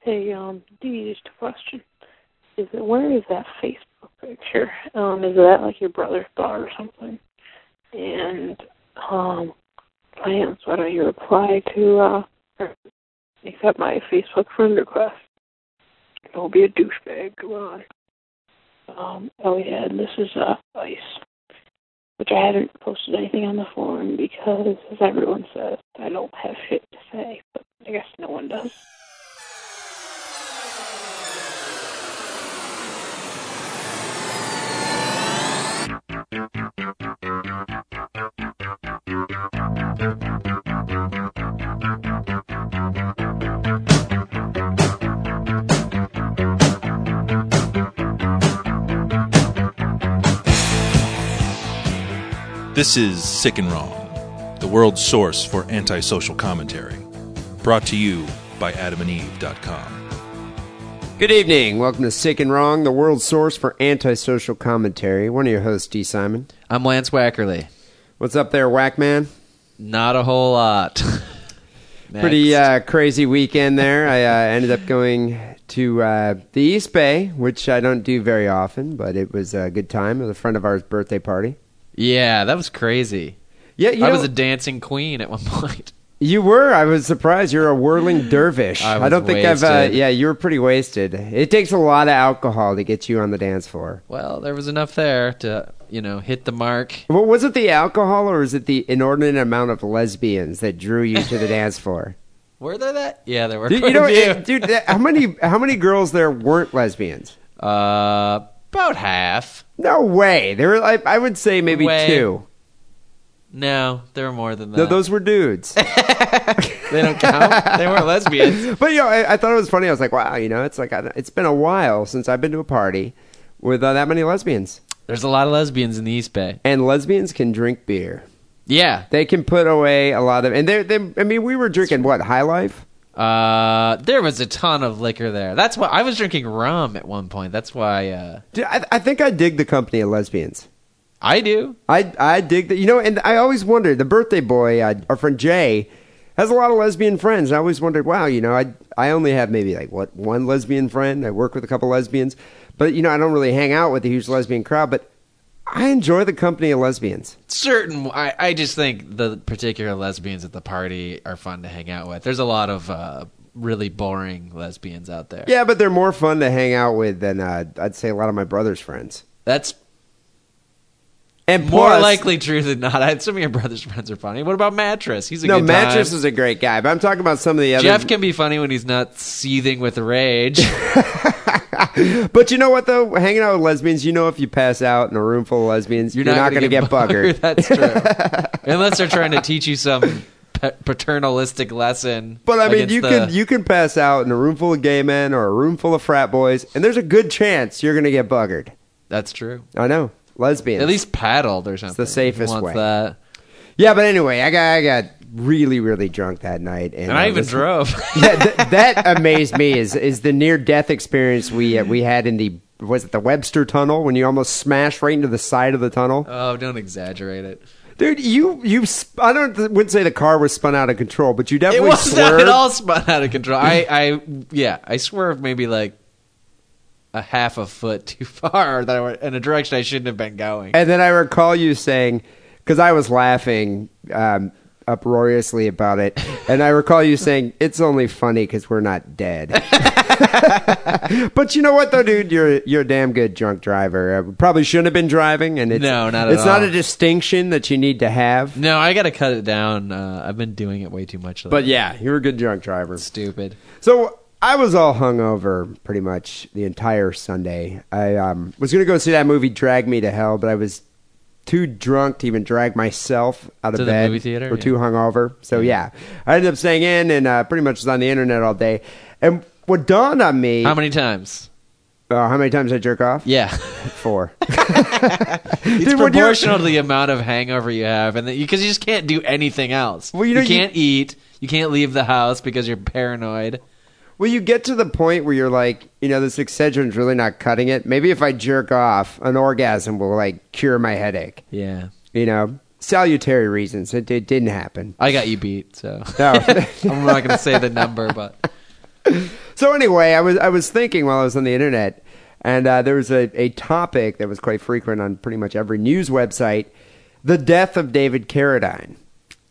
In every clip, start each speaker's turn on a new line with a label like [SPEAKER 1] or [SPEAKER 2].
[SPEAKER 1] Hey, um, Dee, just a question. Is it where is that Facebook picture? Um, is that like your brother's daughter or something? And um, plans. Why don't you reply to uh, or accept my Facebook friend request? Don't be a douchebag. Come on. Um, oh yeah, and this is uh, Ice, which I haven't posted anything on the forum because, as everyone says, I don't have shit to say. But I guess no one does.
[SPEAKER 2] This is Sick and Wrong, the world's source for antisocial commentary, brought to you by adamandeve.com.
[SPEAKER 3] Good evening. Welcome to Sick and Wrong, the world's source for antisocial commentary. One of your hosts, D. Simon.
[SPEAKER 4] I'm Lance Wackerly.
[SPEAKER 3] What's up there, Whack Man?
[SPEAKER 4] Not a whole lot. Next.
[SPEAKER 3] Pretty uh, crazy weekend there. I uh, ended up going to uh, the East Bay, which I don't do very often, but it was a good time. It was a friend of ours' birthday party.
[SPEAKER 4] yeah, that was crazy.
[SPEAKER 3] Yeah, you
[SPEAKER 4] I
[SPEAKER 3] know-
[SPEAKER 4] was a dancing queen at one point.
[SPEAKER 3] You were. I was surprised. You're a whirling dervish.
[SPEAKER 4] I
[SPEAKER 3] I, don't
[SPEAKER 4] was
[SPEAKER 3] think I've. Uh,
[SPEAKER 4] wasted.
[SPEAKER 3] yeah, you were pretty wasted. It takes a lot of alcohol to get you on the dance floor.
[SPEAKER 4] Well, there was enough there to, you know, hit the mark.
[SPEAKER 3] Well, was it the alcohol or is it the inordinate amount of lesbians that drew you to the dance floor?
[SPEAKER 4] Were there that? Yeah, there were.
[SPEAKER 3] Dude,
[SPEAKER 4] quite
[SPEAKER 3] you
[SPEAKER 4] a
[SPEAKER 3] know,
[SPEAKER 4] few.
[SPEAKER 3] it- dude, that- how many how many girls there weren't lesbians?
[SPEAKER 4] Uh, about half.
[SPEAKER 3] No way. There were. I, I would say maybe
[SPEAKER 4] Way.
[SPEAKER 3] two.
[SPEAKER 4] No, there were more than that.
[SPEAKER 3] No, those were dudes.
[SPEAKER 4] they don't count. they weren't lesbians.
[SPEAKER 3] but you know, I, I thought it was funny. I was like, wow, you know, it's like I, it's been a while since I've been to a party with uh, that many lesbians.
[SPEAKER 4] There's a lot of lesbians in the East Bay.
[SPEAKER 3] And lesbians can drink beer.
[SPEAKER 4] Yeah.
[SPEAKER 3] They can put away a lot of, and they, they I mean, we were drinking what High Life.
[SPEAKER 4] Uh, there was a ton of liquor there. That's why I was drinking rum at one point. That's why uh,
[SPEAKER 3] Dude, I, I think I dig the company of lesbians.
[SPEAKER 4] I do.
[SPEAKER 3] I I dig that, you know, and I always wondered. The birthday boy, uh, our friend Jay, has a lot of lesbian friends. And I always wondered, wow, you know, I I only have maybe like what one lesbian friend. I work with a couple lesbians, but you know, I don't really hang out with a huge lesbian crowd. But I enjoy the company of lesbians.
[SPEAKER 4] Certain, I, I just think the particular lesbians at the party are fun to hang out with. There's a lot of uh, really boring lesbians out there.
[SPEAKER 3] Yeah, but they're more fun to hang out with than uh, I'd say a lot of my brother's friends.
[SPEAKER 4] That's
[SPEAKER 3] And
[SPEAKER 4] more
[SPEAKER 3] plus-
[SPEAKER 4] likely true than not. I, some of your brother's friends are funny. What about Mattress? He's a
[SPEAKER 3] No,
[SPEAKER 4] good
[SPEAKER 3] Mattress
[SPEAKER 4] time.
[SPEAKER 3] is a great guy, but I'm talking about some of the other.
[SPEAKER 4] Jeff can be funny when he's not seething with rage.
[SPEAKER 3] But you know what though? Hanging out with lesbians, you know if you pass out in a room full of lesbians, you're, not, going to get, buggered.
[SPEAKER 4] That's true. Unless they're trying to teach you some pa- paternalistic lesson.
[SPEAKER 3] But I mean,
[SPEAKER 4] against
[SPEAKER 3] you
[SPEAKER 4] the-
[SPEAKER 3] can you can pass out in a room full of gay men or a room full of frat boys, and there's a good chance you're going to get buggered.
[SPEAKER 4] That's true.
[SPEAKER 3] I know, lesbians.
[SPEAKER 4] At least paddled or something.
[SPEAKER 3] the safest
[SPEAKER 4] Wants
[SPEAKER 3] way.
[SPEAKER 4] that.
[SPEAKER 3] yeah. But anyway, I got I got really really drunk that night, and,
[SPEAKER 4] And I
[SPEAKER 3] uh,
[SPEAKER 4] even
[SPEAKER 3] listen-
[SPEAKER 4] drove.
[SPEAKER 3] yeah, th- that amazed me. Is is the near death experience we uh, we had in the was it the Webster Tunnel when you almost smashed right into the side of the tunnel?
[SPEAKER 4] oh, don't exaggerate it.
[SPEAKER 3] Dude, you you sp- I don't wouldn't say the car was spun out of control, but you
[SPEAKER 4] It
[SPEAKER 3] definitely
[SPEAKER 4] was not
[SPEAKER 3] swerved.
[SPEAKER 4] at all spun out of control. I, I, yeah, I swerved maybe like a half a foot too far that I went in a direction I shouldn't have been going.
[SPEAKER 3] And then I recall you saying, because I was laughing um, uproariously about it, and I recall you saying, "It's only funny because we're not dead." but you know what, though, dude, you're you're a damn good drunk driver. Uh, probably shouldn't have been driving, and it's,
[SPEAKER 4] No, not at
[SPEAKER 3] it's not
[SPEAKER 4] all.
[SPEAKER 3] a distinction that you need to have.
[SPEAKER 4] No, I got to cut it down. Uh, I've been doing it way too much.
[SPEAKER 3] But
[SPEAKER 4] lately.
[SPEAKER 3] yeah, you're a good drunk driver.
[SPEAKER 4] stupid.
[SPEAKER 3] So I was all hungover pretty much the entire Sunday. I um, was going to go see that movie Drag Me to Hell, but I was too drunk to even drag myself out of
[SPEAKER 4] To the
[SPEAKER 3] bed
[SPEAKER 4] movie theater,
[SPEAKER 3] or
[SPEAKER 4] yeah.
[SPEAKER 3] too hungover. So yeah. I ended up staying in and uh, pretty much was on the internet all day. And what dawned on me
[SPEAKER 4] How many times?
[SPEAKER 3] uh, how many times I jerk off?
[SPEAKER 4] Yeah,
[SPEAKER 3] Four.
[SPEAKER 4] it's
[SPEAKER 3] Dude, when you're-
[SPEAKER 4] proportional to the amount of hangover you have, and because you just can't do anything else.
[SPEAKER 3] Well, you know,
[SPEAKER 4] you
[SPEAKER 3] you-
[SPEAKER 4] can't eat. You can't leave the house because you're paranoid.
[SPEAKER 3] Well, you get to the point where you're like, you know, this Excedrin's really not cutting it. Maybe if I jerk off, an orgasm will like cure my headache.
[SPEAKER 4] Yeah,
[SPEAKER 3] You know, salutary reasons. It, it didn't happen.
[SPEAKER 4] I got you beat. So
[SPEAKER 3] No.
[SPEAKER 4] I'm not going to say the number, but
[SPEAKER 3] so anyway, I was I was thinking while I was on the internet, and uh, there was a, a topic that was quite frequent on pretty much every news website: the death of David Carradine.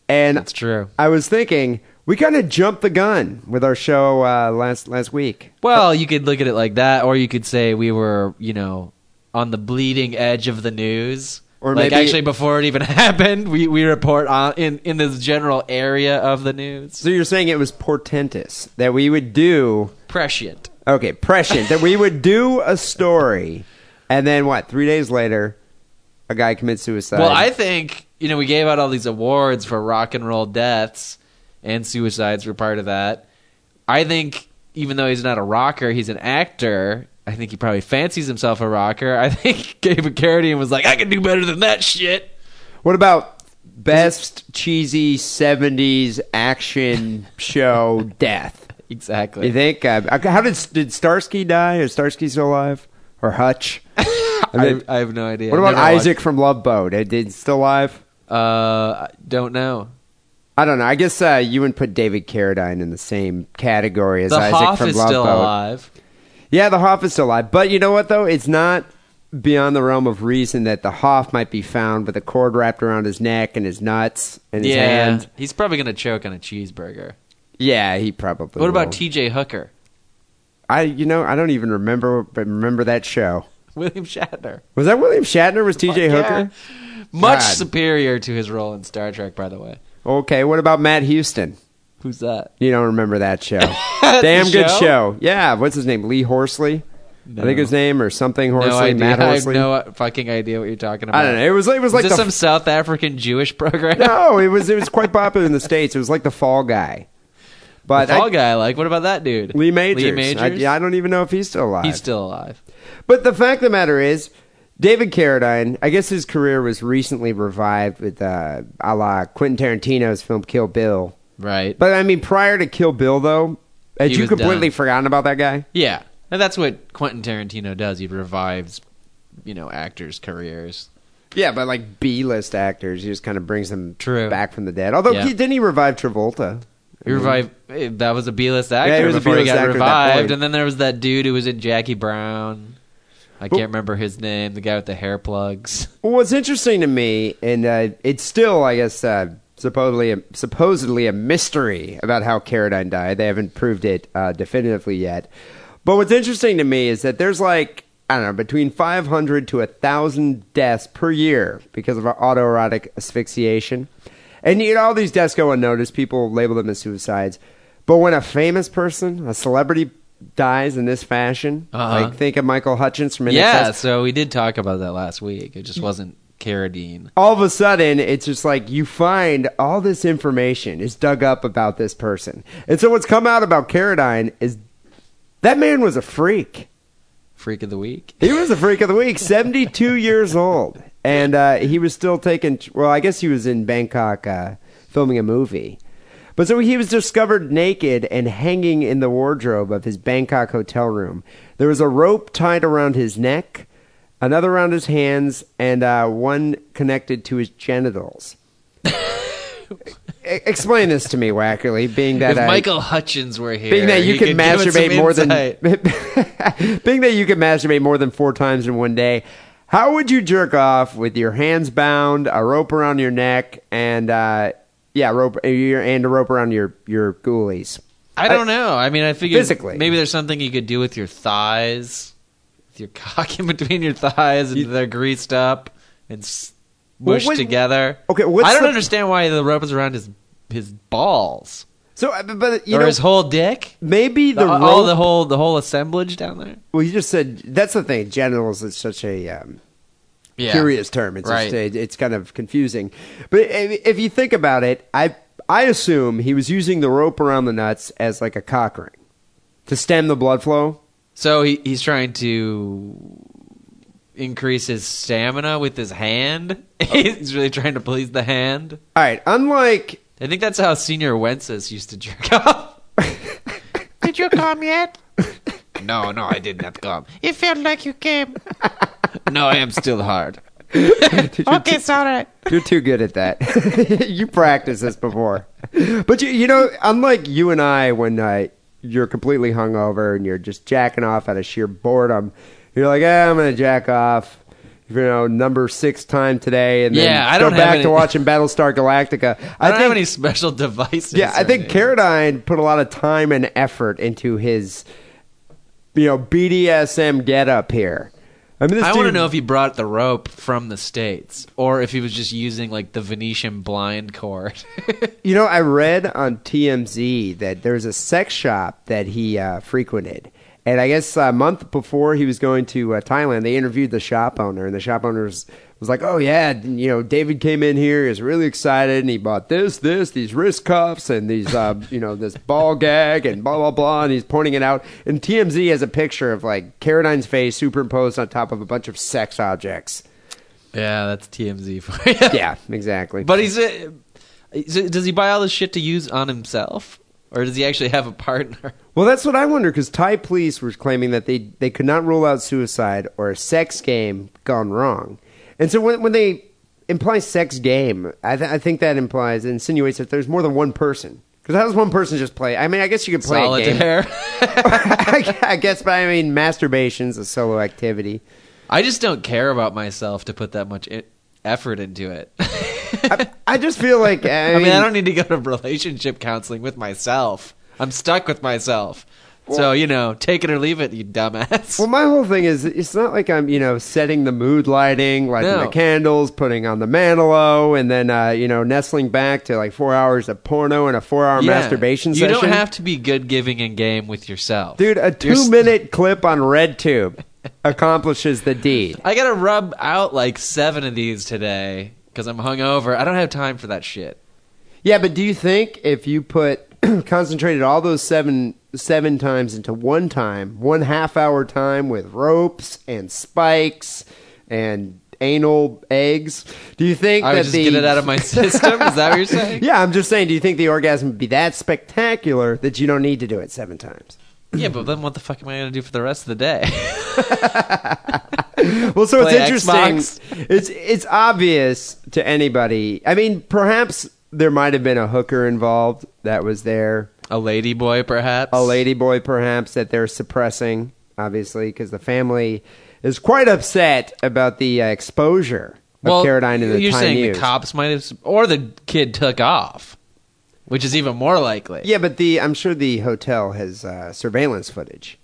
[SPEAKER 3] And
[SPEAKER 4] That's true.
[SPEAKER 3] I was thinking we kind of jumped the gun with our show uh, last last week.
[SPEAKER 4] Well, you could look at it like that, or you could say we were, you know, on the bleeding edge of the news.
[SPEAKER 3] Or
[SPEAKER 4] like
[SPEAKER 3] maybe-
[SPEAKER 4] actually before it even happened, we, we report on in, in this general area of the news.
[SPEAKER 3] So you're saying it was portentous that we would do
[SPEAKER 4] Prescient.
[SPEAKER 3] okay prescient that we would do a story, and then what? Three days later, a guy commits suicide.
[SPEAKER 4] Well, I think you know we gave out all these awards for rock and roll deaths and suicides were part of that. I think even though he's not a rocker, he's an actor. I think he probably fancies himself a rocker. I think David Carradine was like, I can do better than that shit.
[SPEAKER 3] What about best cheesy '70s action show death?
[SPEAKER 4] Exactly.
[SPEAKER 3] You think? Uh, how did did Starsky die? Is Starsky still alive? Or Hutch? I
[SPEAKER 4] I,
[SPEAKER 3] mean,
[SPEAKER 4] I have no idea.
[SPEAKER 3] what about
[SPEAKER 4] Never watched-
[SPEAKER 3] Isaac from Love Boat? Is he still alive?
[SPEAKER 4] Uh, I don't know.
[SPEAKER 3] I don't know. I guess uh, you wouldn't put David Carradine in the same category as
[SPEAKER 4] The
[SPEAKER 3] Isaac
[SPEAKER 4] Hoff
[SPEAKER 3] from
[SPEAKER 4] is
[SPEAKER 3] Love
[SPEAKER 4] still
[SPEAKER 3] Boat.
[SPEAKER 4] alive.
[SPEAKER 3] Yeah, the Hoff is still alive. But you know what, though? It's not beyond the realm of reason that the Hoff might be found with a cord wrapped around his neck and his nuts and his
[SPEAKER 4] yeah,
[SPEAKER 3] hand.
[SPEAKER 4] he's probably gonna choke on a cheeseburger.
[SPEAKER 3] Yeah, he probably.
[SPEAKER 4] What about
[SPEAKER 3] will.
[SPEAKER 4] T.J. Hooker,
[SPEAKER 3] I you know I don't even remember but remember that show.
[SPEAKER 4] William Shatner?
[SPEAKER 3] Was that William Shatner? Was T.J. Hooker?
[SPEAKER 4] Much
[SPEAKER 3] God.
[SPEAKER 4] superior to his role in Star Trek, by the way.
[SPEAKER 3] Okay. What about Matt Houston?
[SPEAKER 4] Who's that?
[SPEAKER 3] You don't remember that show? Damn
[SPEAKER 4] The
[SPEAKER 3] good
[SPEAKER 4] show?
[SPEAKER 3] show. Yeah. What's his name? Lee Horsley. I think his name or something Horsley.
[SPEAKER 4] No idea.
[SPEAKER 3] Matt
[SPEAKER 4] I have
[SPEAKER 3] Horsley.
[SPEAKER 4] no fucking idea what you're talking about.
[SPEAKER 3] I don't know. It was it was
[SPEAKER 4] Is
[SPEAKER 3] like
[SPEAKER 4] this
[SPEAKER 3] the
[SPEAKER 4] some South African Jewish program?
[SPEAKER 3] no. It was it was quite popular in the states. It was like the Fall Guy. But
[SPEAKER 4] Fall
[SPEAKER 3] I-
[SPEAKER 4] guy, like, what about that dude?
[SPEAKER 3] Lee Majors.
[SPEAKER 4] Lee Majors.
[SPEAKER 3] I, yeah, I don't even know if he's still alive.
[SPEAKER 4] He's still alive.
[SPEAKER 3] But the fact of the matter is, David Carradine, I guess his career was recently revived with uh, a la Quentin Tarantino's film Kill Bill.
[SPEAKER 4] Right.
[SPEAKER 3] But I mean, prior to Kill Bill, though, had
[SPEAKER 4] He
[SPEAKER 3] you
[SPEAKER 4] was
[SPEAKER 3] completely
[SPEAKER 4] done.
[SPEAKER 3] forgotten about that guy?
[SPEAKER 4] yeah. And that's what Quentin Tarantino does. He revives, you know, actors' careers.
[SPEAKER 3] Yeah, but like B-list actors, he just kind of brings them
[SPEAKER 4] True.
[SPEAKER 3] back from the dead. Although,
[SPEAKER 4] Yeah.
[SPEAKER 3] he, didn't he revive Travolta?
[SPEAKER 4] He revived. eh, That was a B-list actor
[SPEAKER 3] Yeah, he was a
[SPEAKER 4] before he
[SPEAKER 3] B-list
[SPEAKER 4] got
[SPEAKER 3] actor at that point.
[SPEAKER 4] revived, and then there was that dude who was in Jackie Brown. I
[SPEAKER 3] But-
[SPEAKER 4] can't remember his name. The guy with the hair plugs.
[SPEAKER 3] Well, what's interesting to me, and uh, it's still, I guess, uh, supposedly supposedly a mystery about how Carradine died. They haven't proved it uh, definitively yet. But what's interesting to me is that there's like I don't know between 500 to 1,000 deaths per year because of autoerotic asphyxiation, and you know, all these deaths go unnoticed. People label them as suicides, but when a famous person, a celebrity, dies in this fashion,
[SPEAKER 4] Uh-huh.
[SPEAKER 3] like think of Michael Hutchins from NXS,
[SPEAKER 4] Yeah, so we did talk about that last week. It just wasn't Carradine.
[SPEAKER 3] all of a sudden it's just like you find all this information is dug up about this person and so what's come out about Carradine is that man was a freak
[SPEAKER 4] Freak of the week.
[SPEAKER 3] he was a freak of the week 72 years old and uh, he was still taking well i guess he was in bangkok uh, filming a movie but so he was discovered naked and hanging in the wardrobe of his bangkok hotel room there was a rope tied around his neck another around his hands and uh, one connected to his genitals E- Explain this to me, Wackerly. Being that
[SPEAKER 4] If
[SPEAKER 3] I-
[SPEAKER 4] Michael Hutchins were here,
[SPEAKER 3] being that you
[SPEAKER 4] he
[SPEAKER 3] can
[SPEAKER 4] could give us some
[SPEAKER 3] masturbate more than
[SPEAKER 4] insight.
[SPEAKER 3] being that you can masturbate more than four times in one day how would you jerk off with your hands bound a rope around your neck and uh yeah rope uh, your and a rope around your your ghoulies
[SPEAKER 4] I don't know. I mean, I figured
[SPEAKER 3] Physically.
[SPEAKER 4] maybe there's something you could do with your thighs, with your cock in between your thighs, and they're greased up and s-
[SPEAKER 3] Well,
[SPEAKER 4] mushed
[SPEAKER 3] what-
[SPEAKER 4] together.
[SPEAKER 3] okay, what's
[SPEAKER 4] I don't
[SPEAKER 3] the-
[SPEAKER 4] understand why the rope is around his his balls
[SPEAKER 3] so uh, but- but you
[SPEAKER 4] or
[SPEAKER 3] know
[SPEAKER 4] his whole dick.
[SPEAKER 3] maybe the,
[SPEAKER 4] The,
[SPEAKER 3] rope
[SPEAKER 4] all the whole the whole assemblage down there.
[SPEAKER 3] well you just said that's the thing genitals is such a um
[SPEAKER 4] Yeah.
[SPEAKER 3] curious term. It's
[SPEAKER 4] Right.
[SPEAKER 3] just it, it's kind of confusing. But if, if you think about it, I I assume he was using the rope around the nuts as like a cock ring to stem the blood flow.
[SPEAKER 4] So he, he's trying to increase his stamina with his hand. he's really trying to please the hand.
[SPEAKER 3] All right, unlike
[SPEAKER 4] I think that's how Senior Wences used to jerk off. Did you come yet? No, no, I did not come. It felt like you came. no, I am still hard. okay, sorry.
[SPEAKER 3] You're too good at that. you practiced this before, but you, you know, unlike you and I, when uh, you're completely hungover and you're just jacking off out of sheer boredom. You're like, eh, I'm gonna jack off. You know, number six time today, and then
[SPEAKER 4] Yeah, I
[SPEAKER 3] go
[SPEAKER 4] don't have
[SPEAKER 3] back
[SPEAKER 4] any-
[SPEAKER 3] to watching Battlestar Galactica.
[SPEAKER 4] I don't have any special devices.
[SPEAKER 3] Yeah, I
[SPEAKER 4] or
[SPEAKER 3] think
[SPEAKER 4] anything.
[SPEAKER 3] Carradine put a lot of time and effort into his, you know, BDSM getup here. I mean, this
[SPEAKER 4] I want to
[SPEAKER 3] dude-
[SPEAKER 4] know if he brought the rope from the states or if he was just using like the Venetian blind cord.
[SPEAKER 3] You know, I read on TMZ that there's a sex shop that he uh, frequented. And I guess a month before he was going to uh, Thailand, they interviewed the shop owner, and the shop owner was, was like, "Oh yeah, you know, David came in here, he was really excited, and he bought this, this, these wrist cuffs, and these, uh, you know, this ball gag, and blah blah blah." And he's pointing it out, and TMZ has a picture of like Caradine's face superimposed on top of a bunch of sex objects.
[SPEAKER 4] yeah, that's TMZ for you.
[SPEAKER 3] Yeah, exactly.
[SPEAKER 4] But he's a, is it- does he buy all this shit to use on himself or does he actually have a partner?
[SPEAKER 3] Well, that's what I wonder because Thai police were claiming that they, they could not rule out suicide or a sex game gone wrong. And so when, when they imply sex game, I, th- I think that implies, insinuates that there's more than one person. Because how does one person just play? I mean, I guess you could play a game.
[SPEAKER 4] Solitaire.
[SPEAKER 3] I, guess, but I mean, masturbation's a solo activity.
[SPEAKER 4] I just don't care about myself to put that much i effort into it.
[SPEAKER 3] I, I just feel like I,
[SPEAKER 4] I mean,
[SPEAKER 3] mean,
[SPEAKER 4] I don't need to go to relationship counseling with myself. I'm stuck with myself. so, you know, take it or leave it, you dumbass.
[SPEAKER 3] Well, my whole thing is it's not like I'm, you know, setting the mood lighting, lighting
[SPEAKER 4] No.
[SPEAKER 3] the candles, putting on the Manilow, and then, uh, you know, nestling back to like four hours of porno and a four hour
[SPEAKER 4] Yeah.
[SPEAKER 3] masturbation
[SPEAKER 4] you
[SPEAKER 3] session.
[SPEAKER 4] don't have to be good giving and game with yourself.
[SPEAKER 3] Dude, a
[SPEAKER 4] You're s-
[SPEAKER 3] two minute clip on RedTube accomplishes the deed.
[SPEAKER 4] I got to rub out like seven of these today because I'm hungover. I don't have time for that shit.
[SPEAKER 3] Yeah, but do you think if you put concentrated all those seven seven times into one time, one half hour time with ropes and spikes and anal eggs, do you think
[SPEAKER 4] I
[SPEAKER 3] that
[SPEAKER 4] would just
[SPEAKER 3] the
[SPEAKER 4] get it out of my system. Is that what you're saying?
[SPEAKER 3] Yeah, I'm just saying. Do you think the orgasm would be that spectacular that you don't need to do it seven times?
[SPEAKER 4] Yeah, but then what the fuck am I going to do for the rest of the day?
[SPEAKER 3] Well, so
[SPEAKER 4] Play
[SPEAKER 3] it's
[SPEAKER 4] Xbox.
[SPEAKER 3] interesting. It's it's obvious to anybody. I mean, perhaps there might have been a hooker involved that was there,
[SPEAKER 4] A lady boy, perhaps?
[SPEAKER 3] a lady boy, perhaps that they're suppressing, obviously, because the family is quite upset about the uh, exposure of Caradine in the
[SPEAKER 4] you're
[SPEAKER 3] Thai
[SPEAKER 4] saying
[SPEAKER 3] news.
[SPEAKER 4] the cops might have, or the kid took off, which is even more likely.
[SPEAKER 3] yeah, but the I'm sure the hotel has uh, surveillance footage,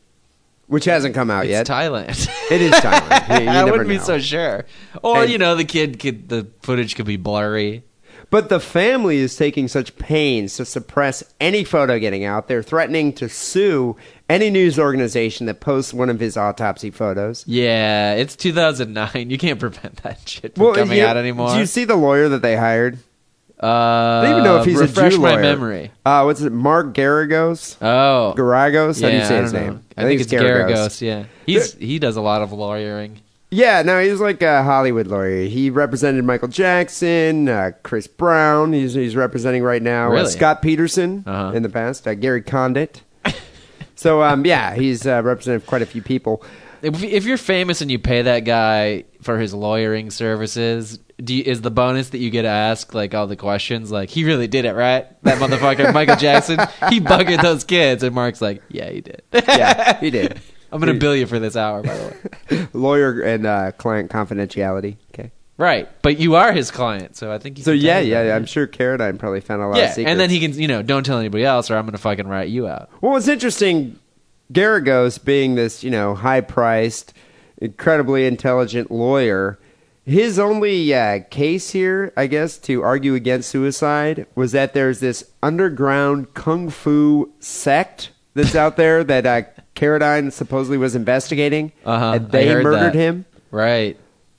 [SPEAKER 3] which hasn't come out
[SPEAKER 4] it's
[SPEAKER 3] yet.
[SPEAKER 4] Thailand.
[SPEAKER 3] It is Thailand. You- you
[SPEAKER 4] I
[SPEAKER 3] never
[SPEAKER 4] wouldn't be
[SPEAKER 3] know.
[SPEAKER 4] so sure. Or
[SPEAKER 3] And-
[SPEAKER 4] you know, the kid could the footage could be blurry.
[SPEAKER 3] But the family is taking such pains to suppress any photo getting out. They're threatening to sue any news organization that posts one of his autopsy photos.
[SPEAKER 4] Yeah, it's 2009. You can't prevent that shit from coming
[SPEAKER 3] you-
[SPEAKER 4] out anymore.
[SPEAKER 3] Do you see the lawyer that they hired?
[SPEAKER 4] uh,
[SPEAKER 3] I don't even know if he's
[SPEAKER 4] refresh
[SPEAKER 3] a Jew
[SPEAKER 4] my
[SPEAKER 3] lawyer.
[SPEAKER 4] memory.
[SPEAKER 3] Uh, what's it? Mark Garagos?
[SPEAKER 4] Oh,
[SPEAKER 3] Garagos? How do you
[SPEAKER 4] Yeah,
[SPEAKER 3] say
[SPEAKER 4] I
[SPEAKER 3] his
[SPEAKER 4] don't
[SPEAKER 3] name?
[SPEAKER 4] know. I, think, it's Garagos. Yeah, he's
[SPEAKER 3] There-
[SPEAKER 4] he does a lot of lawyering.
[SPEAKER 3] Yeah, no, he's like a Hollywood lawyer. He represented Michael Jackson, uh, Chris Brown. He's, he's representing right now uh,
[SPEAKER 4] Really?
[SPEAKER 3] Scott Peterson
[SPEAKER 4] Uh-huh.
[SPEAKER 3] in the past, uh, Gary Condit. so, um, yeah, he's uh, represented quite a few people.
[SPEAKER 4] If, if you're famous and you pay that guy for his lawyering services, do you, is the bonus that you get to ask like all the questions? Like he really did it, right? That motherfucker, Michael Jackson, he buggered those kids, and Mark's like, yeah, he did.
[SPEAKER 3] Yeah, he did.
[SPEAKER 4] I'm gonna bill you for this hour, by the way.
[SPEAKER 3] Lawyer and uh, client confidentiality. Okay.
[SPEAKER 4] right, but you are his client, so I think. You
[SPEAKER 3] So,
[SPEAKER 4] can
[SPEAKER 3] yeah,
[SPEAKER 4] tell him
[SPEAKER 3] yeah,
[SPEAKER 4] that.
[SPEAKER 3] I'm sure Caradine probably found a lot of
[SPEAKER 4] yeah,
[SPEAKER 3] secrets.
[SPEAKER 4] and then he can, you know, don't tell anybody else, or I'm gonna fucking rat you out.
[SPEAKER 3] Well, it's interesting, Garagos being this, you know, high priced, incredibly intelligent lawyer, his only uh, case here, I guess, to argue against suicide was that there's this underground kung fu sect that's out there that uh, Carradine supposedly was investigating.
[SPEAKER 4] Uh-huh,
[SPEAKER 3] And
[SPEAKER 4] I
[SPEAKER 3] they
[SPEAKER 4] heard
[SPEAKER 3] murdered
[SPEAKER 4] that.
[SPEAKER 3] him.
[SPEAKER 4] Right?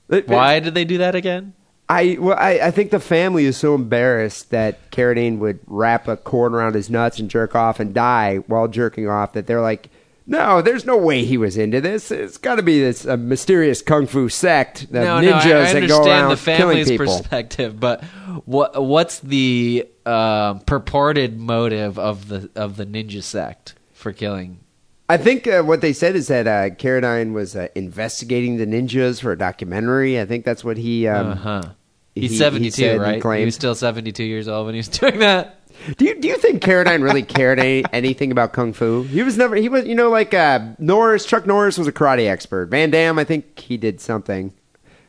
[SPEAKER 3] It-
[SPEAKER 4] Why did they do that again?
[SPEAKER 3] I well, I, I think the family is so embarrassed that Carradine would wrap a cord around his nuts and jerk off and die while jerking off that they're like, no, there's no way he was into this. It's got to be this uh, mysterious kung fu sect, the
[SPEAKER 4] no,
[SPEAKER 3] ninjas
[SPEAKER 4] no, I, I
[SPEAKER 3] that go
[SPEAKER 4] understand
[SPEAKER 3] around
[SPEAKER 4] the
[SPEAKER 3] killing
[SPEAKER 4] family's
[SPEAKER 3] people.
[SPEAKER 4] perspective, but what what's the um, purported motive of the of the ninja sect for killing?
[SPEAKER 3] I think uh, what they said is that uh, Carradine was uh, investigating the ninjas for a documentary. I think that's what he. Um,
[SPEAKER 4] uh huh.
[SPEAKER 3] he-
[SPEAKER 4] He's
[SPEAKER 3] he
[SPEAKER 4] seventy two,
[SPEAKER 3] said and
[SPEAKER 4] right? He
[SPEAKER 3] claimed-
[SPEAKER 4] was still seventy two years old when he was doing that.
[SPEAKER 3] Do you do you think Carradine really cared any, anything about kung fu? He was never he was you know like uh, Norris Chuck Norris was a karate expert. Van Damme I think he did something.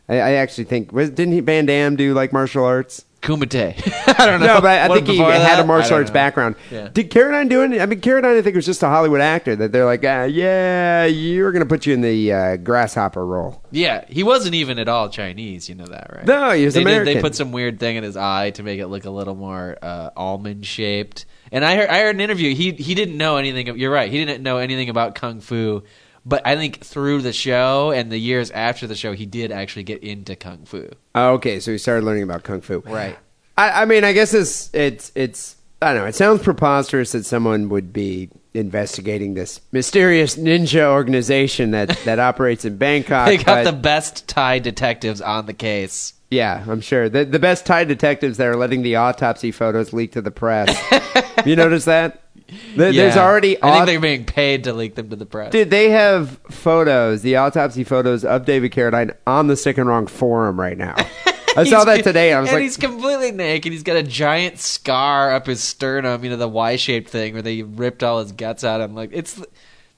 [SPEAKER 3] I, I actually think was didn't he Van Damme do like martial arts?
[SPEAKER 4] Kumite. I don't know.
[SPEAKER 3] No, but I
[SPEAKER 4] What,
[SPEAKER 3] think he
[SPEAKER 4] before
[SPEAKER 3] had
[SPEAKER 4] that?
[SPEAKER 3] a
[SPEAKER 4] I
[SPEAKER 3] martial
[SPEAKER 4] don't
[SPEAKER 3] arts
[SPEAKER 4] know.
[SPEAKER 3] background.
[SPEAKER 4] Yeah.
[SPEAKER 3] Did Carradine do it? I mean, Carradine, I think was just a Hollywood actor that they're like, uh, yeah, you're going to put you in the uh, grasshopper role.
[SPEAKER 4] Yeah, he wasn't even at all Chinese. You know that, right?
[SPEAKER 3] No, he was
[SPEAKER 4] they Did,
[SPEAKER 3] American.
[SPEAKER 4] they put some weird thing in his eye to make it look a little more uh, almond shaped. And I heard, I heard an interview. He he didn't know anything. Of, you're right. He didn't know anything about kung fu. But I think through the show and the years after the show, he did actually get into kung fu.
[SPEAKER 3] Oh, okay, so he started learning about kung fu.
[SPEAKER 4] Right.
[SPEAKER 3] I, I mean, I guess it's it's it's I don't know. It sounds preposterous that someone would be investigating this mysterious ninja organization that that operates in Bangkok.
[SPEAKER 4] They got
[SPEAKER 3] but-
[SPEAKER 4] the best Thai detectives on the case.
[SPEAKER 3] Yeah, I'm sure. The, the best Thai detectives that are letting the autopsy photos leak to the press. you notice that? There- There's
[SPEAKER 4] Yeah.
[SPEAKER 3] already.
[SPEAKER 4] I think
[SPEAKER 3] au-
[SPEAKER 4] they're being paid to leak them to the press.
[SPEAKER 3] Dude, they have photos, the autopsy photos of David Carradine on the Sick and Wrong forum right now. I saw that today, and I was
[SPEAKER 4] and
[SPEAKER 3] like,
[SPEAKER 4] he's completely naked. He's got a giant scar up his sternum. You know the Y-shaped thing where they ripped all his guts out. I'm like, it's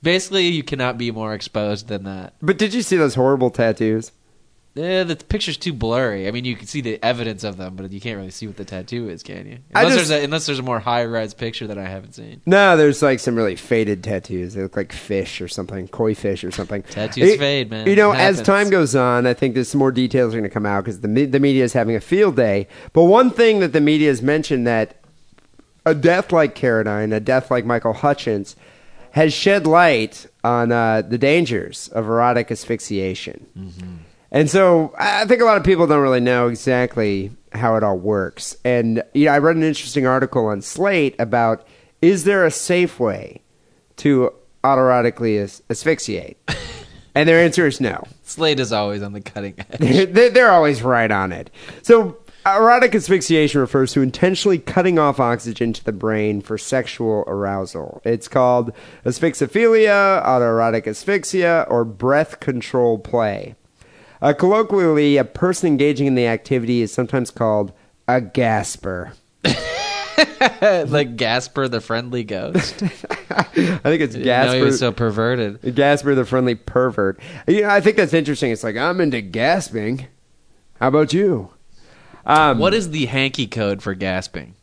[SPEAKER 4] basically you cannot be more exposed than that.
[SPEAKER 3] "But did you see those horrible tattoos?"
[SPEAKER 4] Eh, the picture's too blurry. I mean, you can see the evidence of them, but you can't really see what the tattoo is, can you?
[SPEAKER 3] I
[SPEAKER 4] Unless
[SPEAKER 3] just-
[SPEAKER 4] there's a, unless there's a more high-res picture that I haven't seen.
[SPEAKER 3] No, there's like some really faded tattoos. They look like fish or something, koi fish or something.
[SPEAKER 4] Tattoos fade, man.
[SPEAKER 3] You know,
[SPEAKER 4] It
[SPEAKER 3] as
[SPEAKER 4] happens.
[SPEAKER 3] time goes on, I think there's some more details are going to come out because the me- the media is having a field day. But one thing that the media has mentioned that a death like Carradine, a death like Michael Hutchins, has shed light on uh, the dangers of erotic asphyxiation.
[SPEAKER 4] Mm.
[SPEAKER 3] And so I I think a lot of people don't really know exactly how it all works. And you know, I read an interesting article on Slate about is there a safe way to autoerotically as- asphyxiate? and their answer is no.
[SPEAKER 4] Slade is always on the cutting edge.
[SPEAKER 3] They- They're always right on it. So, erotic asphyxiation refers to intentionally cutting off oxygen to the brain for sexual arousal. It's called asphyxophilia, autoerotic asphyxia, or breath control play. Uh, colloquially, a person engaging in the activity is sometimes called a gasper.
[SPEAKER 4] like Gasper the Friendly Ghost.
[SPEAKER 3] I think it's
[SPEAKER 4] Gasper,
[SPEAKER 3] gasper.
[SPEAKER 4] he was so perverted.
[SPEAKER 3] Gasper the friendly pervert. You know, I think that's interesting. It's like I'm into gasping. How about you? Um,
[SPEAKER 4] What is the hanky code for gasping?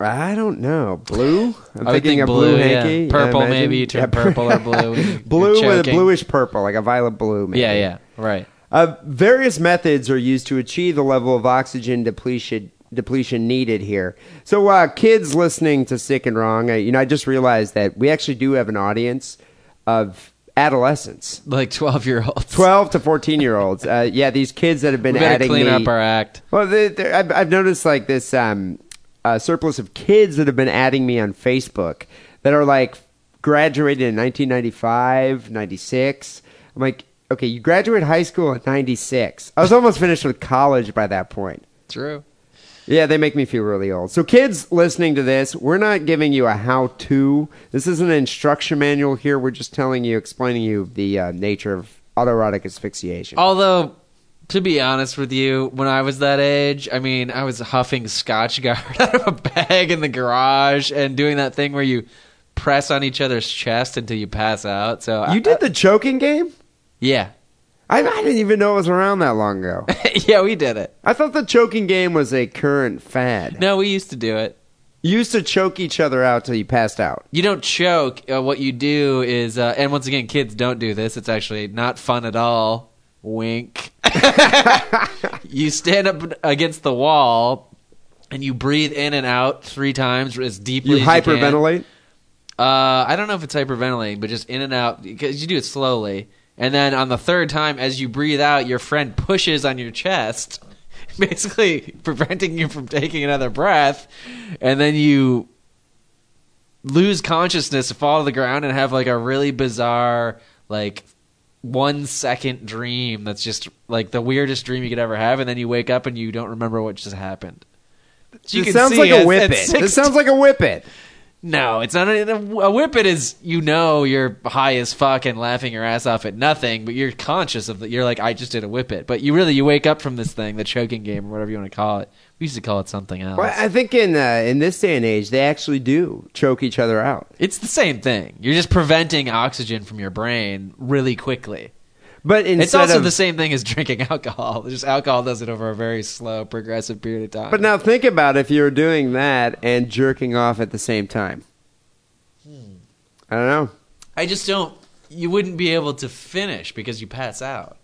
[SPEAKER 3] I don't know. Blue? I'm
[SPEAKER 4] I would
[SPEAKER 3] thinking
[SPEAKER 4] think
[SPEAKER 3] a blue,
[SPEAKER 4] blue, yeah.
[SPEAKER 3] hanky. I
[SPEAKER 4] Purple,
[SPEAKER 3] imagine.
[SPEAKER 4] maybe. You turn purple or blue when you're
[SPEAKER 3] blue with a
[SPEAKER 4] choking.
[SPEAKER 3] bluish purple, like a violet blue. Maybe.
[SPEAKER 4] Yeah, yeah, right.
[SPEAKER 3] Uh, various methods are used to achieve the level of oxygen depletion depletion needed here. So, uh, kids listening to Sick and Wrong, uh, you know, I just realized that we actually do have an audience of adolescents,
[SPEAKER 4] Like twelve year olds.
[SPEAKER 3] twelve to fourteen year olds. Uh, yeah, these kids that have been
[SPEAKER 4] We better
[SPEAKER 3] adding
[SPEAKER 4] clean
[SPEAKER 3] the-
[SPEAKER 4] up our act.
[SPEAKER 3] well, they, they, I've, I've noticed like this um, uh, surplus of kids that have been adding me on Facebook that are like graduated in 1995, 96. I'm like, okay, you graduated high school in 96. I was almost finished with college by that point.
[SPEAKER 4] True.
[SPEAKER 3] Yeah, they make me feel really old. So, kids listening to this, we're not giving you a how to. This isn't an instruction manual here. We're just telling you, explaining you the uh, nature of autoerotic asphyxiation.
[SPEAKER 4] Although, to be honest with you, when I was that age, I mean, I was huffing Scotch Guard out of a bag in the garage and doing that thing where you press on each other's chest until you pass out. So I-
[SPEAKER 3] you
[SPEAKER 4] I-
[SPEAKER 3] did the choking game?
[SPEAKER 4] yeah,
[SPEAKER 3] I, I didn't even know it was around that long ago.
[SPEAKER 4] yeah, we did it.
[SPEAKER 3] I thought the choking game was a current fad.
[SPEAKER 4] No, we used to do it.
[SPEAKER 3] You used to choke each other out till you passed out.
[SPEAKER 4] you don't choke. Uh, what you do is, uh, and once again, kids don't do this. It's actually not fun at all. Wink. you stand up against the wall and you breathe in and out three times as deeply
[SPEAKER 3] You
[SPEAKER 4] as you can.
[SPEAKER 3] hyperventilate.
[SPEAKER 4] Uh, I don't know if it's hyperventilating, but just in and out because you do it slowly. And then on the third time, as you breathe out, your friend pushes on your chest, basically preventing you from taking another breath. And then you lose consciousness, fall to the ground, and have like a really bizarre, like one second dream that's just like the weirdest dream you could ever have. And then you wake up and you don't remember what just happened. So you
[SPEAKER 3] This
[SPEAKER 4] can
[SPEAKER 3] sounds
[SPEAKER 4] see
[SPEAKER 3] like
[SPEAKER 4] at-
[SPEAKER 3] a
[SPEAKER 4] at
[SPEAKER 3] whippet. This
[SPEAKER 4] 16
[SPEAKER 3] sounds like a whippet.
[SPEAKER 4] no, it's not. A, a whippet is you know you're high as fuck and laughing your ass off at nothing, but you're conscious of that. You're like, I just did a whippet, but you really you wake up from this thing, the choking game or whatever you want to call it, We used to call it something else.
[SPEAKER 3] Well, I think in uh, in this day and age, they actually do choke each other out.
[SPEAKER 4] it's the same thing. You're just preventing oxygen from your brain really quickly.
[SPEAKER 3] But instead
[SPEAKER 4] it's also
[SPEAKER 3] of,
[SPEAKER 4] the same thing as drinking alcohol. Just alcohol does it over a very slow, progressive period of time.
[SPEAKER 3] But now think about if you're doing that and jerking off at the same time.
[SPEAKER 4] Hmm.
[SPEAKER 3] I don't know.
[SPEAKER 4] I just don't. You wouldn't be able to finish because you pass out.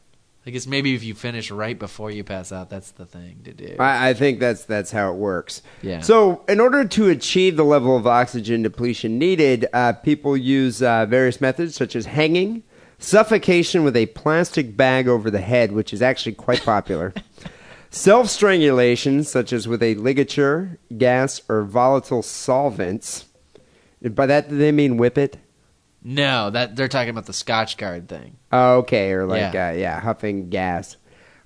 [SPEAKER 4] I guess maybe if you finish right before you pass out, that's the thing to do.
[SPEAKER 3] I, I think that's that's how it works.
[SPEAKER 4] Yeah.
[SPEAKER 3] So, in order to achieve the level of oxygen depletion needed, uh, people use uh, various methods such as hanging, suffocation with a plastic bag over the head, which is actually quite popular, self strangulation, such as with a ligature, gas, or volatile solvents. By that, do they mean whip it?
[SPEAKER 4] No, that they're talking about the Scotch Guard thing.
[SPEAKER 3] Oh, okay, or like
[SPEAKER 4] Yeah.
[SPEAKER 3] yeah, uh, yeah huffing gas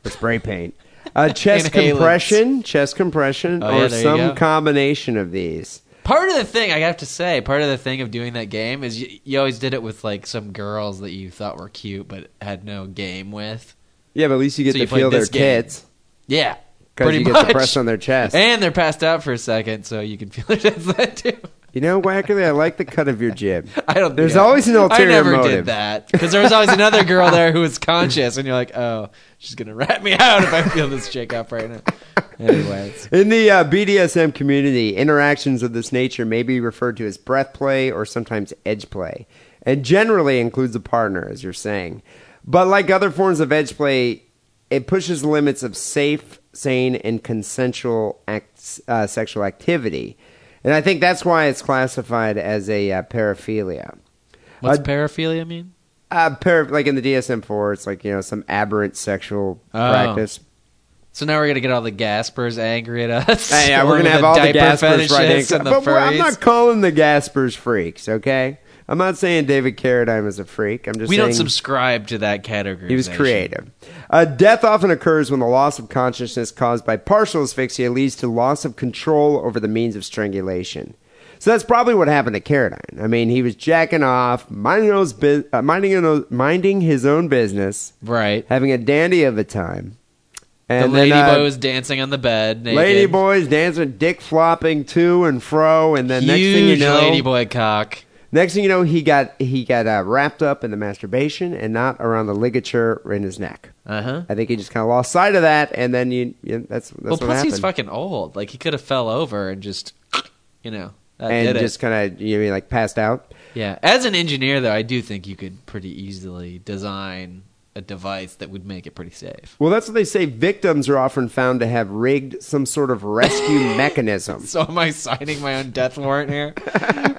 [SPEAKER 3] or spray paint. Uh, chest
[SPEAKER 4] Inhalants.
[SPEAKER 3] compression, chest compression,
[SPEAKER 4] Oh, yeah,
[SPEAKER 3] or
[SPEAKER 4] there you
[SPEAKER 3] some
[SPEAKER 4] go.
[SPEAKER 3] combination of these.
[SPEAKER 4] Part of the thing I have to say, part of the thing of doing that game is you, you always did it with like some girls that you thought were cute but had no game with.
[SPEAKER 3] Yeah, but at least you get
[SPEAKER 4] So
[SPEAKER 3] to
[SPEAKER 4] you play
[SPEAKER 3] feel their
[SPEAKER 4] this game.
[SPEAKER 3] kids
[SPEAKER 4] Yeah,
[SPEAKER 3] because
[SPEAKER 4] pretty
[SPEAKER 3] you
[SPEAKER 4] much.
[SPEAKER 3] get to press on their chest.
[SPEAKER 4] and they're passed out for a second, so you can feel their chest that too.
[SPEAKER 3] you know, Wackerly, I like the cut of your jib.
[SPEAKER 4] I don't.
[SPEAKER 3] There's
[SPEAKER 4] yeah.
[SPEAKER 3] always an ulterior
[SPEAKER 4] I never
[SPEAKER 3] motive.
[SPEAKER 4] did that because there was always another girl there who was conscious, and you're like, oh, she's gonna rat me out if I feel this shake up right now. Anyways,
[SPEAKER 3] In the uh, BDSM community, interactions of this nature may be referred to as breath play or sometimes edge play, and generally includes a partner, as you're saying. But like other forms of edge play, it pushes the limits of safe, sane, and consensual act, uh, sexual activity. And I think that's why it's classified as a uh, paraphilia.
[SPEAKER 4] what's
[SPEAKER 3] Uh,
[SPEAKER 4] paraphilia mean?
[SPEAKER 3] Uh, para- like in the DSM 4, it's like, you know, some aberrant sexual
[SPEAKER 4] Oh.
[SPEAKER 3] practice.
[SPEAKER 4] So now we're gonna get all the Gaspers angry at us.
[SPEAKER 3] Hey, yeah, we're gonna have all the
[SPEAKER 4] diaper
[SPEAKER 3] Gaspers right in.
[SPEAKER 4] fetishists and the
[SPEAKER 3] but we're- I'm
[SPEAKER 4] furries.
[SPEAKER 3] not calling the Gaspers freaks, okay? I'm not saying David Carradine is a freak. I'm just
[SPEAKER 4] we
[SPEAKER 3] saying
[SPEAKER 4] don't subscribe to that category.
[SPEAKER 3] he was creative. Uh, death often occurs when the loss of consciousness caused by partial asphyxia leads to loss of control over the means of strangulation. So that's probably what happened to Carradine. I mean, he was jacking off, minding, those bu- uh, minding, his own- minding his own business,
[SPEAKER 4] right?
[SPEAKER 3] having a dandy of a time.
[SPEAKER 4] The
[SPEAKER 3] And
[SPEAKER 4] lady
[SPEAKER 3] then, uh,
[SPEAKER 4] boy was dancing on the bed. Naked.
[SPEAKER 3] Lady boys dancing, dick flopping to and fro, and then
[SPEAKER 4] huge
[SPEAKER 3] next thing you know,
[SPEAKER 4] lady boy cock.
[SPEAKER 3] next thing you know, he got he got uh, wrapped up in the masturbation and not around the ligature in his neck.
[SPEAKER 4] Uh huh.
[SPEAKER 3] I think he just kind of lost sight of that, and then you, you that's that's
[SPEAKER 4] Well,
[SPEAKER 3] what
[SPEAKER 4] plus
[SPEAKER 3] happened.
[SPEAKER 4] he's fucking old. Like he could have fell over and just, you know, that
[SPEAKER 3] and
[SPEAKER 4] did it.
[SPEAKER 3] just kind of you mean like passed out.
[SPEAKER 4] Yeah. As an engineer, though, I do think you could pretty easily design a device that would make it pretty safe.
[SPEAKER 3] Well, that's what they say. Victims are often found to have rigged some sort of rescue mechanism.
[SPEAKER 4] So am I signing my own death warrant here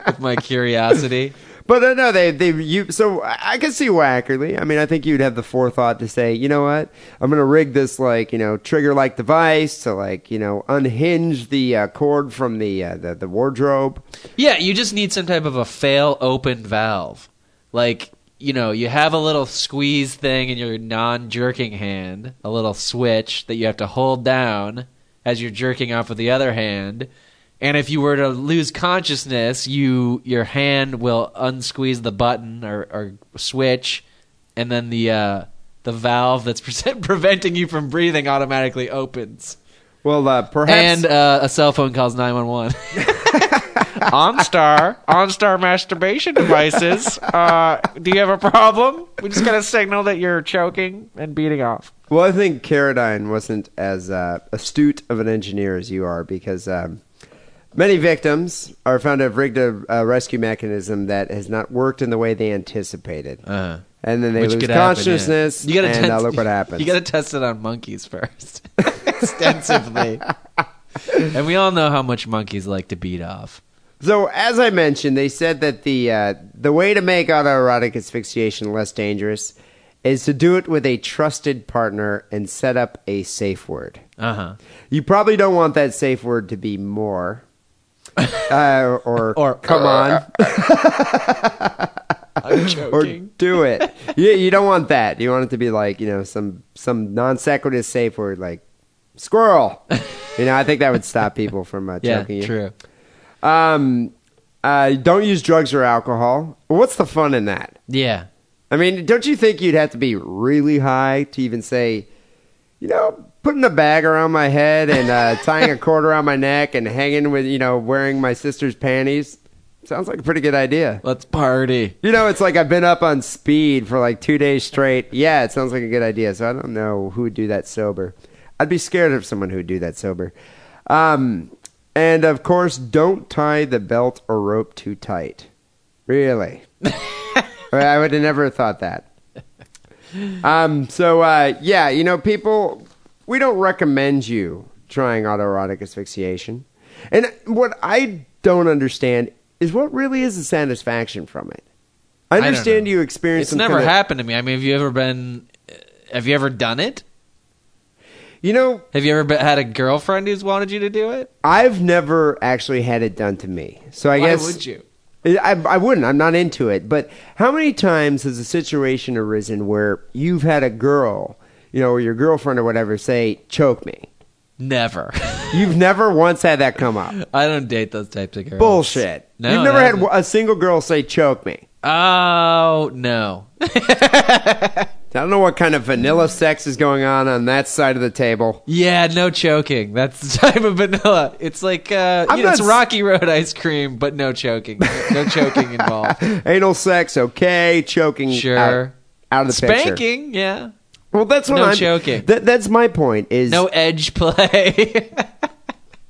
[SPEAKER 4] with my curiosity?
[SPEAKER 3] But uh, no, they they you. So I, I can see Wackerly. I mean, I think you'd have the forethought to say, you know what, I'm gonna rig this like you know trigger like device to like you know unhinge the uh, cord from the, uh, the the wardrobe.
[SPEAKER 4] Yeah, you just need some type of a fail open valve. Like, you know, you have a little squeeze thing in your non jerking hand, a little switch that you have to hold down as you're jerking off with the other hand. And if you were to lose consciousness, you your hand will unsqueeze the button or, or switch, and then the uh, the valve that's preventing you from breathing automatically opens.
[SPEAKER 3] Well, uh, perhaps
[SPEAKER 4] And uh, a cell phone calls 911. OnStar, OnStar masturbation devices. Uh, do you have a problem? We just got a signal that you're choking and beating off.
[SPEAKER 3] well, I think Carradine wasn't as uh, astute of an engineer as you are because. Um, Many victims are found to have rigged a, a rescue mechanism that has not worked in the way they anticipated,
[SPEAKER 4] Uh,
[SPEAKER 3] and then they lose consciousness.
[SPEAKER 4] You gotta
[SPEAKER 3] and
[SPEAKER 4] test,
[SPEAKER 3] now look what happens.
[SPEAKER 4] You got to test it on monkeys first, extensively. and we all know how much monkeys like to beat off.
[SPEAKER 3] So, as I mentioned, they said that the uh, the way to make autoerotic asphyxiation less dangerous is to do it with a trusted partner and set up a safe word.
[SPEAKER 4] Uh huh.
[SPEAKER 3] You probably don't want that safe word to be more uh, or,
[SPEAKER 4] Or- er.
[SPEAKER 3] come on
[SPEAKER 4] I'm
[SPEAKER 3] or
[SPEAKER 4] joking.
[SPEAKER 3] do it. you, you don't want that. You want it to be like you know some some non sequitur safe word like squirrel. you know, I think that would stop people from uh,
[SPEAKER 4] yeah,
[SPEAKER 3] choking you.
[SPEAKER 4] true.
[SPEAKER 3] Um, uh, don't use drugs or alcohol. What's the fun in that?
[SPEAKER 4] Yeah.
[SPEAKER 3] I mean, don't you think you'd have to be really high to even say, you know, putting a bag around my head and uh, tying a cord around my neck and hanging with, you know, wearing my sister's panties. Sounds like a pretty good idea.
[SPEAKER 4] Let's party.
[SPEAKER 3] You know, it's like I've been up on speed for like two days straight. Yeah, it sounds like a good idea. So I don't know who would do that sober. I'd be scared of someone who would do that sober. Um, and of course, don't tie the belt or rope too tight. Really? I would have never thought that. Um, so uh, yeah, you know, people, we don't recommend you trying autoerotic asphyxiation. And what I don't understand is what really is the satisfaction from it. I
[SPEAKER 4] don't
[SPEAKER 3] understand
[SPEAKER 4] know.
[SPEAKER 3] you experience.
[SPEAKER 4] It's
[SPEAKER 3] some
[SPEAKER 4] never
[SPEAKER 3] kind of-
[SPEAKER 4] happened to me. I mean, have you ever been? Have you ever done it?
[SPEAKER 3] You know,
[SPEAKER 4] Have you ever been, had a girlfriend who's wanted you to do it?
[SPEAKER 3] I've never actually had it done to me, so I
[SPEAKER 4] Why
[SPEAKER 3] guess
[SPEAKER 4] would you?
[SPEAKER 3] I, I wouldn't. I'm not into it. But how many times has a situation arisen where you've had a girl, you know, or your girlfriend or whatever, say, "Choke me."
[SPEAKER 4] Never.
[SPEAKER 3] You've never once had that come up.
[SPEAKER 4] I don't date those types of girls.
[SPEAKER 3] Bullshit.
[SPEAKER 4] No,
[SPEAKER 3] You've never
[SPEAKER 4] I
[SPEAKER 3] had
[SPEAKER 4] haven't.
[SPEAKER 3] a single girl say, "Choke me."
[SPEAKER 4] Oh no.
[SPEAKER 3] I don't know what kind of vanilla sex is going on on that side of the table.
[SPEAKER 4] Yeah, no choking. That's the type of vanilla. It's like uh,
[SPEAKER 3] I'm
[SPEAKER 4] you know,
[SPEAKER 3] not
[SPEAKER 4] it's
[SPEAKER 3] s-
[SPEAKER 4] Rocky Road ice cream, but no choking. No choking involved.
[SPEAKER 3] Anal sex, okay. Choking,
[SPEAKER 4] Sure.
[SPEAKER 3] out, out of the picture.
[SPEAKER 4] Spanking, yeah.
[SPEAKER 3] Well, that's what
[SPEAKER 4] No
[SPEAKER 3] I'm
[SPEAKER 4] choking.
[SPEAKER 3] That, that's my point. Is
[SPEAKER 4] No edge play.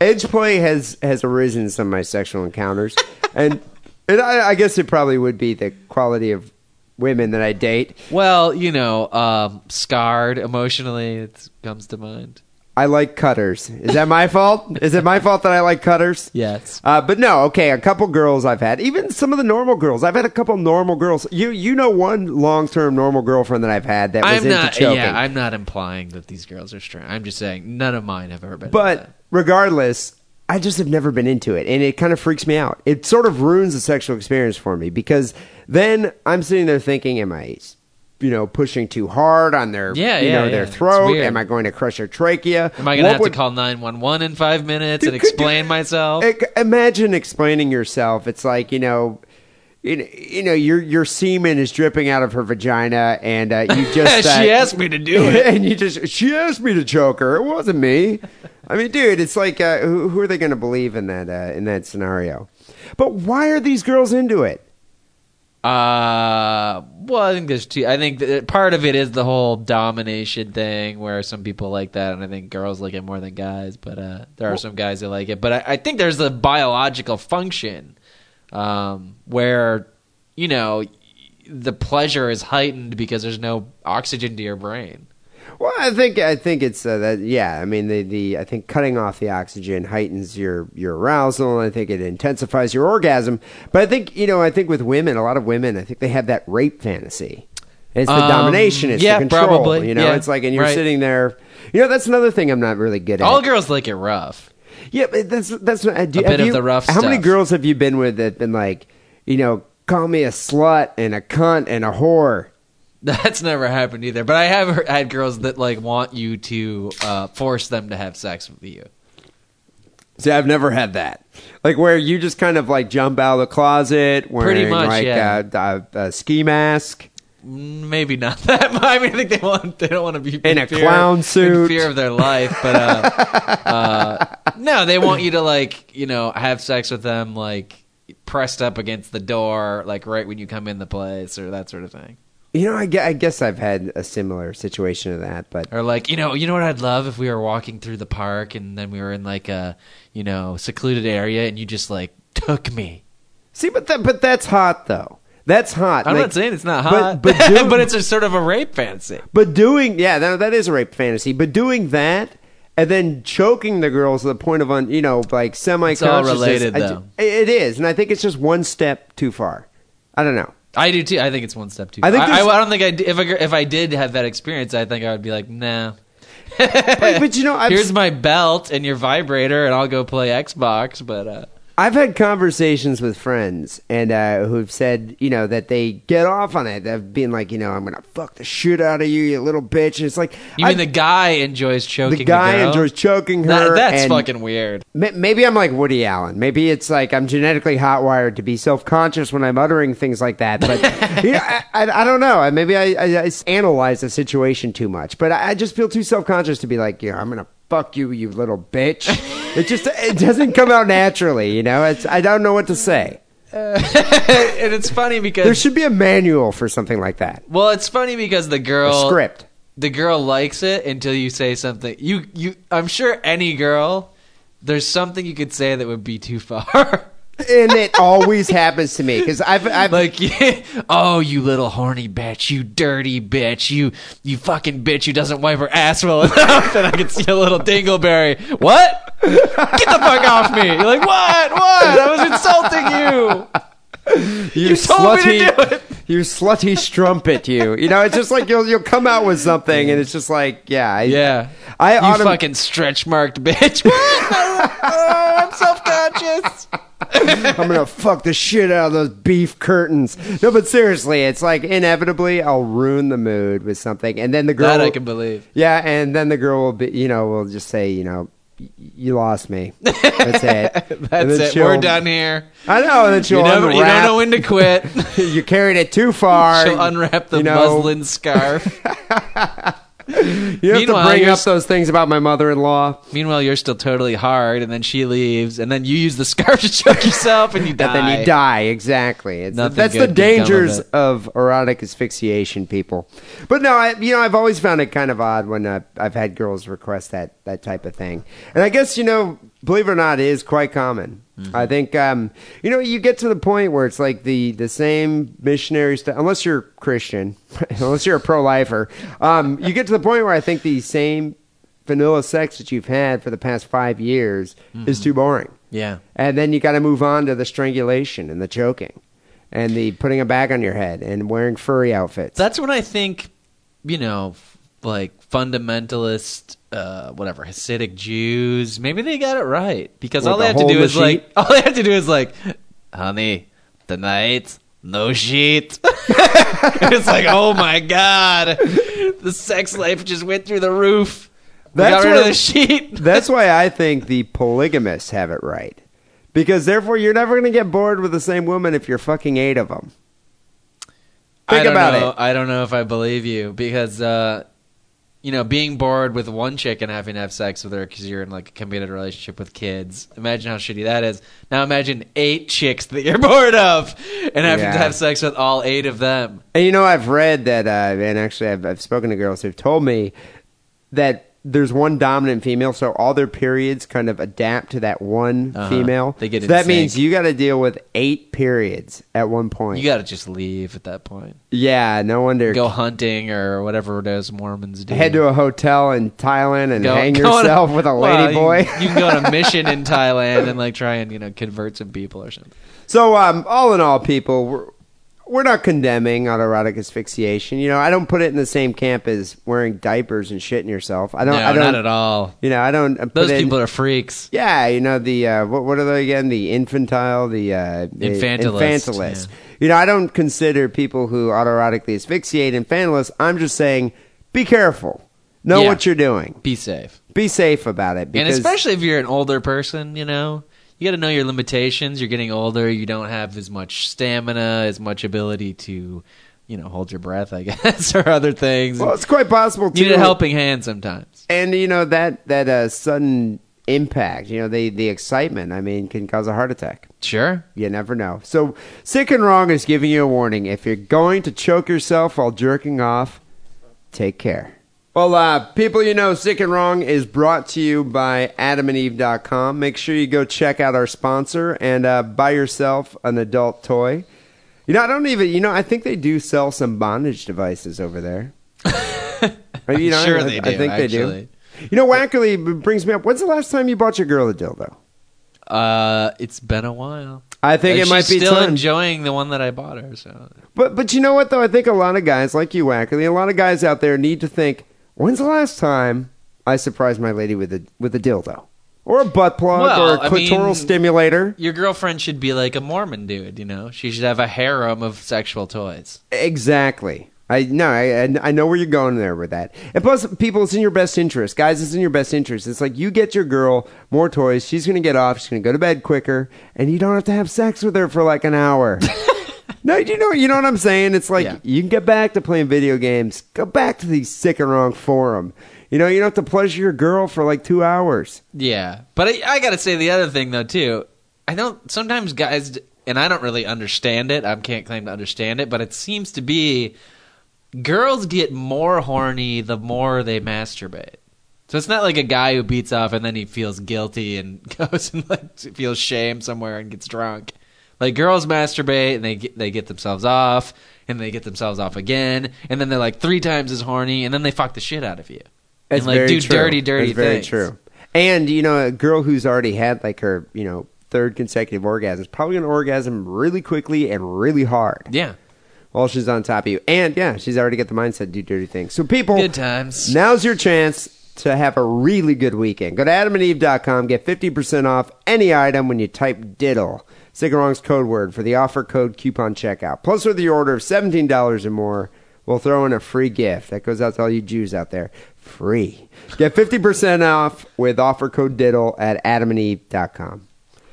[SPEAKER 3] edge play has has arisen in some of my sexual encounters, and and I, I guess it probably would be the quality of women that I date.
[SPEAKER 4] well, you know, um, scarred emotionally, it comes to mind.
[SPEAKER 3] I like cutters. Is that my fault? Is it my fault that I like cutters?
[SPEAKER 4] Yes.
[SPEAKER 3] Uh, but no, okay, a couple girls I've had, even some of the normal girls. I've had a couple normal girls. You you know one long term normal girlfriend that I've had that was
[SPEAKER 4] I'm
[SPEAKER 3] into
[SPEAKER 4] not.
[SPEAKER 3] choking.
[SPEAKER 4] Yeah, I'm not implying that these girls are strong. I'm just saying none of mine have ever been. like
[SPEAKER 3] But
[SPEAKER 4] that.
[SPEAKER 3] regardless, I just have never been into it, and it kind of freaks me out. It sort of ruins the sexual experience for me because then I'm sitting there thinking, "Am I, you know, pushing too hard on their,
[SPEAKER 4] Yeah,
[SPEAKER 3] you
[SPEAKER 4] yeah,
[SPEAKER 3] know,
[SPEAKER 4] yeah.
[SPEAKER 3] their
[SPEAKER 4] It's
[SPEAKER 3] throat?
[SPEAKER 4] weird.
[SPEAKER 3] Am I going to crush their trachea?
[SPEAKER 4] am I going to
[SPEAKER 3] What
[SPEAKER 4] have
[SPEAKER 3] would-
[SPEAKER 4] to call nine one one in five minutes
[SPEAKER 3] Dude,
[SPEAKER 4] and
[SPEAKER 3] could you-
[SPEAKER 4] explain myself?
[SPEAKER 3] Ec- Imagine explaining yourself. It's like you know." You kn- you know your your semen is dripping out of her vagina, and uh, you just uh,
[SPEAKER 4] she asked me to do it.
[SPEAKER 3] and you just she asked me to choke her. It wasn't me. I mean, dude, it's like uh, who, who are they going to believe in that uh, in that scenario? But why are these girls into it?
[SPEAKER 4] Uh, well, I think there's two. I think that part of it is the whole domination thing, where some people like that, and I think girls like it more than guys. But uh, there are some guys that like it. But I, I think there's a biological function um, where you know the pleasure is heightened because there's no oxygen to your brain.
[SPEAKER 3] Well, I think I think it's uh, that yeah. I mean, the, the I think cutting off the oxygen heightens your your arousal. And I think it intensifies your orgasm. But I think you know, I think with women, a lot of women, I think they have that rape fantasy. It's the
[SPEAKER 4] Um,
[SPEAKER 3] domination. It's
[SPEAKER 4] yeah,
[SPEAKER 3] the control.
[SPEAKER 4] probably.
[SPEAKER 3] You know,
[SPEAKER 4] Yeah,
[SPEAKER 3] it's like, and you're
[SPEAKER 4] right.
[SPEAKER 3] sitting there. You know, that's another thing I'm not really good at.
[SPEAKER 4] All girls like it rough.
[SPEAKER 3] Yeah, but that's that's not, do,
[SPEAKER 4] A bit
[SPEAKER 3] have
[SPEAKER 4] of
[SPEAKER 3] you-
[SPEAKER 4] the rough
[SPEAKER 3] How many
[SPEAKER 4] stuff.
[SPEAKER 3] girls have you been with that been like, you know, call me a slut and a cunt and a whore?
[SPEAKER 4] That's never happened either. But I have heard- had girls that like want you to uh, force them to have sex with you.
[SPEAKER 3] See, I've never had that. Like where you just kind of like jump out of the closet wearing
[SPEAKER 4] much,
[SPEAKER 3] like
[SPEAKER 4] yeah.
[SPEAKER 3] a, a, a ski mask.
[SPEAKER 4] Maybe not that. much. I mean, I think they want they don't want to be
[SPEAKER 3] In a clown
[SPEAKER 4] in
[SPEAKER 3] suit.
[SPEAKER 4] fear of their life. But uh, uh, no, they want you to like you know have sex with them like pressed up against the door, like right when you come in the place or that sort of thing.
[SPEAKER 3] You know, I, gue- I guess I've had a similar situation of that, but
[SPEAKER 4] Or like you know you know what I'd love if we were walking through the park and then we were in like a you know secluded area and you just like took me.
[SPEAKER 3] see, but that, but that's hot though. That's hot.
[SPEAKER 4] I'm
[SPEAKER 3] Like-
[SPEAKER 4] not saying it's not
[SPEAKER 3] but-
[SPEAKER 4] hot,
[SPEAKER 3] but
[SPEAKER 4] but
[SPEAKER 3] do-
[SPEAKER 4] but it's a sort of a rape fancy.
[SPEAKER 3] But doing, yeah, that, that is a rape fantasy. But doing that and then choking the girls to the point of, un, you know, like semi
[SPEAKER 4] all related, though.
[SPEAKER 3] It is. And I think it's just one step too far. I don't know.
[SPEAKER 4] I do too. I think it's one step too.
[SPEAKER 3] I
[SPEAKER 4] Far.
[SPEAKER 3] think
[SPEAKER 4] I I,
[SPEAKER 3] there's-
[SPEAKER 4] I don't think I d- if I, if I did have that experience, I think I would be like, nah.
[SPEAKER 3] But, but you know, I've,
[SPEAKER 4] Here's my belt and your vibrator, and I'll go play Xbox. But uh,
[SPEAKER 3] I've had conversations with friends and uh, who've said, you know, that they get off on it. They've been like, you know, I'm gonna fuck the shit out of you, you little bitch. And it's like
[SPEAKER 4] You
[SPEAKER 3] I-
[SPEAKER 4] mean the guy enjoys choking
[SPEAKER 3] the guy
[SPEAKER 4] girl?
[SPEAKER 3] enjoys choking
[SPEAKER 4] That-
[SPEAKER 3] her.
[SPEAKER 4] that's
[SPEAKER 3] and
[SPEAKER 4] fucking weird.
[SPEAKER 3] ma- Maybe I'm like Woody Allen. Maybe it's like I'm genetically hotwired to be self conscious when I'm uttering things like that. But you know, I, I, I don't know. I- Maybe I, I, I s- analyze the situation too much. But I, I just feel too self conscious to be like, you know, I'm gonna fuck you, you little bitch. it just it doesn't come out naturally. You know, it's I don't know what to say.
[SPEAKER 4] and it's funny
[SPEAKER 3] There
[SPEAKER 4] because
[SPEAKER 3] should be a manual for something like that.
[SPEAKER 4] well, it's funny because the
[SPEAKER 3] A
[SPEAKER 4] girl
[SPEAKER 3] script.
[SPEAKER 4] the girl likes it until you say something. You you I'm sure any girl there's something you could say that would be too far.
[SPEAKER 3] And it always happens to me because I've, I've
[SPEAKER 4] like oh you little horny bitch, you dirty bitch, you you fucking bitch who doesn't wipe her ass well enough and I can see a little dingleberry. What? Get the fuck off me. You're like, "What? What? I was insulting you."
[SPEAKER 3] you,
[SPEAKER 4] told me to do it.
[SPEAKER 3] You slutty strumpet, you. You know, it's just like you'll you'll come out with something, and it's just like, yeah, I,
[SPEAKER 4] Yeah.
[SPEAKER 3] I
[SPEAKER 4] you
[SPEAKER 3] autom-
[SPEAKER 4] fucking stretch marked bitch. oh, I'm self conscious.
[SPEAKER 3] I'm gonna fuck the shit out of those beef curtains. No, but seriously, it's like inevitably I'll ruin the mood with something, and then the girl.
[SPEAKER 4] That I can believe.
[SPEAKER 3] Yeah, and then the girl will be, you know, will just say, you know, "Y- you lost me. That's it. And
[SPEAKER 4] That's
[SPEAKER 3] then
[SPEAKER 4] it.
[SPEAKER 3] she'll-
[SPEAKER 4] We're done here.
[SPEAKER 3] I know, and then she'll
[SPEAKER 4] You, never, you don't
[SPEAKER 3] unwrap-
[SPEAKER 4] know when to quit.
[SPEAKER 3] you carried it too far.
[SPEAKER 4] She'll unwrap the
[SPEAKER 3] you know,
[SPEAKER 4] muslin scarf.
[SPEAKER 3] You have to
[SPEAKER 4] Meanwhile,
[SPEAKER 3] bring
[SPEAKER 4] you're
[SPEAKER 3] up
[SPEAKER 4] s-
[SPEAKER 3] those things about my mother-in-law.
[SPEAKER 4] Meanwhile, you're still totally hard, and then she leaves, and then you use the scarf to choke yourself, and you
[SPEAKER 3] that
[SPEAKER 4] die.
[SPEAKER 3] then you die exactly it's,
[SPEAKER 4] Nothing
[SPEAKER 3] that's the
[SPEAKER 4] good can come of
[SPEAKER 3] dangers
[SPEAKER 4] it.
[SPEAKER 3] of, erotic asphyxiation people but no I, you know i've always found it kind of odd when uh, i've had girls request that that type of thing and i guess you know believe it or not it is quite common
[SPEAKER 4] Mm-hmm.
[SPEAKER 3] i think um, you know you get to the point where it's like the the same missionary stuff unless you're christian unless you're a pro-lifer um, you get to the point where i think the same vanilla sex that you've had for the past five years
[SPEAKER 4] Mm-hmm.
[SPEAKER 3] is too boring
[SPEAKER 4] Yeah.
[SPEAKER 3] and then you got to move on to the strangulation and the choking and the putting a bag on your head and wearing furry outfits.
[SPEAKER 4] That's when I think, you know, f- like fundamentalist, uh, whatever Hasidic Jews. Maybe they got it right because
[SPEAKER 3] With
[SPEAKER 4] all they
[SPEAKER 3] the
[SPEAKER 4] have to
[SPEAKER 3] whole
[SPEAKER 4] do is
[SPEAKER 3] machine?
[SPEAKER 4] like, all they have to do is like, honey, tonight no sheet. it's like, oh my god, the sex life just went through the roof. We
[SPEAKER 3] That's
[SPEAKER 4] got rid
[SPEAKER 3] where-
[SPEAKER 4] of the sheet.
[SPEAKER 3] That's why I think the polygamists have it right. Because therefore, you're never going to get bored with the same woman if you're fucking eight of them.
[SPEAKER 4] I
[SPEAKER 3] Think
[SPEAKER 4] don't
[SPEAKER 3] about
[SPEAKER 4] know.
[SPEAKER 3] it.
[SPEAKER 4] I don't know if I believe you because, uh, you know, being bored with one chick and having to have sex with her because you're in like a committed relationship with kids. Imagine how shitty that is. Now imagine eight chicks that you're bored of and having
[SPEAKER 3] Yeah.
[SPEAKER 4] to have sex with all eight of them.
[SPEAKER 3] And you know, I've read that, uh, and actually, I've, I've spoken to girls who've told me that there's one dominant female, so all their periods kind of adapt to that one
[SPEAKER 4] Uh-huh.
[SPEAKER 3] female.
[SPEAKER 4] They get
[SPEAKER 3] so
[SPEAKER 4] in
[SPEAKER 3] that
[SPEAKER 4] sync.
[SPEAKER 3] means you got to deal with eight periods at one point.
[SPEAKER 4] You got to just leave at that point.
[SPEAKER 3] yeah, no wonder
[SPEAKER 4] Go hunting or whatever those Mormons do.
[SPEAKER 3] head to a hotel in Thailand and
[SPEAKER 4] Go-
[SPEAKER 3] hang
[SPEAKER 4] go on
[SPEAKER 3] yourself with a
[SPEAKER 4] well,
[SPEAKER 3] lady boy.
[SPEAKER 4] You, you can go on a mission in Thailand and like try and you know convert some people or something.
[SPEAKER 3] so, um, all in all, people, we're, we're not condemning autoerotic asphyxiation. You know, I don't put it in the same camp as wearing diapers and shitting yourself. I don't.
[SPEAKER 4] No,
[SPEAKER 3] I don't,
[SPEAKER 4] not at all.
[SPEAKER 3] You know, I don't. uh, Put
[SPEAKER 4] Those
[SPEAKER 3] in-
[SPEAKER 4] people are freaks.
[SPEAKER 3] Yeah, you know the uh, what? What are they again? The infantile, the uh, the
[SPEAKER 4] Infantilist,
[SPEAKER 3] infantilist.
[SPEAKER 4] yeah.
[SPEAKER 3] You know, I don't consider people who autoerotically asphyxiate infantilists. I'm just saying, be careful. Know
[SPEAKER 4] Yeah.
[SPEAKER 3] what you're doing.
[SPEAKER 4] Be safe.
[SPEAKER 3] Be safe about it.
[SPEAKER 4] and
[SPEAKER 3] Because
[SPEAKER 4] especially if you're an older person, you know, you got to know your limitations. You're getting older. You don't have as much stamina, as much ability to, you know, hold your breath, I guess, or other things.
[SPEAKER 3] well, it's quite possible.
[SPEAKER 4] you need
[SPEAKER 3] too-
[SPEAKER 4] a helping hand sometimes.
[SPEAKER 3] and you know that that uh, sudden impact you know the the excitement i mean can cause a heart attack
[SPEAKER 4] Sure.
[SPEAKER 3] you never know so sick and wrong is giving you a warning if you're going to choke yourself while jerking off take care well uh people you know sick and wrong is brought to you by adamandeve.com make sure you go check out our sponsor and uh, buy yourself an adult toy you know i don't even you know i think they do sell some bondage devices over there
[SPEAKER 4] I'm
[SPEAKER 3] You know,
[SPEAKER 4] sure
[SPEAKER 3] I-
[SPEAKER 4] they do.
[SPEAKER 3] I think they do.
[SPEAKER 4] actually.
[SPEAKER 3] You know, wackily b- brings me up. When's the last time you bought your girl a dildo?
[SPEAKER 4] Uh, it's been a while.
[SPEAKER 3] I think
[SPEAKER 4] Uh,
[SPEAKER 3] it might
[SPEAKER 4] she's
[SPEAKER 3] be
[SPEAKER 4] still
[SPEAKER 3] time.
[SPEAKER 4] enjoying the one that I bought her. So
[SPEAKER 3] but but you know what though? I think a lot of guys like you, wackily, a lot of guys out there need to think. When's the last time I surprised my lady with a with a dildo? or a butt plug
[SPEAKER 4] Well,
[SPEAKER 3] or
[SPEAKER 4] I
[SPEAKER 3] a clitoral
[SPEAKER 4] mean-
[SPEAKER 3] stimulator.
[SPEAKER 4] Your girlfriend should be like a Mormon dude, you know? She should have a harem of sexual toys.
[SPEAKER 3] Exactly. I no, I I- I know where you're going there with that. And plus, people, it's in your best interest, guys. It's in your best interest. It's like you get your girl more toys. She's gonna get off. She's gonna go to bed quicker, and you don't have to have sex with her for like an hour. no, you know, you know what I'm saying. It's like
[SPEAKER 4] Yeah.
[SPEAKER 3] you can get back to playing video games. Go back to the sick and wrong forum. You know, you don't have to pleasure your girl for like two hours.
[SPEAKER 4] Yeah, but I, I gotta say the other thing though too. I don't sometimes guys, d- and I don't really understand it. I can't claim to understand it, but it seems to be girls get more horny the more they masturbate. So it's not like a guy who beats off and then he feels guilty and goes and like feels shame somewhere and gets drunk. Like girls masturbate and they get, they get themselves off and they get themselves off again and then they're like three times as horny and then they fuck the shit out of you
[SPEAKER 3] That's
[SPEAKER 4] and like
[SPEAKER 3] very
[SPEAKER 4] do
[SPEAKER 3] true.
[SPEAKER 4] dirty dirty
[SPEAKER 3] That's very
[SPEAKER 4] things.
[SPEAKER 3] true. And you know, a girl who's already had like her, you know, third consecutive orgasm is probably going to orgasm really quickly and really hard
[SPEAKER 4] Yeah.
[SPEAKER 3] while she's on top of you. And yeah, she's already got the mindset to do dirty things. So people,
[SPEAKER 4] Good times.
[SPEAKER 3] Now's your chance to have a really good weekend. Go to adamandeve.com, get 50% off any item when you type diddle. Sigarong's code word for the offer code coupon checkout. Plus, with your order of $17 or more, we'll throw in a free gift. That goes out to all you Jews out there. Free. Get 50% off with offer code diddle at adamandeve.com.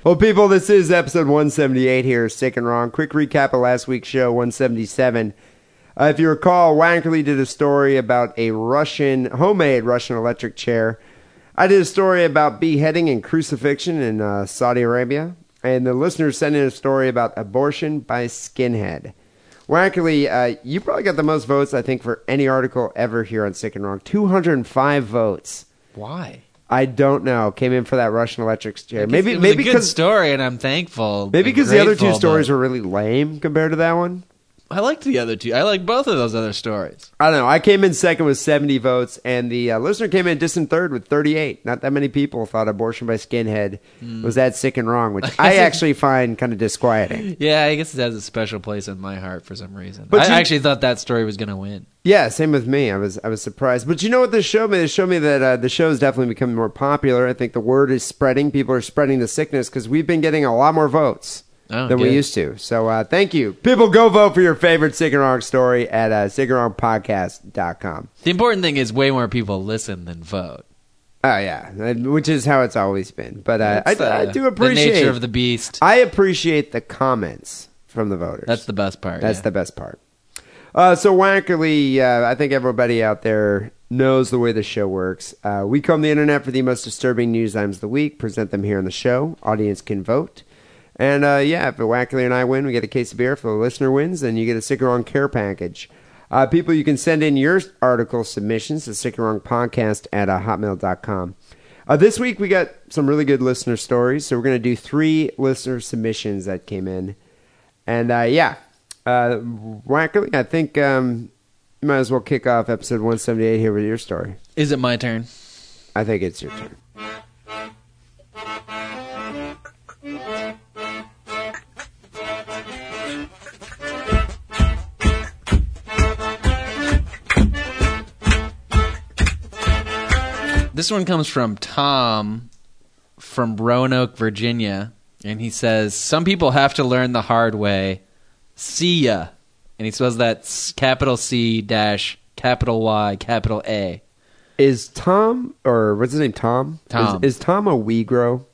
[SPEAKER 3] Well, people, this is episode 178 here, of Sick and Wrong. Quick recap of last week's show, 177. Uh, if you recall, Wankerly did a story about a Russian, homemade Russian electric chair. I did a story about beheading and crucifixion in uh, Saudi Arabia. And the listener sent in a story about abortion by skinhead. Wankerly, uh, you probably got the most votes, I think, for any article ever here on Sick and Wrong. 205 votes.
[SPEAKER 4] Why?
[SPEAKER 3] I don't know. Came in for that Russian electric chair. Maybe,
[SPEAKER 4] it was
[SPEAKER 3] maybe
[SPEAKER 4] a good
[SPEAKER 3] because
[SPEAKER 4] story, and I'm thankful.
[SPEAKER 3] Maybe
[SPEAKER 4] and
[SPEAKER 3] because the other two
[SPEAKER 4] grateful,
[SPEAKER 3] stories
[SPEAKER 4] but
[SPEAKER 3] were really lame compared to that one.
[SPEAKER 4] I liked the other two. I liked both of those other stories.
[SPEAKER 3] I don't know. I came in second with 70 votes, and the uh, listener came in distant third with 38. Not that many people thought abortion by skinhead
[SPEAKER 4] Hmm.
[SPEAKER 3] was that sick and wrong, which I actually find kind of disquieting.
[SPEAKER 4] Yeah, I guess it has a special place in my heart for some reason.
[SPEAKER 3] But
[SPEAKER 4] I
[SPEAKER 3] you-
[SPEAKER 4] actually thought that story was going to win.
[SPEAKER 3] Yeah, same with me. I was I was surprised, but you know what? This showed me. This showed me that uh, the show is definitely becoming more popular. I think the word is spreading. People are spreading the sickness because we've been getting a lot more votes.
[SPEAKER 4] Oh,
[SPEAKER 3] than we
[SPEAKER 4] good.
[SPEAKER 3] used to. So uh, thank you. People, go vote for your favorite Sick and Wrong story at uh, sickandwrongpodcast.com.
[SPEAKER 4] The important thing is way more people listen than vote.
[SPEAKER 3] Oh yeah, Uh, which is how it's always been. But uh, I,
[SPEAKER 4] That's, uh,
[SPEAKER 3] I do
[SPEAKER 4] the
[SPEAKER 3] appreciate
[SPEAKER 4] nature of the beast.
[SPEAKER 3] I appreciate the comments from the voters.
[SPEAKER 4] That's the best part.
[SPEAKER 3] That's
[SPEAKER 4] yeah.
[SPEAKER 3] the best part. Uh, so Wackerly, uh, I think everybody out there knows the way the show works. Uh, we comb the internet for the most disturbing news items of the week, present them here on the show. Audience can vote. And uh, yeah, if Wackerly and I win, we get a case of beer. If the listener wins, then you get a sick and wrong care package. Uh, people, you can send in your article submissions to sick and wrong podcast at uh, hotmail.com. Uh, this week, we got some really good listener stories. So we're going to do three listener submissions that came in. And uh, yeah, uh, Wackerly, I think um, you might as well kick off episode 178 here with your story.
[SPEAKER 4] Is it my turn?
[SPEAKER 3] I think it's your turn.
[SPEAKER 4] This one comes from Tom from Roanoke, Virginia, and he says, "Some people have to learn the hard way." See ya, and he spells that s- capital C dash capital Y capital A.
[SPEAKER 3] Is Tom, or what's his name, Tom?
[SPEAKER 4] Tom.
[SPEAKER 3] Is, is Tom a Weegro?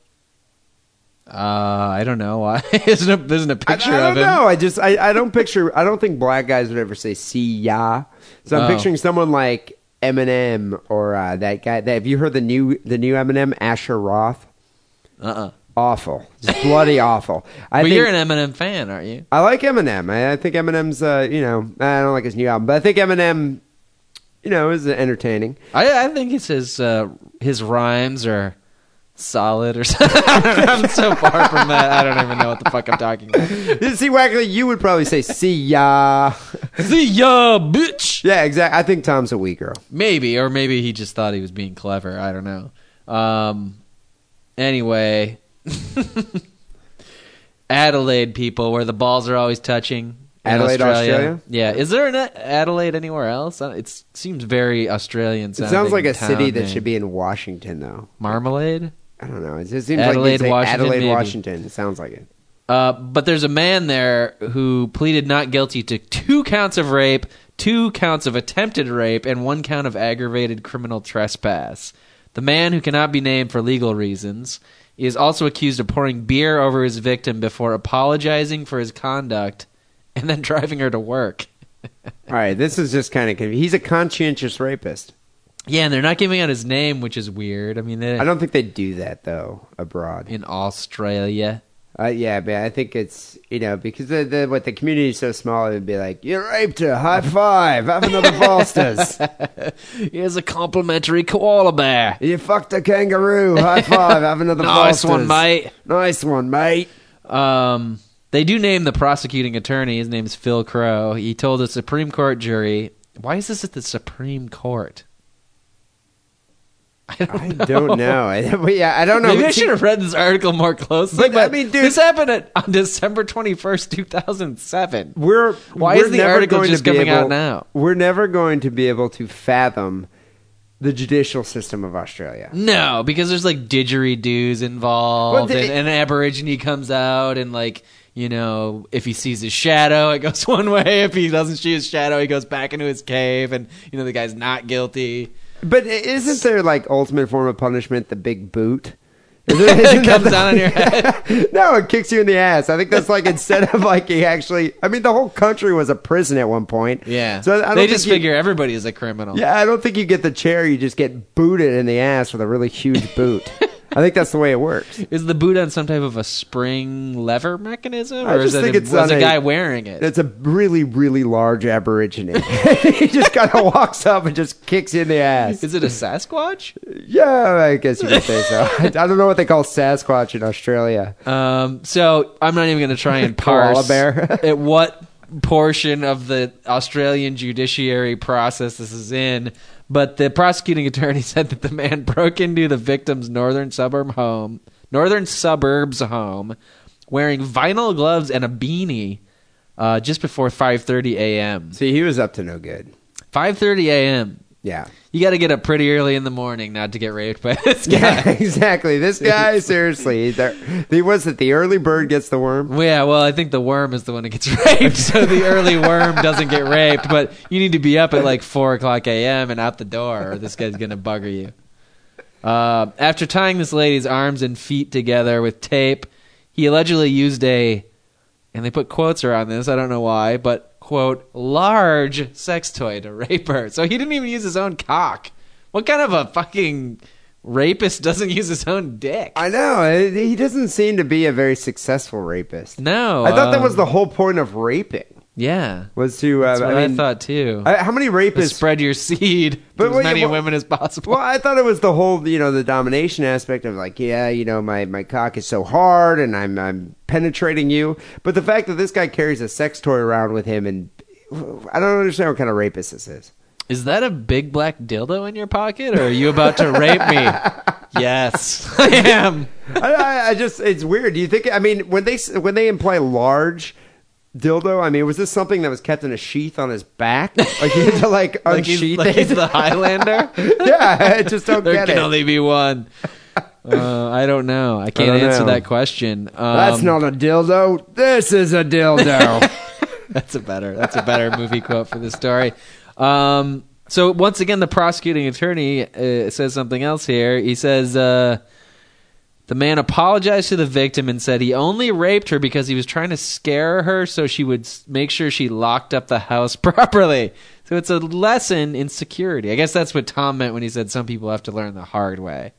[SPEAKER 4] Uh, I don't know why. isn't a, isn't a
[SPEAKER 3] I, I
[SPEAKER 4] picture
[SPEAKER 3] don't
[SPEAKER 4] of him?
[SPEAKER 3] know. I just, I, I don't picture, I don't think black guys would ever say see ya. So I'm
[SPEAKER 4] Oh.
[SPEAKER 3] picturing someone like Eminem or uh, that guy. That, have you heard the new, the new Eminem, Asher Roth?
[SPEAKER 4] Uh uh
[SPEAKER 3] Awful. Just bloody awful. I
[SPEAKER 4] But
[SPEAKER 3] think,
[SPEAKER 4] you're an Eminem fan, aren't you?
[SPEAKER 3] I like Eminem. I, I think Eminem's, uh, you know, I don't like his new album, but I think Eminem, you know, is entertaining.
[SPEAKER 4] I, I think it's his uh, his rhymes are solid or something. I'm so far from that. I don't even know what the fuck I'm talking about.
[SPEAKER 3] See, Wackley, you would probably say, see ya.
[SPEAKER 4] See ya, bitch.
[SPEAKER 3] yeah, exactly. I think Tom's a wee girl.
[SPEAKER 4] Maybe, or maybe he just thought he was being clever. I don't know. Um, anyway, Adelaide people, where the balls are always touching. in
[SPEAKER 3] Adelaide, Australia?
[SPEAKER 4] Yeah, is there an A- Adelaide anywhere else? Uh, It seems very Australian.
[SPEAKER 3] It sounds like a city that should be in Washington, though.
[SPEAKER 4] Marmalade.
[SPEAKER 3] I don't know. It just seems
[SPEAKER 4] Adelaide,
[SPEAKER 3] like you'd say
[SPEAKER 4] Washington,
[SPEAKER 3] Adelaide,
[SPEAKER 4] maybe.
[SPEAKER 3] Washington. It sounds like it.
[SPEAKER 4] Uh, but there's a man there who pleaded not guilty to two counts of rape, two counts of attempted rape, and one count of aggravated criminal trespass. The man, who cannot be named for legal reasons, is also accused of pouring beer over his victim before apologizing for his conduct and then driving her to work.
[SPEAKER 3] All right, this is just kind of conv- he's a conscientious rapist.
[SPEAKER 4] Yeah, and they're not giving out his name, which is weird. I mean, they,
[SPEAKER 3] I don't think they do that though abroad.
[SPEAKER 4] in Australia.
[SPEAKER 3] Uh, yeah, but I think it's you know because the, the what the community is so small, it'd be like you raped her, high five, have another Foster's,
[SPEAKER 4] Here's a complimentary koala bear.
[SPEAKER 3] you fucked a kangaroo, high five, have another
[SPEAKER 4] Nice
[SPEAKER 3] Foster's,
[SPEAKER 4] one, mate.
[SPEAKER 3] nice one, mate.
[SPEAKER 4] Um, they do name the prosecuting attorney. His name's Phil Crow. He told a Supreme Court jury, "Why is this at the Supreme Court?" I don't
[SPEAKER 3] I
[SPEAKER 4] know.
[SPEAKER 3] don't know. yeah, I don't know.
[SPEAKER 4] Maybe I
[SPEAKER 3] She-
[SPEAKER 4] should have read this article more closely.
[SPEAKER 3] But, I mean, dude-
[SPEAKER 4] this happened at, on December twenty first, two thousand seven.
[SPEAKER 3] We're
[SPEAKER 4] Why
[SPEAKER 3] we're
[SPEAKER 4] is the
[SPEAKER 3] never
[SPEAKER 4] article
[SPEAKER 3] going
[SPEAKER 4] just
[SPEAKER 3] to be
[SPEAKER 4] coming
[SPEAKER 3] able,
[SPEAKER 4] out now?
[SPEAKER 3] We're never going to be able to fathom the judicial system of Australia.
[SPEAKER 4] No, because there's like didgeridoos
[SPEAKER 3] Well,
[SPEAKER 4] involved,
[SPEAKER 3] the-
[SPEAKER 4] and an aborigine comes out, and like you know, if he sees his shadow, it goes one way. If he doesn't see his shadow, he goes back into his cave, and you know the guy's not guilty.
[SPEAKER 3] But i- isn't there like ultimate form of punishment the big boot?
[SPEAKER 4] it comes down on your head.
[SPEAKER 3] no, it kicks you in the ass. I think that's like instead of like he actually. I mean, the whole country was a prison at one point.
[SPEAKER 4] Yeah,
[SPEAKER 3] So I don't
[SPEAKER 4] they
[SPEAKER 3] think
[SPEAKER 4] just
[SPEAKER 3] you-
[SPEAKER 4] figure everybody is a criminal.
[SPEAKER 3] Yeah, I don't think you get the chair. You just get booted in the ass with a really huge boot. I think that's the way it works.
[SPEAKER 4] Is the boot on some type of a spring lever mechanism,
[SPEAKER 3] I
[SPEAKER 4] or is
[SPEAKER 3] just
[SPEAKER 4] it
[SPEAKER 3] think it's
[SPEAKER 4] was
[SPEAKER 3] on
[SPEAKER 4] a
[SPEAKER 3] a-
[SPEAKER 4] guy wearing it?
[SPEAKER 3] It's a really, really large aborigine. he just kind of walks up and just kicks you in the ass.
[SPEAKER 4] Is it a Sasquatch?
[SPEAKER 3] Yeah, I guess you could say so. I don't know what they call Sasquatch in Australia.
[SPEAKER 4] Um, so I'm not even going to try and
[SPEAKER 3] Koala
[SPEAKER 4] parse
[SPEAKER 3] bear.
[SPEAKER 4] at what portion of the Australian judiciary process this is in, but the prosecuting attorney said that the man broke into the victim's northern suburb home, northern suburbs home, wearing vinyl gloves and a beanie uh, just before 5:30 a.m.
[SPEAKER 3] See, he was up to no good.
[SPEAKER 4] 5:30 a.m.
[SPEAKER 3] Yeah.
[SPEAKER 4] You got to get up pretty early in the morning not to get raped by this guy.
[SPEAKER 3] Yeah, exactly. This guy, seriously, he's there- he was it. The early bird gets the worm.
[SPEAKER 4] Well, yeah, well, I think the worm is the one that gets raped, so the early worm doesn't get raped. But you need to be up at like four o'clock a.m. and out the door, or this guy's gonna bugger you. Uh, after tying this lady's arms and feet together with tape, he allegedly used a, and they put quotes around this. I don't know why, but quote large sex toy to rape her. So he didn't even use his own cock. What kind of a fucking rapist doesn't use his own dick?
[SPEAKER 3] I know. He doesn't seem to be a very successful rapist.
[SPEAKER 4] no,
[SPEAKER 3] I thought that
[SPEAKER 4] um,
[SPEAKER 3] was the whole point of raping
[SPEAKER 4] yeah.
[SPEAKER 3] was to. Uh,
[SPEAKER 4] That's what
[SPEAKER 3] I,
[SPEAKER 4] I,
[SPEAKER 3] mean,
[SPEAKER 4] thought too.
[SPEAKER 3] I- how many
[SPEAKER 4] To
[SPEAKER 3] rapists?
[SPEAKER 4] spread your seed
[SPEAKER 3] But
[SPEAKER 4] to as
[SPEAKER 3] wait,
[SPEAKER 4] many
[SPEAKER 3] what-
[SPEAKER 4] women as possible.
[SPEAKER 3] well, I thought it was the whole, you know, the domination aspect of like, yeah, you know, my, my cock is so hard and I'm I'm penetrating you. But the fact that this guy carries a sex toy around with him and I don't understand what kind of rapist this is.
[SPEAKER 4] Is that a big black dildo in your pocket, or are you about to rape me? yes, I am.
[SPEAKER 3] I, I, I just it's weird. Do you think? I mean, when they s- when they imply large dildo, I mean, was this something that was kept in a sheath on his back? Like you had to like
[SPEAKER 4] Like he's,
[SPEAKER 3] unsheath
[SPEAKER 4] like he's
[SPEAKER 3] it.
[SPEAKER 4] the Highlander.
[SPEAKER 3] yeah, I just don't
[SPEAKER 4] there
[SPEAKER 3] get
[SPEAKER 4] can
[SPEAKER 3] it.
[SPEAKER 4] only be one. Uh, I don't know. I can't
[SPEAKER 3] don't
[SPEAKER 4] answer
[SPEAKER 3] know.
[SPEAKER 4] that question. Um,
[SPEAKER 3] That's not a dildo. This is a dildo.
[SPEAKER 4] That's a better. That's a better movie quote for this story. Um, so once again, the prosecuting attorney uh, says something else here. He says uh, the man apologized to the victim and said he only raped her because he was trying to scare her, so she would s- make sure she locked up the house properly. So it's a lesson in security. I guess that's what Tom meant when he said some people have to learn the hard way.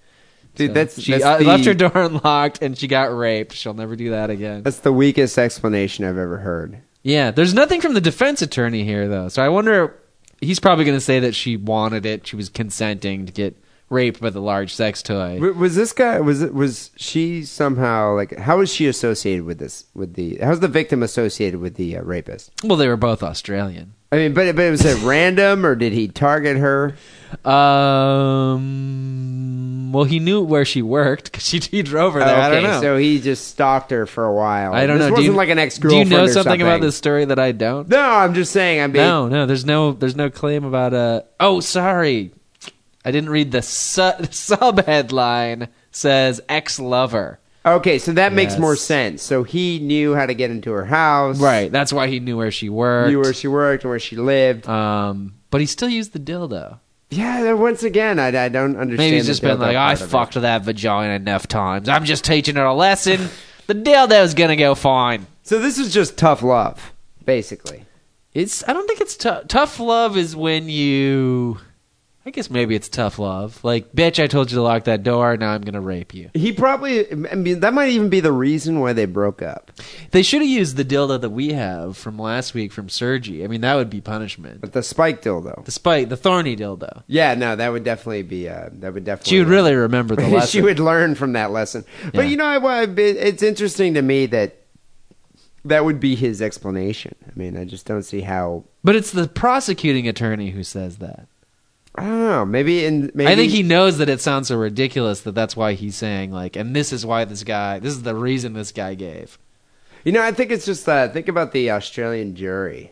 [SPEAKER 3] Dude,
[SPEAKER 4] So
[SPEAKER 3] that's
[SPEAKER 4] she
[SPEAKER 3] that's
[SPEAKER 4] uh,
[SPEAKER 3] the,
[SPEAKER 4] left her door unlocked and she got raped. She'll never do that again.
[SPEAKER 3] That's the weakest explanation I've ever heard.
[SPEAKER 4] Yeah, there's nothing from the defense attorney here though. So I wonder he's probably going to say that she wanted it, she was consenting to get raped with a large sex toy.
[SPEAKER 3] W- Was this guy? Was it? Was she somehow like? How was she associated with this? With the? How's the victim associated with the uh, rapist?
[SPEAKER 4] Well, they were both Australian.
[SPEAKER 3] I mean, but but was it random or did he target her?
[SPEAKER 4] Um well, he knew where she worked cuz she he drove her there. I don't
[SPEAKER 3] Okay,
[SPEAKER 4] know.
[SPEAKER 3] So he just stalked her for a while.
[SPEAKER 4] I don't
[SPEAKER 3] this
[SPEAKER 4] know.
[SPEAKER 3] Wasn't
[SPEAKER 4] do you,
[SPEAKER 3] like an ex
[SPEAKER 4] Do you
[SPEAKER 3] girlfriend.
[SPEAKER 4] know
[SPEAKER 3] or
[SPEAKER 4] something,
[SPEAKER 3] something
[SPEAKER 4] about this story that I don't?
[SPEAKER 3] No, I'm just saying. I mean,
[SPEAKER 4] No, no, there's no there's no claim uh, about a Oh, sorry. I didn't read the su- sub headline. says ex lover.
[SPEAKER 3] Okay, so that makes more
[SPEAKER 4] Yes.
[SPEAKER 3] sense. So he knew how to get into her house.
[SPEAKER 4] Right. That's why he knew where she worked.
[SPEAKER 3] Knew where she worked and where she lived.
[SPEAKER 4] um, but he still used the dildo.
[SPEAKER 3] yeah, then once again, I, I don't understand.
[SPEAKER 4] Maybe he's
[SPEAKER 3] the
[SPEAKER 4] just been
[SPEAKER 3] dildo
[SPEAKER 4] like, "Oh, I
[SPEAKER 3] part of it.
[SPEAKER 4] fucked that vagina enough times. I'm just teaching her a lesson. The dildo's gonna go fine.
[SPEAKER 3] So this is just tough love, basically.
[SPEAKER 4] It's. I don't think it's tough. Tough love is when you. I guess maybe it's tough love. Like, bitch, I told you to lock that door. Now I'm gonna rape you.
[SPEAKER 3] He probably, I mean, that might even be the reason why they broke up.
[SPEAKER 4] They should have used the dildo that we have from last week from Sergi. I mean, that would be punishment.
[SPEAKER 3] But the spike dildo.
[SPEAKER 4] Despite the thorny dildo,
[SPEAKER 3] Yeah, no, that would definitely be. Uh, that would definitely.
[SPEAKER 4] she would really remember the lesson.
[SPEAKER 3] she would learn from that lesson. But
[SPEAKER 4] Yeah.
[SPEAKER 3] you know, I, I- it's interesting to me that that would be his explanation. I mean, I just don't see how.
[SPEAKER 4] But it's the prosecuting attorney who says that.
[SPEAKER 3] I don't know. Maybe in. Maybe,
[SPEAKER 4] I think he knows that it sounds so ridiculous that that's why he's saying like, and this is why this guy, this is the reason this guy gave.
[SPEAKER 3] You know, I think it's just uh, think about the Australian jury.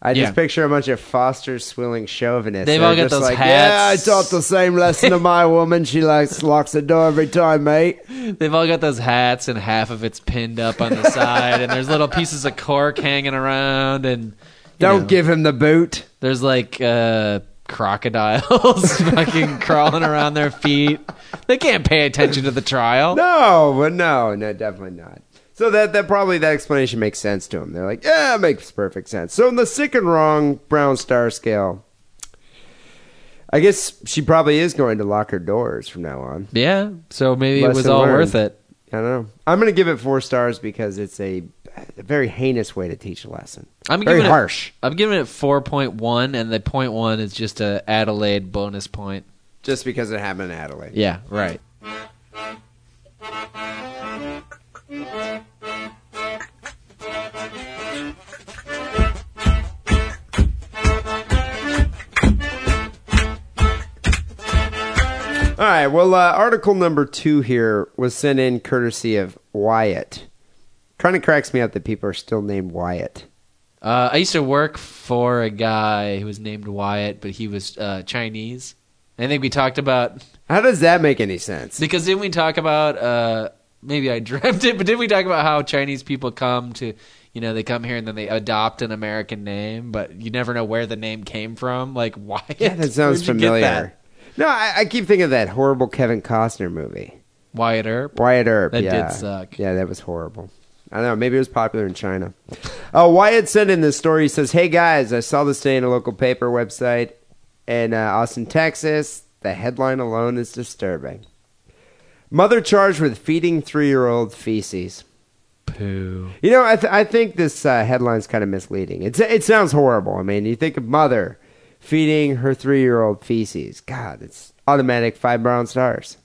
[SPEAKER 3] I just
[SPEAKER 4] Yeah.
[SPEAKER 3] picture a bunch of Foster swilling chauvinists.
[SPEAKER 4] They've
[SPEAKER 3] They're
[SPEAKER 4] all got
[SPEAKER 3] just
[SPEAKER 4] those
[SPEAKER 3] like,
[SPEAKER 4] hats."
[SPEAKER 3] Yeah, I taught the same lesson to my woman. She likes locks the door every time, mate.
[SPEAKER 4] They've all got those hats, and half of it's pinned up on the side, and there's little pieces of cork hanging around, and you
[SPEAKER 3] Don't
[SPEAKER 4] know,
[SPEAKER 3] give him the boot.
[SPEAKER 4] There's like uh, crocodiles fucking crawling around their feet. They can't pay attention to the trial.
[SPEAKER 3] No, but no, no, definitely not. So that that probably that explanation makes sense to him. They're like, yeah, it makes perfect sense. So in the sick and wrong brown star scale, I guess she probably is going to lock her doors from now on.
[SPEAKER 4] Yeah, so maybe it was
[SPEAKER 3] Lesson
[SPEAKER 4] all
[SPEAKER 3] learned.
[SPEAKER 4] worth it.
[SPEAKER 3] I don't know. I'm going to give it four stars because it's a, a very heinous way to teach a lesson.
[SPEAKER 4] I'm
[SPEAKER 3] very
[SPEAKER 4] giving it-
[SPEAKER 3] harsh.
[SPEAKER 4] I'm giving it 4.1, and the point one is just a Adelaide bonus point.
[SPEAKER 3] Just because it happened in Adelaide.
[SPEAKER 4] Yeah, right.
[SPEAKER 3] All right. Well, uh, article number two here was sent in courtesy of Wyatt. Kind of cracks me up that people are still named Wyatt.
[SPEAKER 4] Uh, I used to work for a guy who was named Wyatt, but he was uh, Chinese. I think we talked about
[SPEAKER 3] How does that make any sense?
[SPEAKER 4] because didn't we talk about uh, maybe I dreamt it, but didn't we talk about how Chinese people come to you know they come here and then they adopt an American name, but you never know where the name came from. Like Wyatt,
[SPEAKER 3] Yeah, that sounds
[SPEAKER 4] Where'd you get
[SPEAKER 3] familiar.
[SPEAKER 4] that?
[SPEAKER 3] No, I, I keep thinking of that horrible Kevin Costner movie,
[SPEAKER 4] Wyatt Earp.
[SPEAKER 3] Wyatt Earp.
[SPEAKER 4] That did
[SPEAKER 3] yeah.
[SPEAKER 4] suck.
[SPEAKER 3] Yeah, that was horrible. I don't know. Maybe it was popular in China. Uh, Wyatt sent in this story. He says, "Hey guys, I saw this today in a local paper website in uh, Austin, Texas. The headline alone is disturbing. Mother charged with feeding three-year-old feces."
[SPEAKER 4] Pooh.
[SPEAKER 3] You know, I, th- I think this uh, headline's kind of misleading. It's, it sounds horrible. I mean, you think of mother feeding her three year old feces. God, it's automatic five brown stars.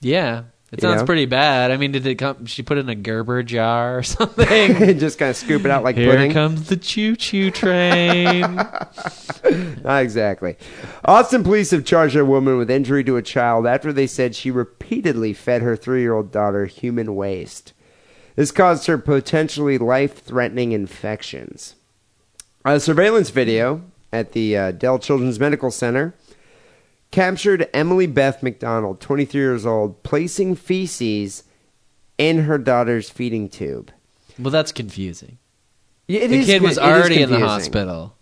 [SPEAKER 4] Yeah, it
[SPEAKER 3] You
[SPEAKER 4] sounds
[SPEAKER 3] know?
[SPEAKER 4] pretty bad. I mean, did it come? She put it in a Gerber jar or something.
[SPEAKER 3] Just kind of scoop it out like
[SPEAKER 4] Here
[SPEAKER 3] pudding.
[SPEAKER 4] comes the choo-choo train.
[SPEAKER 3] Not exactly. Austin police have charged a woman with injury to a child after they said she repeatedly fed her three year old daughter human waste. This caused her potentially life threatening infections. A surveillance video at the uh, Dell Children's Medical Center captured Emily Beth McDonald, 23 years old, placing feces in her daughter's feeding tube.
[SPEAKER 4] well, that's confusing.
[SPEAKER 3] Yeah, it
[SPEAKER 4] the
[SPEAKER 3] is
[SPEAKER 4] kid
[SPEAKER 3] con-
[SPEAKER 4] was
[SPEAKER 3] it is
[SPEAKER 4] already in the
[SPEAKER 3] confusing.
[SPEAKER 4] hospital.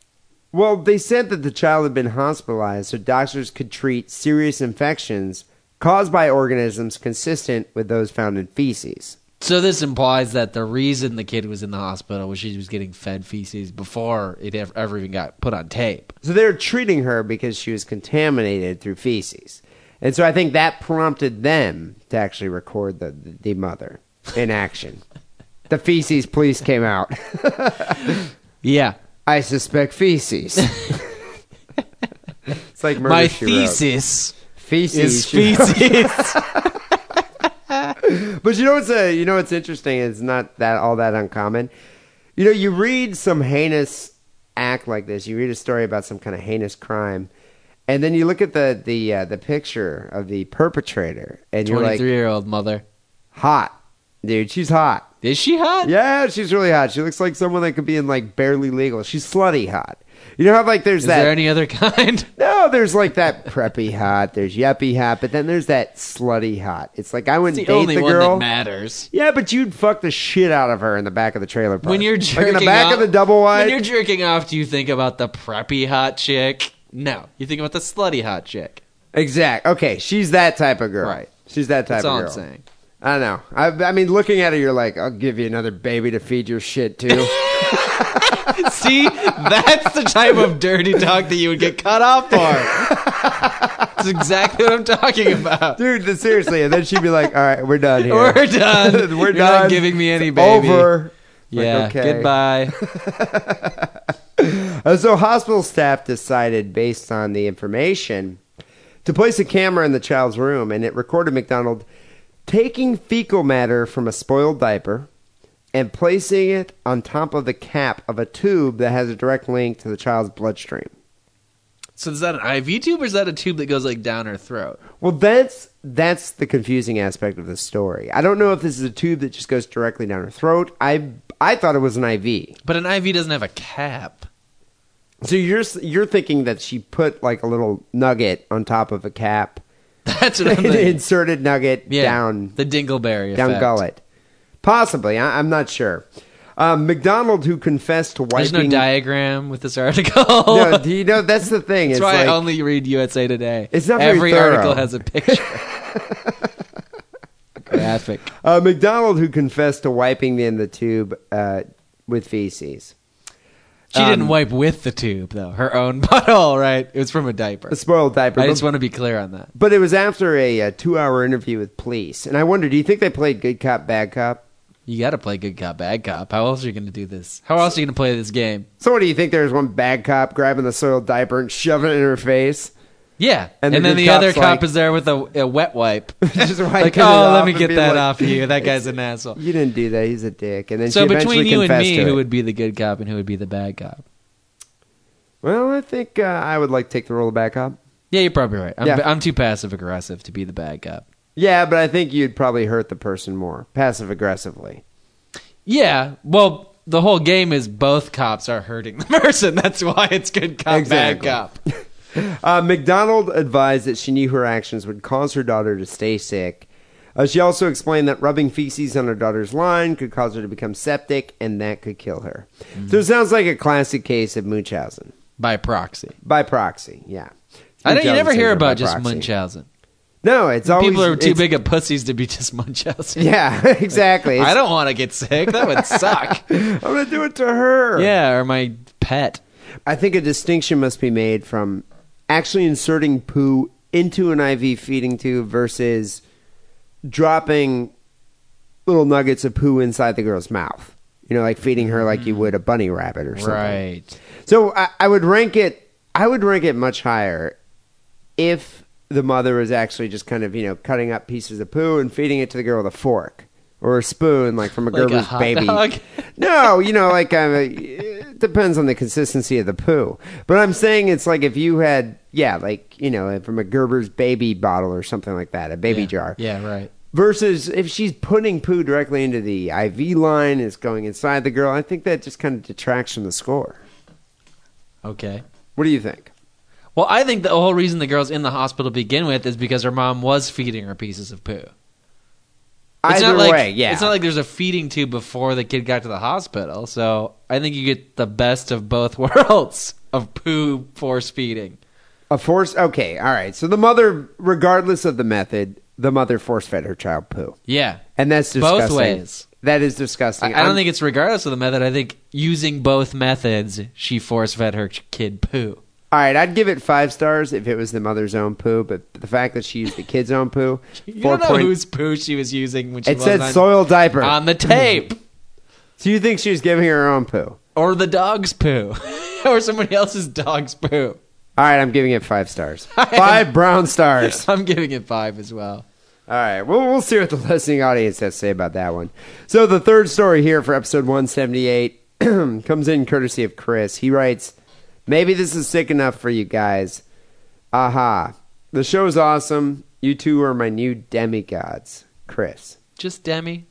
[SPEAKER 3] Well, they said that the child had been hospitalized so doctors could treat serious infections caused by organisms consistent with those found in feces.
[SPEAKER 4] So this implies that the reason the kid was in the hospital was she was getting fed feces before it ev- ever even got put on tape.
[SPEAKER 3] So they were treating her because she was contaminated through feces. And so I think that prompted them to actually record the, the mother in action. the feces police came out.
[SPEAKER 4] Yeah,
[SPEAKER 3] I suspect feces. it's like murder
[SPEAKER 4] my
[SPEAKER 3] She Wrote.
[SPEAKER 4] thesis
[SPEAKER 3] Feces.
[SPEAKER 4] is
[SPEAKER 3] She Wrote.
[SPEAKER 4] feces.
[SPEAKER 3] But you know what's uh, you know what's interesting is not that all that uncommon. You know, you read some heinous act like this. You read a story about some kind of heinous crime, and then you look at the the uh, the picture of the perpetrator, and you're like,
[SPEAKER 4] Twenty-three-year-old mother.
[SPEAKER 3] "Hot, dude, she's hot."
[SPEAKER 4] Is she hot?
[SPEAKER 3] Yeah, she's really hot. She looks like someone that could be in like barely legal. She's slutty hot. You know how like there's
[SPEAKER 4] Is
[SPEAKER 3] that
[SPEAKER 4] there any other kind?
[SPEAKER 3] no, there's like that preppy hot, there's yuppie hot, but then there's that slutty hot. It's like I
[SPEAKER 4] It's
[SPEAKER 3] wouldn't
[SPEAKER 4] the
[SPEAKER 3] date
[SPEAKER 4] only
[SPEAKER 3] the
[SPEAKER 4] one
[SPEAKER 3] girl.
[SPEAKER 4] that matters.
[SPEAKER 3] yeah, but you'd fuck the shit out of her in the back of the trailer park.
[SPEAKER 4] When you're
[SPEAKER 3] like in
[SPEAKER 4] jerking
[SPEAKER 3] the back
[SPEAKER 4] off,
[SPEAKER 3] of the double
[SPEAKER 4] When
[SPEAKER 3] wide.
[SPEAKER 4] you're jerking off, do you think about the preppy hot chick? No, you think about the slutty hot chick.
[SPEAKER 3] Exact. Okay, she's that type of girl.
[SPEAKER 4] Right.
[SPEAKER 3] She's that type
[SPEAKER 4] That's all
[SPEAKER 3] of girl.
[SPEAKER 4] I'm saying.
[SPEAKER 3] I don't know. I, I mean, looking at her, you're like, I'll give you another baby to feed your shit to.
[SPEAKER 4] See, that's the type of dirty talk that you would get cut off for. That's exactly what I'm talking about.
[SPEAKER 3] Dude, th- seriously. And then she'd be like, all right, we're done here.
[SPEAKER 4] We're done.
[SPEAKER 3] We're
[SPEAKER 4] You're
[SPEAKER 3] done.
[SPEAKER 4] not giving me any
[SPEAKER 3] It's
[SPEAKER 4] baby.
[SPEAKER 3] Over. Like,
[SPEAKER 4] Yeah.
[SPEAKER 3] okay.
[SPEAKER 4] Goodbye.
[SPEAKER 3] Uh, so hospital staff decided, based on the information, to place a camera in the child's room, and it recorded McDonald taking fecal matter from a spoiled diaper and placing it on top of the cap of a tube that has a direct link to the child's bloodstream.
[SPEAKER 4] So is that an IV tube or is that a tube that goes like down her throat?
[SPEAKER 3] Well, that's that's the confusing aspect of the story. I don't know if this is a tube that just goes directly down her throat. I I thought it was an IV.
[SPEAKER 4] But an IV doesn't have a cap.
[SPEAKER 3] So you're s- you're thinking that she put like a little nugget on top of a cap
[SPEAKER 4] That's what I'm thinking.
[SPEAKER 3] inserted nugget
[SPEAKER 4] Yeah,
[SPEAKER 3] down
[SPEAKER 4] the Dingleberry
[SPEAKER 3] down
[SPEAKER 4] effect.
[SPEAKER 3] gullet. Possibly, I, I'm not sure. Um, McDonald, who confessed to
[SPEAKER 4] There's
[SPEAKER 3] wiping,
[SPEAKER 4] no diagram with this article.
[SPEAKER 3] No, do you know that's the thing.
[SPEAKER 4] That's
[SPEAKER 3] it's
[SPEAKER 4] why
[SPEAKER 3] like,
[SPEAKER 4] I only read USA Today.
[SPEAKER 3] It's not very
[SPEAKER 4] every
[SPEAKER 3] thorough.
[SPEAKER 4] article has a picture. Graphic.
[SPEAKER 3] Uh, McDonald, who confessed to wiping in the tube uh, with feces,
[SPEAKER 4] She
[SPEAKER 3] Um,
[SPEAKER 4] didn't wipe with the tube though. Her own butthole, right? It was from a diaper.
[SPEAKER 3] a spoiled diaper.
[SPEAKER 4] I
[SPEAKER 3] but-
[SPEAKER 4] just want to be clear on that.
[SPEAKER 3] But it was after a, uh two-hour interview with police, and I wonder, do you think they played good cop, bad cop?
[SPEAKER 4] You got to play good cop, bad cop. How else are you going to do this? How else are you going to play this game?
[SPEAKER 3] So, what do you think? There was one bad cop grabbing the soiled diaper and shoving it in her face.
[SPEAKER 4] Yeah,
[SPEAKER 3] And
[SPEAKER 4] and,
[SPEAKER 3] the
[SPEAKER 4] then
[SPEAKER 3] good
[SPEAKER 4] the other
[SPEAKER 3] cop's
[SPEAKER 4] cop
[SPEAKER 3] like-
[SPEAKER 4] is there with a, a wet wipe.
[SPEAKER 3] Just
[SPEAKER 4] like,
[SPEAKER 3] wiping it
[SPEAKER 4] oh,
[SPEAKER 3] off
[SPEAKER 4] let me
[SPEAKER 3] and
[SPEAKER 4] get
[SPEAKER 3] being
[SPEAKER 4] that
[SPEAKER 3] like-
[SPEAKER 4] off you. That guy's an asshole.
[SPEAKER 3] You didn't do that. He's a dick. And then
[SPEAKER 4] So
[SPEAKER 3] she eventually
[SPEAKER 4] between you and
[SPEAKER 3] confessed
[SPEAKER 4] me,
[SPEAKER 3] to it.
[SPEAKER 4] who would be the good cop and who would be the bad cop?
[SPEAKER 3] Well, I think uh, I would like to take the role of back up.
[SPEAKER 4] Yeah, you're probably right. I'm,
[SPEAKER 3] Yeah.
[SPEAKER 4] I'm too passive aggressive to be the bad cop.
[SPEAKER 3] Yeah, but I think you'd probably hurt the person more passive aggressively.
[SPEAKER 4] Yeah, well, the whole game is both cops are hurting the person. That's why it's good cop,
[SPEAKER 3] Exactly.
[SPEAKER 4] bad cop.
[SPEAKER 3] Uh, McDonald advised that she knew her actions would cause her daughter to stay sick. Uh, she also explained that rubbing feces on her daughter's line could cause her to become septic, and that could kill her.
[SPEAKER 4] Mm-hmm.
[SPEAKER 3] So it sounds like a classic case of Munchausen
[SPEAKER 4] By proxy.
[SPEAKER 3] by proxy. Yeah,
[SPEAKER 4] I don't. You
[SPEAKER 3] Munchausen
[SPEAKER 4] never hear
[SPEAKER 3] syndrome by
[SPEAKER 4] about just
[SPEAKER 3] proxy.
[SPEAKER 4] Munchausen.
[SPEAKER 3] No, it's always
[SPEAKER 4] People are too
[SPEAKER 3] it's-
[SPEAKER 4] big of pussies to be just Munchausen.
[SPEAKER 3] Yeah, exactly.
[SPEAKER 4] I don't want to get sick. That would suck.
[SPEAKER 3] I'm gonna do it to her.
[SPEAKER 4] yeah, or my pet.
[SPEAKER 3] I think a distinction must be made from actually inserting poo into an IV feeding tube versus dropping little nuggets of poo inside the girl's mouth. You know, like feeding her like you would a bunny rabbit or something.
[SPEAKER 4] Right.
[SPEAKER 3] So I, I would rank it. I would rank it much higher if the mother was actually just kind of you know cutting up pieces of poo and feeding it to the girl with a fork or a spoon, like from a
[SPEAKER 4] Like a
[SPEAKER 3] Gerber's
[SPEAKER 4] hot
[SPEAKER 3] baby.
[SPEAKER 4] dog?
[SPEAKER 3] No, you know, like I'm a, it depends on the consistency of the poo. But I'm saying it's like if you had, yeah, like you know, from a Gerber's baby bottle or something like that, a baby
[SPEAKER 4] yeah.
[SPEAKER 3] jar.
[SPEAKER 4] Yeah. Right.
[SPEAKER 3] Versus if she's putting poo directly into the IV line, it's going inside the girl. I think that just kind of detracts from the score.
[SPEAKER 4] Okay.
[SPEAKER 3] What do you think?
[SPEAKER 4] Well, I think the whole reason the girl's in the hospital to begin with is because her mom was feeding her pieces of poo.
[SPEAKER 3] Either
[SPEAKER 4] not like,
[SPEAKER 3] way, yeah.
[SPEAKER 4] It's not like there's a feeding tube before the kid got to the hospital. So I think you get the best of both worlds of poo force feeding.
[SPEAKER 3] a force. Okay, all right. So the mother, regardless of the method, the mother force fed her child poo,
[SPEAKER 4] Yeah.
[SPEAKER 3] and that's
[SPEAKER 4] Both
[SPEAKER 3] disgusting.
[SPEAKER 4] ways.
[SPEAKER 3] That is disgusting.
[SPEAKER 4] I, I
[SPEAKER 3] I'm-
[SPEAKER 4] don't think it's regardless of the method. I think using both methods, she force fed her ch- kid poo.
[SPEAKER 3] All right, I'd give it five stars if it was the mother's own poo, but the fact that she used the kid's own poo,
[SPEAKER 4] You
[SPEAKER 3] four
[SPEAKER 4] don't know
[SPEAKER 3] point-
[SPEAKER 4] whose poo she was using when she
[SPEAKER 3] It
[SPEAKER 4] was
[SPEAKER 3] said
[SPEAKER 4] on,
[SPEAKER 3] soil diaper.
[SPEAKER 4] on the tape
[SPEAKER 3] so you think she was giving her own poo?
[SPEAKER 4] or the dog's poo or somebody else's dog's poo.
[SPEAKER 3] All right, I'm giving it five stars. Five brown stars.
[SPEAKER 4] I'm giving it five as well.
[SPEAKER 3] All right, well, we'll see what the listening audience has to say about that one. So, the third story here for episode 178 comes in courtesy of Chris. He writes, Maybe this is sick enough for you guys. Aha. The show's awesome. You two are my new demigods. Chris.
[SPEAKER 4] Just Demi.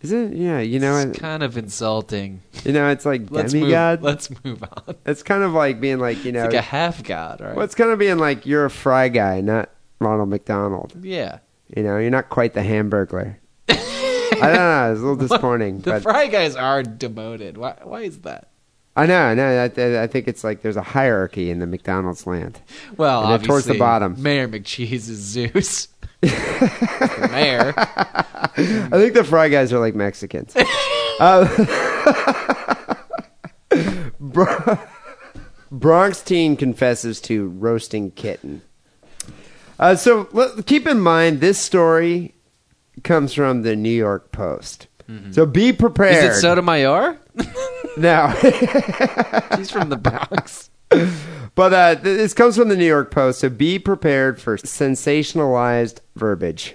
[SPEAKER 3] Is it? Yeah, you know,
[SPEAKER 4] it's
[SPEAKER 3] it-
[SPEAKER 4] kind of insulting.
[SPEAKER 3] you know, it's like
[SPEAKER 4] Let's
[SPEAKER 3] demigod.
[SPEAKER 4] move. Let's move on.
[SPEAKER 3] It's kind of like being like you know,
[SPEAKER 4] It's like a half god, right?
[SPEAKER 3] well, it's kind of being like you're a fry guy, not Ronald McDonald.
[SPEAKER 4] yeah,
[SPEAKER 3] You know, you're not quite the Hamburglar. I don't know. It's a little disappointing,
[SPEAKER 4] the
[SPEAKER 3] but
[SPEAKER 4] fry guys are demoted. Why? Why is that?
[SPEAKER 3] I know, I know. I, th- I think it's like there's a hierarchy in the McDonald's land.
[SPEAKER 4] Well,
[SPEAKER 3] And then
[SPEAKER 4] obviously,
[SPEAKER 3] towards the bottom.
[SPEAKER 4] Mayor McCheese is Zeus. The mayor.
[SPEAKER 3] I think the fry guys are like Mexicans. uh, Bro- Bronx teen confesses to roasting kitten. Uh, so let, keep in mind, this story comes from the New York Post. So be
[SPEAKER 4] Mm-hmm. Is
[SPEAKER 3] prepared.
[SPEAKER 4] it Sotomayor?
[SPEAKER 3] no.
[SPEAKER 4] She's from the Bronx.
[SPEAKER 3] But uh, th- this comes from the New York Post, so be prepared for sensationalized verbiage.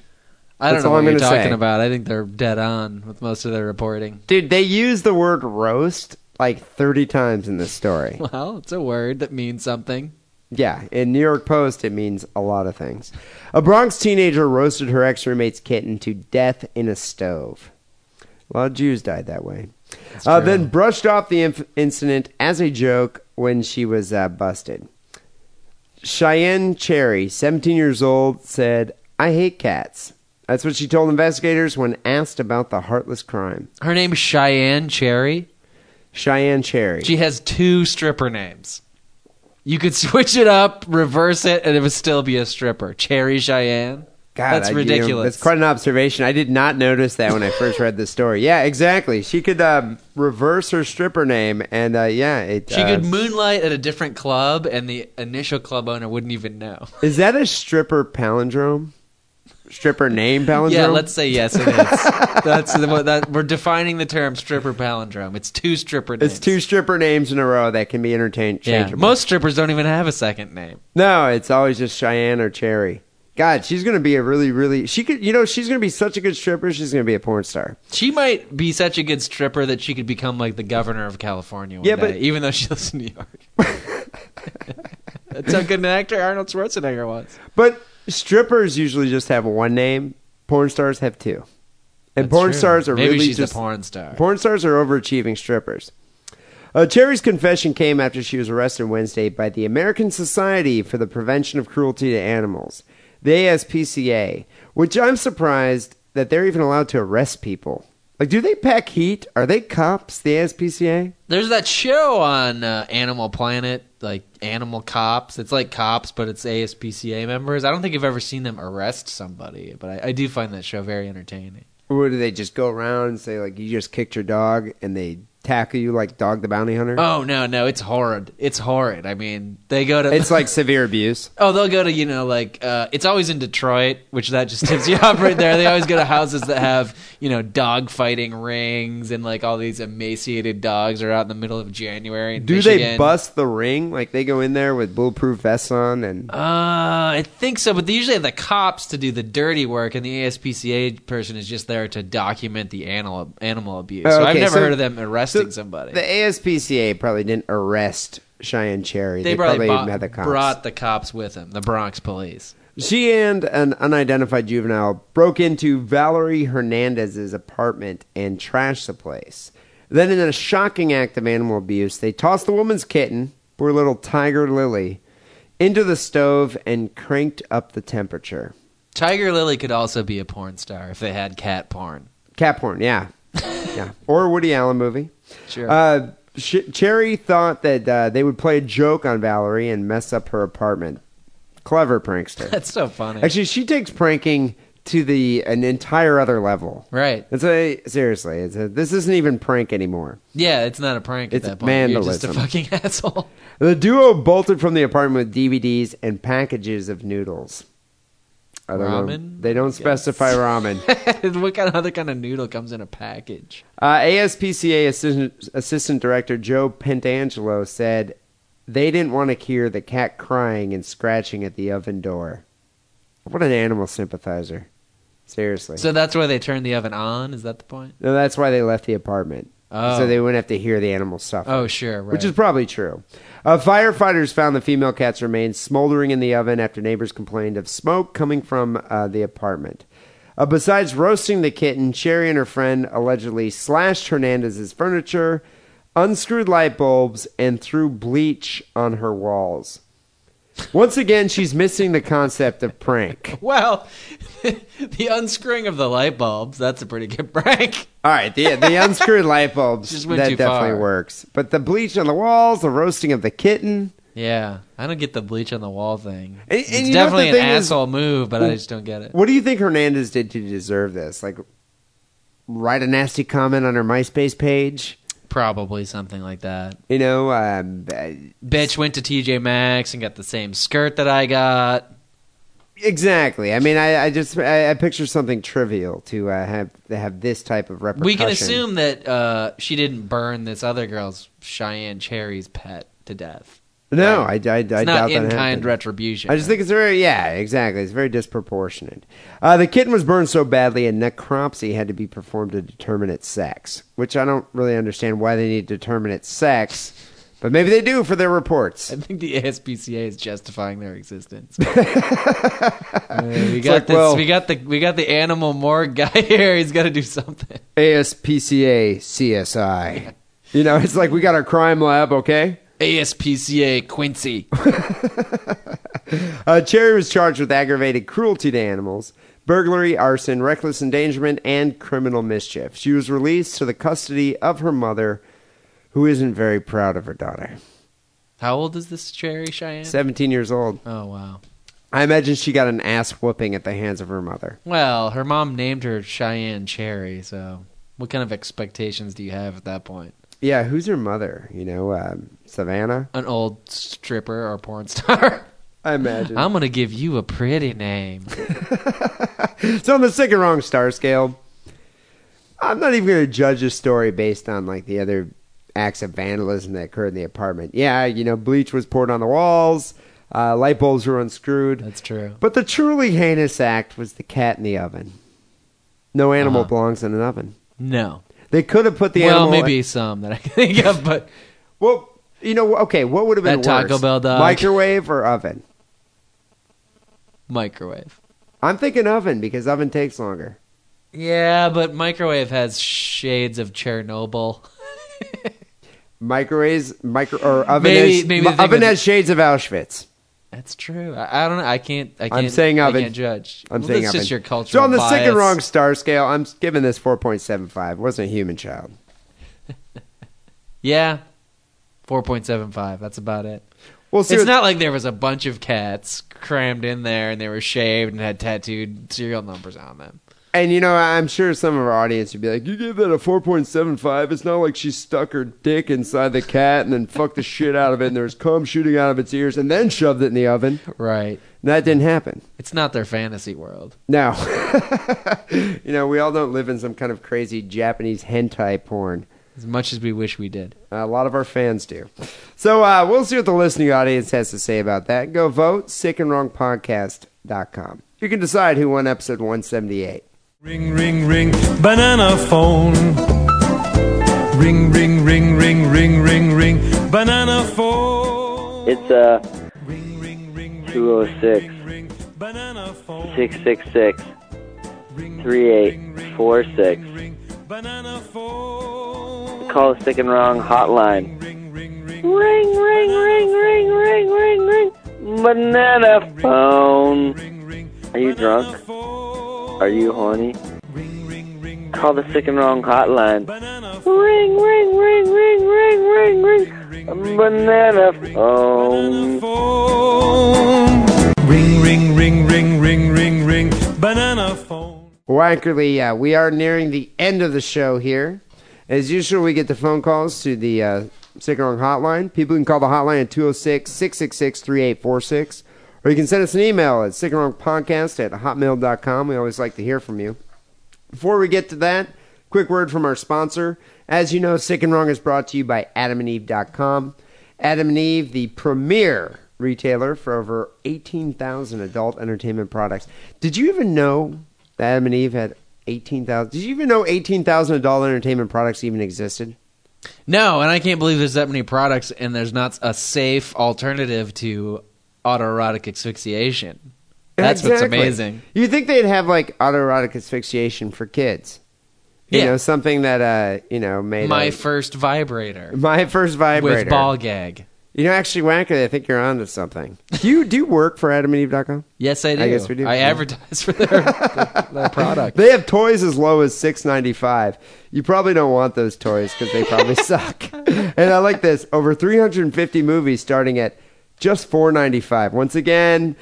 [SPEAKER 4] I don't
[SPEAKER 3] That's
[SPEAKER 4] know
[SPEAKER 3] all
[SPEAKER 4] what
[SPEAKER 3] I'm
[SPEAKER 4] you're
[SPEAKER 3] gonna
[SPEAKER 4] talking
[SPEAKER 3] say.
[SPEAKER 4] about. I think they're dead on with most of their reporting.
[SPEAKER 3] Dude, they use the word roast like 30 times in this story.
[SPEAKER 4] Well, it's a word that means something.
[SPEAKER 3] yeah, in New York Post, it means a lot of things. A Bronx teenager roasted her ex roommate's kitten to death in a stove. A lot of Jews died that way. Uh,
[SPEAKER 4] true.
[SPEAKER 3] then brushed off the inf- incident as a joke when she was uh, busted. Cheyenne Cherry, 17 years old, said, I hate cats. That's what she told investigators when asked about the heartless crime.
[SPEAKER 4] Her name is Cheyenne Cherry.
[SPEAKER 3] Cheyenne Cherry.
[SPEAKER 4] She has two stripper names. You could switch it up, reverse it, and it would still be a stripper. Cherry Cheyenne.
[SPEAKER 3] God,
[SPEAKER 4] that's
[SPEAKER 3] I- you know,
[SPEAKER 4] ridiculous.
[SPEAKER 3] that's quite an observation. I did not notice that when I first read the story. Yeah, exactly. She could um, reverse her stripper name, and uh, yeah, it.
[SPEAKER 4] she
[SPEAKER 3] uh,
[SPEAKER 4] could moonlight at a different club, and the initial club owner wouldn't even know.
[SPEAKER 3] Is that a stripper palindrome? Stripper name palindrome.
[SPEAKER 4] Yeah, let's say yes, it is. That's the, what- that, we're defining the term stripper palindrome. It's two stripper names.
[SPEAKER 3] It's two stripper names in a row that can be interchangeable.
[SPEAKER 4] Yeah. Most strippers don't even have a second name.
[SPEAKER 3] No, it's always just Cheyenne or Cherry. God, she's gonna be a really, really. She could, you know, she's gonna be such a good stripper. She's gonna be a porn star.
[SPEAKER 4] She might be such a good stripper that she could become like the governor of California one
[SPEAKER 3] Yeah,
[SPEAKER 4] day,
[SPEAKER 3] but-
[SPEAKER 4] even though she lives in New York. That's how good an actor Arnold Schwarzenegger was.
[SPEAKER 3] But strippers usually just have one name. Porn stars have two, and
[SPEAKER 4] That's
[SPEAKER 3] porn
[SPEAKER 4] true.
[SPEAKER 3] stars are
[SPEAKER 4] Maybe
[SPEAKER 3] really
[SPEAKER 4] she's
[SPEAKER 3] just
[SPEAKER 4] a porn star.
[SPEAKER 3] Porn stars are overachieving strippers. Uh, Cherry's confession came after she was arrested Wednesday by the American Society for the Prevention of Cruelty to Animals, the ASPCA, which I'm surprised that they're even allowed to arrest people. Like, do they pack heat? Are they cops, the ASPCA?
[SPEAKER 4] There's that show on uh, Animal Planet, like Animal Cops. It's like cops, but it's ASPCA members. I don't think I've ever seen them arrest somebody, but I, I do find that show very entertaining.
[SPEAKER 3] Or do they just go around and say, like, you just kicked your dog and they tackle you like Dog the Bounty Hunter?
[SPEAKER 4] Oh no, no, it's horrid. It's horrid. I mean, they go to
[SPEAKER 3] It's like severe abuse.
[SPEAKER 4] Oh, they'll go to you know like uh, it's always in Detroit, which that just tips you off right there. They always go to houses that have you know dog fighting rings and like all these emaciated dogs are out in the middle of January. In
[SPEAKER 3] Do they
[SPEAKER 4] Michigan.
[SPEAKER 3] bust the ring? Like, they go in there with bulletproof vests on and.
[SPEAKER 4] Uh, I think so, but they usually have the cops to do the dirty work, and the ASPCA person is just there to document the animal animal abuse. so I've
[SPEAKER 3] Oh, Okay,
[SPEAKER 4] never
[SPEAKER 3] so-
[SPEAKER 4] heard of them
[SPEAKER 3] So
[SPEAKER 4] arresting somebody.
[SPEAKER 3] The ASPCA probably didn't arrest Cheyenne Cherry. They,
[SPEAKER 4] they
[SPEAKER 3] probably,
[SPEAKER 4] probably bought-
[SPEAKER 3] had the cops.
[SPEAKER 4] brought the cops with them, the Bronx police.
[SPEAKER 3] She and an unidentified juvenile broke into Valerie Hernandez's apartment and trashed the place. Then, in a shocking act of animal abuse, they tossed the woman's kitten, poor little Tiger Lily, into the stove and cranked up the temperature.
[SPEAKER 4] Tiger Lily could also be a porn star if they had cat porn.
[SPEAKER 3] Cat porn, yeah, yeah, or a Woody Allen movie.
[SPEAKER 4] Sure.
[SPEAKER 3] Uh, Sh- Cherry thought that uh, they would play a joke on Valerie and mess up her apartment. Clever prankster.
[SPEAKER 4] That's so funny.
[SPEAKER 3] Actually, she takes pranking to the an entire other level.
[SPEAKER 4] right.
[SPEAKER 3] It's a seriously. It's a, this isn't even prank anymore.
[SPEAKER 4] Yeah, it's not a prank
[SPEAKER 3] It's
[SPEAKER 4] at that point. You're just a
[SPEAKER 3] vandalism.
[SPEAKER 4] fucking asshole.
[SPEAKER 3] The duo bolted from the apartment with DVDs and packages of noodles. I don't know.
[SPEAKER 4] Ramen,
[SPEAKER 3] They
[SPEAKER 4] I
[SPEAKER 3] don't
[SPEAKER 4] guess.
[SPEAKER 3] specify ramen.
[SPEAKER 4] what kind of other kind of noodle comes in a package?
[SPEAKER 3] Uh, ASPCA assistant, assistant director Joe Pentangelo said they didn't want to hear the cat crying and scratching at the oven door. What an animal sympathizer. Seriously.
[SPEAKER 4] So that's why they turned the oven on. Is that the point?
[SPEAKER 3] no, that's why they left the apartment.
[SPEAKER 4] Oh.
[SPEAKER 3] So they wouldn't have to hear the animals suffer.
[SPEAKER 4] Oh, sure. Right.
[SPEAKER 3] Which is probably true. Uh, firefighters found the female cat's remains smoldering in the oven after neighbors complained of smoke coming from uh, the apartment. Uh, besides roasting the kitten, Sherry and her friend allegedly slashed Hernandez's furniture, unscrewed light bulbs, and threw bleach on her walls. Once again, she's missing the concept of prank.
[SPEAKER 4] Well, the unscrewing of the light bulbs, that's a pretty good prank.
[SPEAKER 3] All right, the the unscrewed light bulbs
[SPEAKER 4] Just
[SPEAKER 3] that
[SPEAKER 4] went too
[SPEAKER 3] definitely
[SPEAKER 4] far.
[SPEAKER 3] works, but the bleach on the walls, the roasting of the kitten.
[SPEAKER 4] Yeah, I don't get the bleach on the wall thing.
[SPEAKER 3] And-
[SPEAKER 4] it's
[SPEAKER 3] and you know what
[SPEAKER 4] definitely
[SPEAKER 3] the
[SPEAKER 4] an
[SPEAKER 3] thing is-
[SPEAKER 4] asshole move, but I just don't get it.
[SPEAKER 3] What do you think Hernandez did to deserve this? Like, write a nasty comment on her MySpace page.
[SPEAKER 4] Probably something like that.
[SPEAKER 3] You know, um, uh,
[SPEAKER 4] Bitch went to TJ Maxx and got the same skirt that I got.
[SPEAKER 3] exactly. I mean, I, I just I, I picture something trivial to uh, have to have this type of repercussion.
[SPEAKER 4] We can assume that uh, she didn't burn this other girl's Cheyenne Cherry's pet to death.
[SPEAKER 3] No, I, I, I
[SPEAKER 4] It's
[SPEAKER 3] doubt
[SPEAKER 4] not
[SPEAKER 3] that
[SPEAKER 4] in kind
[SPEAKER 3] happened.
[SPEAKER 4] retribution.
[SPEAKER 3] I just think it's very, yeah, exactly. It's very disproportionate. Uh, the kitten was burned so badly, and necropsy had to be performed to determine its sex, which I don't really understand why they need to determine its sex, but maybe they do for their reports.
[SPEAKER 4] I think the ASPCA is justifying their existence. Uh, we got
[SPEAKER 3] like,
[SPEAKER 4] this.
[SPEAKER 3] well-
[SPEAKER 4] we got the we got the animal morgue guy here. He's got to do something.
[SPEAKER 3] ASPCA CSI. You know, it's like we got our crime lab, okay?
[SPEAKER 4] ASPCA Quincy.
[SPEAKER 3] Uh, Cherry was charged with aggravated cruelty to animals, burglary, arson, reckless endangerment, and criminal mischief. She was released to the custody of her mother, who isn't very proud of her daughter.
[SPEAKER 4] How old is this Cherry Cheyenne?
[SPEAKER 3] 17 years old.
[SPEAKER 4] Oh wow.
[SPEAKER 3] I imagine she got an ass whooping at the hands of her mother.
[SPEAKER 4] Well, her mom named her Cheyenne Cherry. So, what kind of expectations do you have at that point?
[SPEAKER 3] Yeah, who's her mother? You know, um, Savannah?
[SPEAKER 4] An old stripper or porn star?
[SPEAKER 3] I imagine.
[SPEAKER 4] I'm gonna give you a pretty name.
[SPEAKER 3] it's on the sick and wrong star scale. I'm not even going to judge a story based on like the other acts of vandalism that occurred in the apartment. Yeah, you know, bleach was poured on the walls, uh, light bulbs were unscrewed,
[SPEAKER 4] That's true.
[SPEAKER 3] but the truly heinous act was the cat in the oven. No animal
[SPEAKER 4] Uh-huh.
[SPEAKER 3] belongs in an oven.
[SPEAKER 4] No.
[SPEAKER 3] They could have put the
[SPEAKER 4] well,
[SPEAKER 3] animal.
[SPEAKER 4] maybe some that I can think of, but
[SPEAKER 3] Well, you know, okay. What would have been
[SPEAKER 4] That Taco
[SPEAKER 3] worse,
[SPEAKER 4] Bell dog.
[SPEAKER 3] microwave or oven?
[SPEAKER 4] microwave.
[SPEAKER 3] I'm thinking oven because oven takes longer.
[SPEAKER 4] Yeah, but microwave has shades of Chernobyl.
[SPEAKER 3] Microwaves, micro or oven.
[SPEAKER 4] Maybe-
[SPEAKER 3] has,
[SPEAKER 4] maybe
[SPEAKER 3] mi-
[SPEAKER 4] the thing
[SPEAKER 3] oven
[SPEAKER 4] with-
[SPEAKER 3] has shades of Auschwitz.
[SPEAKER 4] That's true. I, I don't know. I can't. I can't
[SPEAKER 3] saying
[SPEAKER 4] I
[SPEAKER 3] oven.
[SPEAKER 4] can't judge.
[SPEAKER 3] I'm
[SPEAKER 4] well,
[SPEAKER 3] saying
[SPEAKER 4] that's
[SPEAKER 3] oven.
[SPEAKER 4] just your cultural.
[SPEAKER 3] So on the sick and
[SPEAKER 4] bias.
[SPEAKER 3] wrong star scale, I'm giving this 4.75. Wasn't a human child.
[SPEAKER 4] Yeah, four point seven five. That's about it.
[SPEAKER 3] We'll see.
[SPEAKER 4] it's
[SPEAKER 3] what-
[SPEAKER 4] not like there was a bunch of cats crammed in there and they were shaved and had tattooed serial numbers on them.
[SPEAKER 3] and you know, I'm sure some of our audience would be like, "You gave that a 4.75. It's not like she stuck her dick inside the cat and then fucked the shit out of it, and there's cum shooting out of its ears, and then shoved it in the oven."
[SPEAKER 4] Right.
[SPEAKER 3] That didn't happen.
[SPEAKER 4] It's not their fantasy world.
[SPEAKER 3] No. you know, we all don't live in some kind of crazy Japanese hentai porn.
[SPEAKER 4] As much as we wish we did.
[SPEAKER 3] A lot of our fans do. So uh, we'll see what the listening audience has to say about that. Go vote sickandwrongpodcast.com. You can decide who won episode 178.
[SPEAKER 5] Ring, ring, ring, banana phone. Ring, ring, ring, ring, ring, ring, ring, banana phone.
[SPEAKER 6] It's uh
[SPEAKER 5] ring, ring, ring, ring,
[SPEAKER 6] 206.
[SPEAKER 5] ring, ring, banana phone.
[SPEAKER 6] six six six
[SPEAKER 5] Ring,
[SPEAKER 6] three eight
[SPEAKER 5] ring, ring,
[SPEAKER 6] four six.
[SPEAKER 5] ring, ring, banana phone.
[SPEAKER 6] Call the sick and wrong hotline.
[SPEAKER 5] Ring, ring, ring,
[SPEAKER 6] Ring ring ring ring ring ring ring. Banana phone.
[SPEAKER 5] ring, ring,
[SPEAKER 6] Are you
[SPEAKER 5] banana
[SPEAKER 6] drunk?
[SPEAKER 5] phone.
[SPEAKER 6] Are you horny?
[SPEAKER 5] Ring, ring, ring,
[SPEAKER 6] Call the sick and wrong hotline.
[SPEAKER 5] banana phone.
[SPEAKER 6] Ring ring ring ring ring ring ring. Banana phone.
[SPEAKER 5] phone. Ring, ring, ring, ring, ring, ring, ring, banana phone.
[SPEAKER 3] Wankerly, uh, we are nearing the end of the show here. As usual, we get the phone calls to the uh, Sick and Wrong hotline. People can call the hotline at 206 666 3846. Or you can send us an email at sickandwrongpodcast at hotmail.com. We always like to hear from you. Before we get to that, quick word from our sponsor. As you know, Sick and Wrong is brought to you by adamandeve.com. Adam and Eve, the premier retailer for over 18,000 adult entertainment products. Did you even know that Adam and Eve had 18,000? Did you even know 18,000 adult entertainment products even existed?
[SPEAKER 4] No, and I can't believe there's that many products and there's not a safe alternative to autoerotic asphyxiation. That's what's
[SPEAKER 3] Exactly.
[SPEAKER 4] amazing.
[SPEAKER 3] You think they'd have like autoerotic asphyxiation for kids? You
[SPEAKER 4] Yeah.
[SPEAKER 3] know, something that uh, you know, made
[SPEAKER 4] My
[SPEAKER 3] a-
[SPEAKER 4] first vibrator,
[SPEAKER 3] my first vibrator.
[SPEAKER 4] with ball gag.
[SPEAKER 3] You know, actually, Wanker, I think you're on to something. Do you do you work for AdamandEve.com?
[SPEAKER 4] Yes, I do.
[SPEAKER 3] I guess we do.
[SPEAKER 4] I
[SPEAKER 3] Yeah.
[SPEAKER 4] advertise for their, their, their product.
[SPEAKER 3] They have toys as low as six ninety five. You probably don't want those toys because they probably suck. And I like this over three hundred and fifty movies starting at just four ninety five. Once again,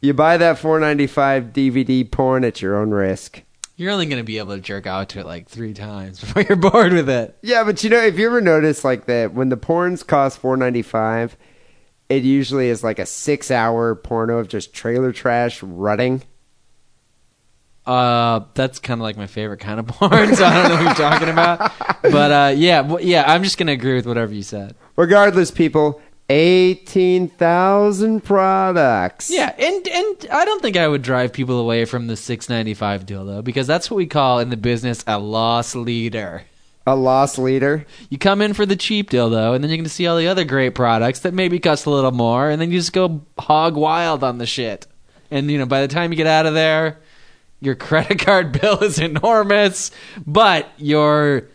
[SPEAKER 3] you buy that four ninety five DVD porn at your own risk.
[SPEAKER 4] You're only going to be able to jerk out to it like three times before you're bored with it.
[SPEAKER 3] Yeah, but you know, if you ever notice like that, when the porns cost four ninety five, it usually is like a six hour porno of just trailer trash rutting.
[SPEAKER 4] Uh, that's kind of like my favorite kind of porn, so I don't know what you're talking about. But uh, yeah, w- yeah, I'm just gonna agree with whatever you said.
[SPEAKER 3] Regardless, people, eighteen thousand products.
[SPEAKER 4] Yeah, and and I don't think I would drive people away from the 695 dildo because that's what we call in the business a loss leader.
[SPEAKER 3] a lost leader.
[SPEAKER 4] You come in for the cheap dildo, and then you're gonna see all the other great products that maybe cost a little more, and then you just go hog wild on the shit. And you know, by the time you get out of there, your credit card bill is enormous, but you're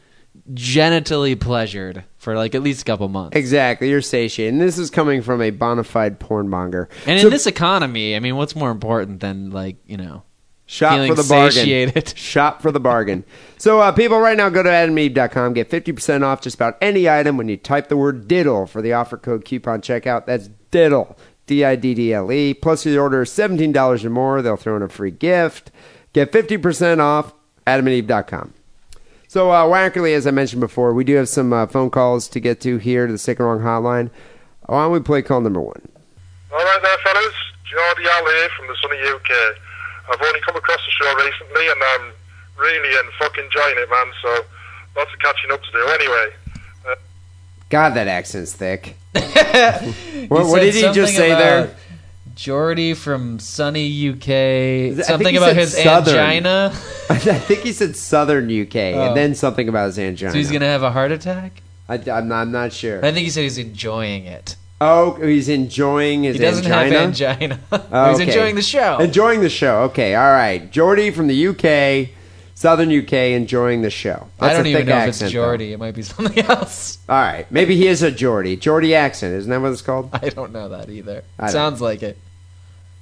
[SPEAKER 4] genitally pleasured for like at least a couple months.
[SPEAKER 3] Exactly, you're satiated. And this is coming from a bona fide pornmonger.
[SPEAKER 4] And
[SPEAKER 3] So
[SPEAKER 4] in this economy, I mean, what's more important than like you know?
[SPEAKER 3] shop
[SPEAKER 4] feeling
[SPEAKER 3] for the bargain.
[SPEAKER 4] satiated.
[SPEAKER 3] Shop for the bargain. so uh, people, right now, go to AdamandEve.com, get 50% off just about any item when you type the word diddle for the offer code coupon checkout. That's diddle, D-I-D-D-L-E. E. Plus, if you order $17 or more, they'll throw in a free gift. Get 50% off AdamandEve.com. So, uh, Wackerly, as I mentioned before, we do have some uh, phone calls to get to here to the Sick and Wrong Hotline. Why don't we play call number one?
[SPEAKER 7] All right there, fellas. Geordie Al here from the sunny UK. I've only come across the show recently, and I'm really and fucking enjoying it, man. So lots of catching up to do. Anyway,
[SPEAKER 3] God, that accent's thick. what,
[SPEAKER 4] He
[SPEAKER 3] what
[SPEAKER 4] said
[SPEAKER 3] did he
[SPEAKER 4] something
[SPEAKER 3] just say
[SPEAKER 4] about
[SPEAKER 3] there?
[SPEAKER 4] Jordy from sunny UK.
[SPEAKER 3] think
[SPEAKER 4] Something
[SPEAKER 3] he
[SPEAKER 4] about
[SPEAKER 3] said
[SPEAKER 4] his
[SPEAKER 3] Southern.
[SPEAKER 4] angina.
[SPEAKER 3] I think he said Southern UK,
[SPEAKER 4] Oh.
[SPEAKER 3] and then something about his angina.
[SPEAKER 4] So he's gonna have a heart attack.
[SPEAKER 3] I, am not, I'm not sure.
[SPEAKER 4] I think he said he's enjoying it.
[SPEAKER 3] Oh, he's enjoying his
[SPEAKER 4] He doesn't
[SPEAKER 3] angina.
[SPEAKER 4] have angina.
[SPEAKER 3] Oh,
[SPEAKER 4] he's
[SPEAKER 3] okay.
[SPEAKER 4] enjoying the show.
[SPEAKER 3] Enjoying the show. Okay, all right. Jordy from the UK, Southern UK, enjoying the show.
[SPEAKER 4] I
[SPEAKER 3] That's
[SPEAKER 4] don't
[SPEAKER 3] a
[SPEAKER 4] even
[SPEAKER 3] thick
[SPEAKER 4] know if
[SPEAKER 3] accent,
[SPEAKER 4] it's
[SPEAKER 3] though.
[SPEAKER 4] Jordy. It might be something else.
[SPEAKER 3] All right, maybe he is a Jordy. Jordy accent, isn't that what it's called?
[SPEAKER 4] I don't know that either.
[SPEAKER 3] I don't-
[SPEAKER 4] Sounds like it.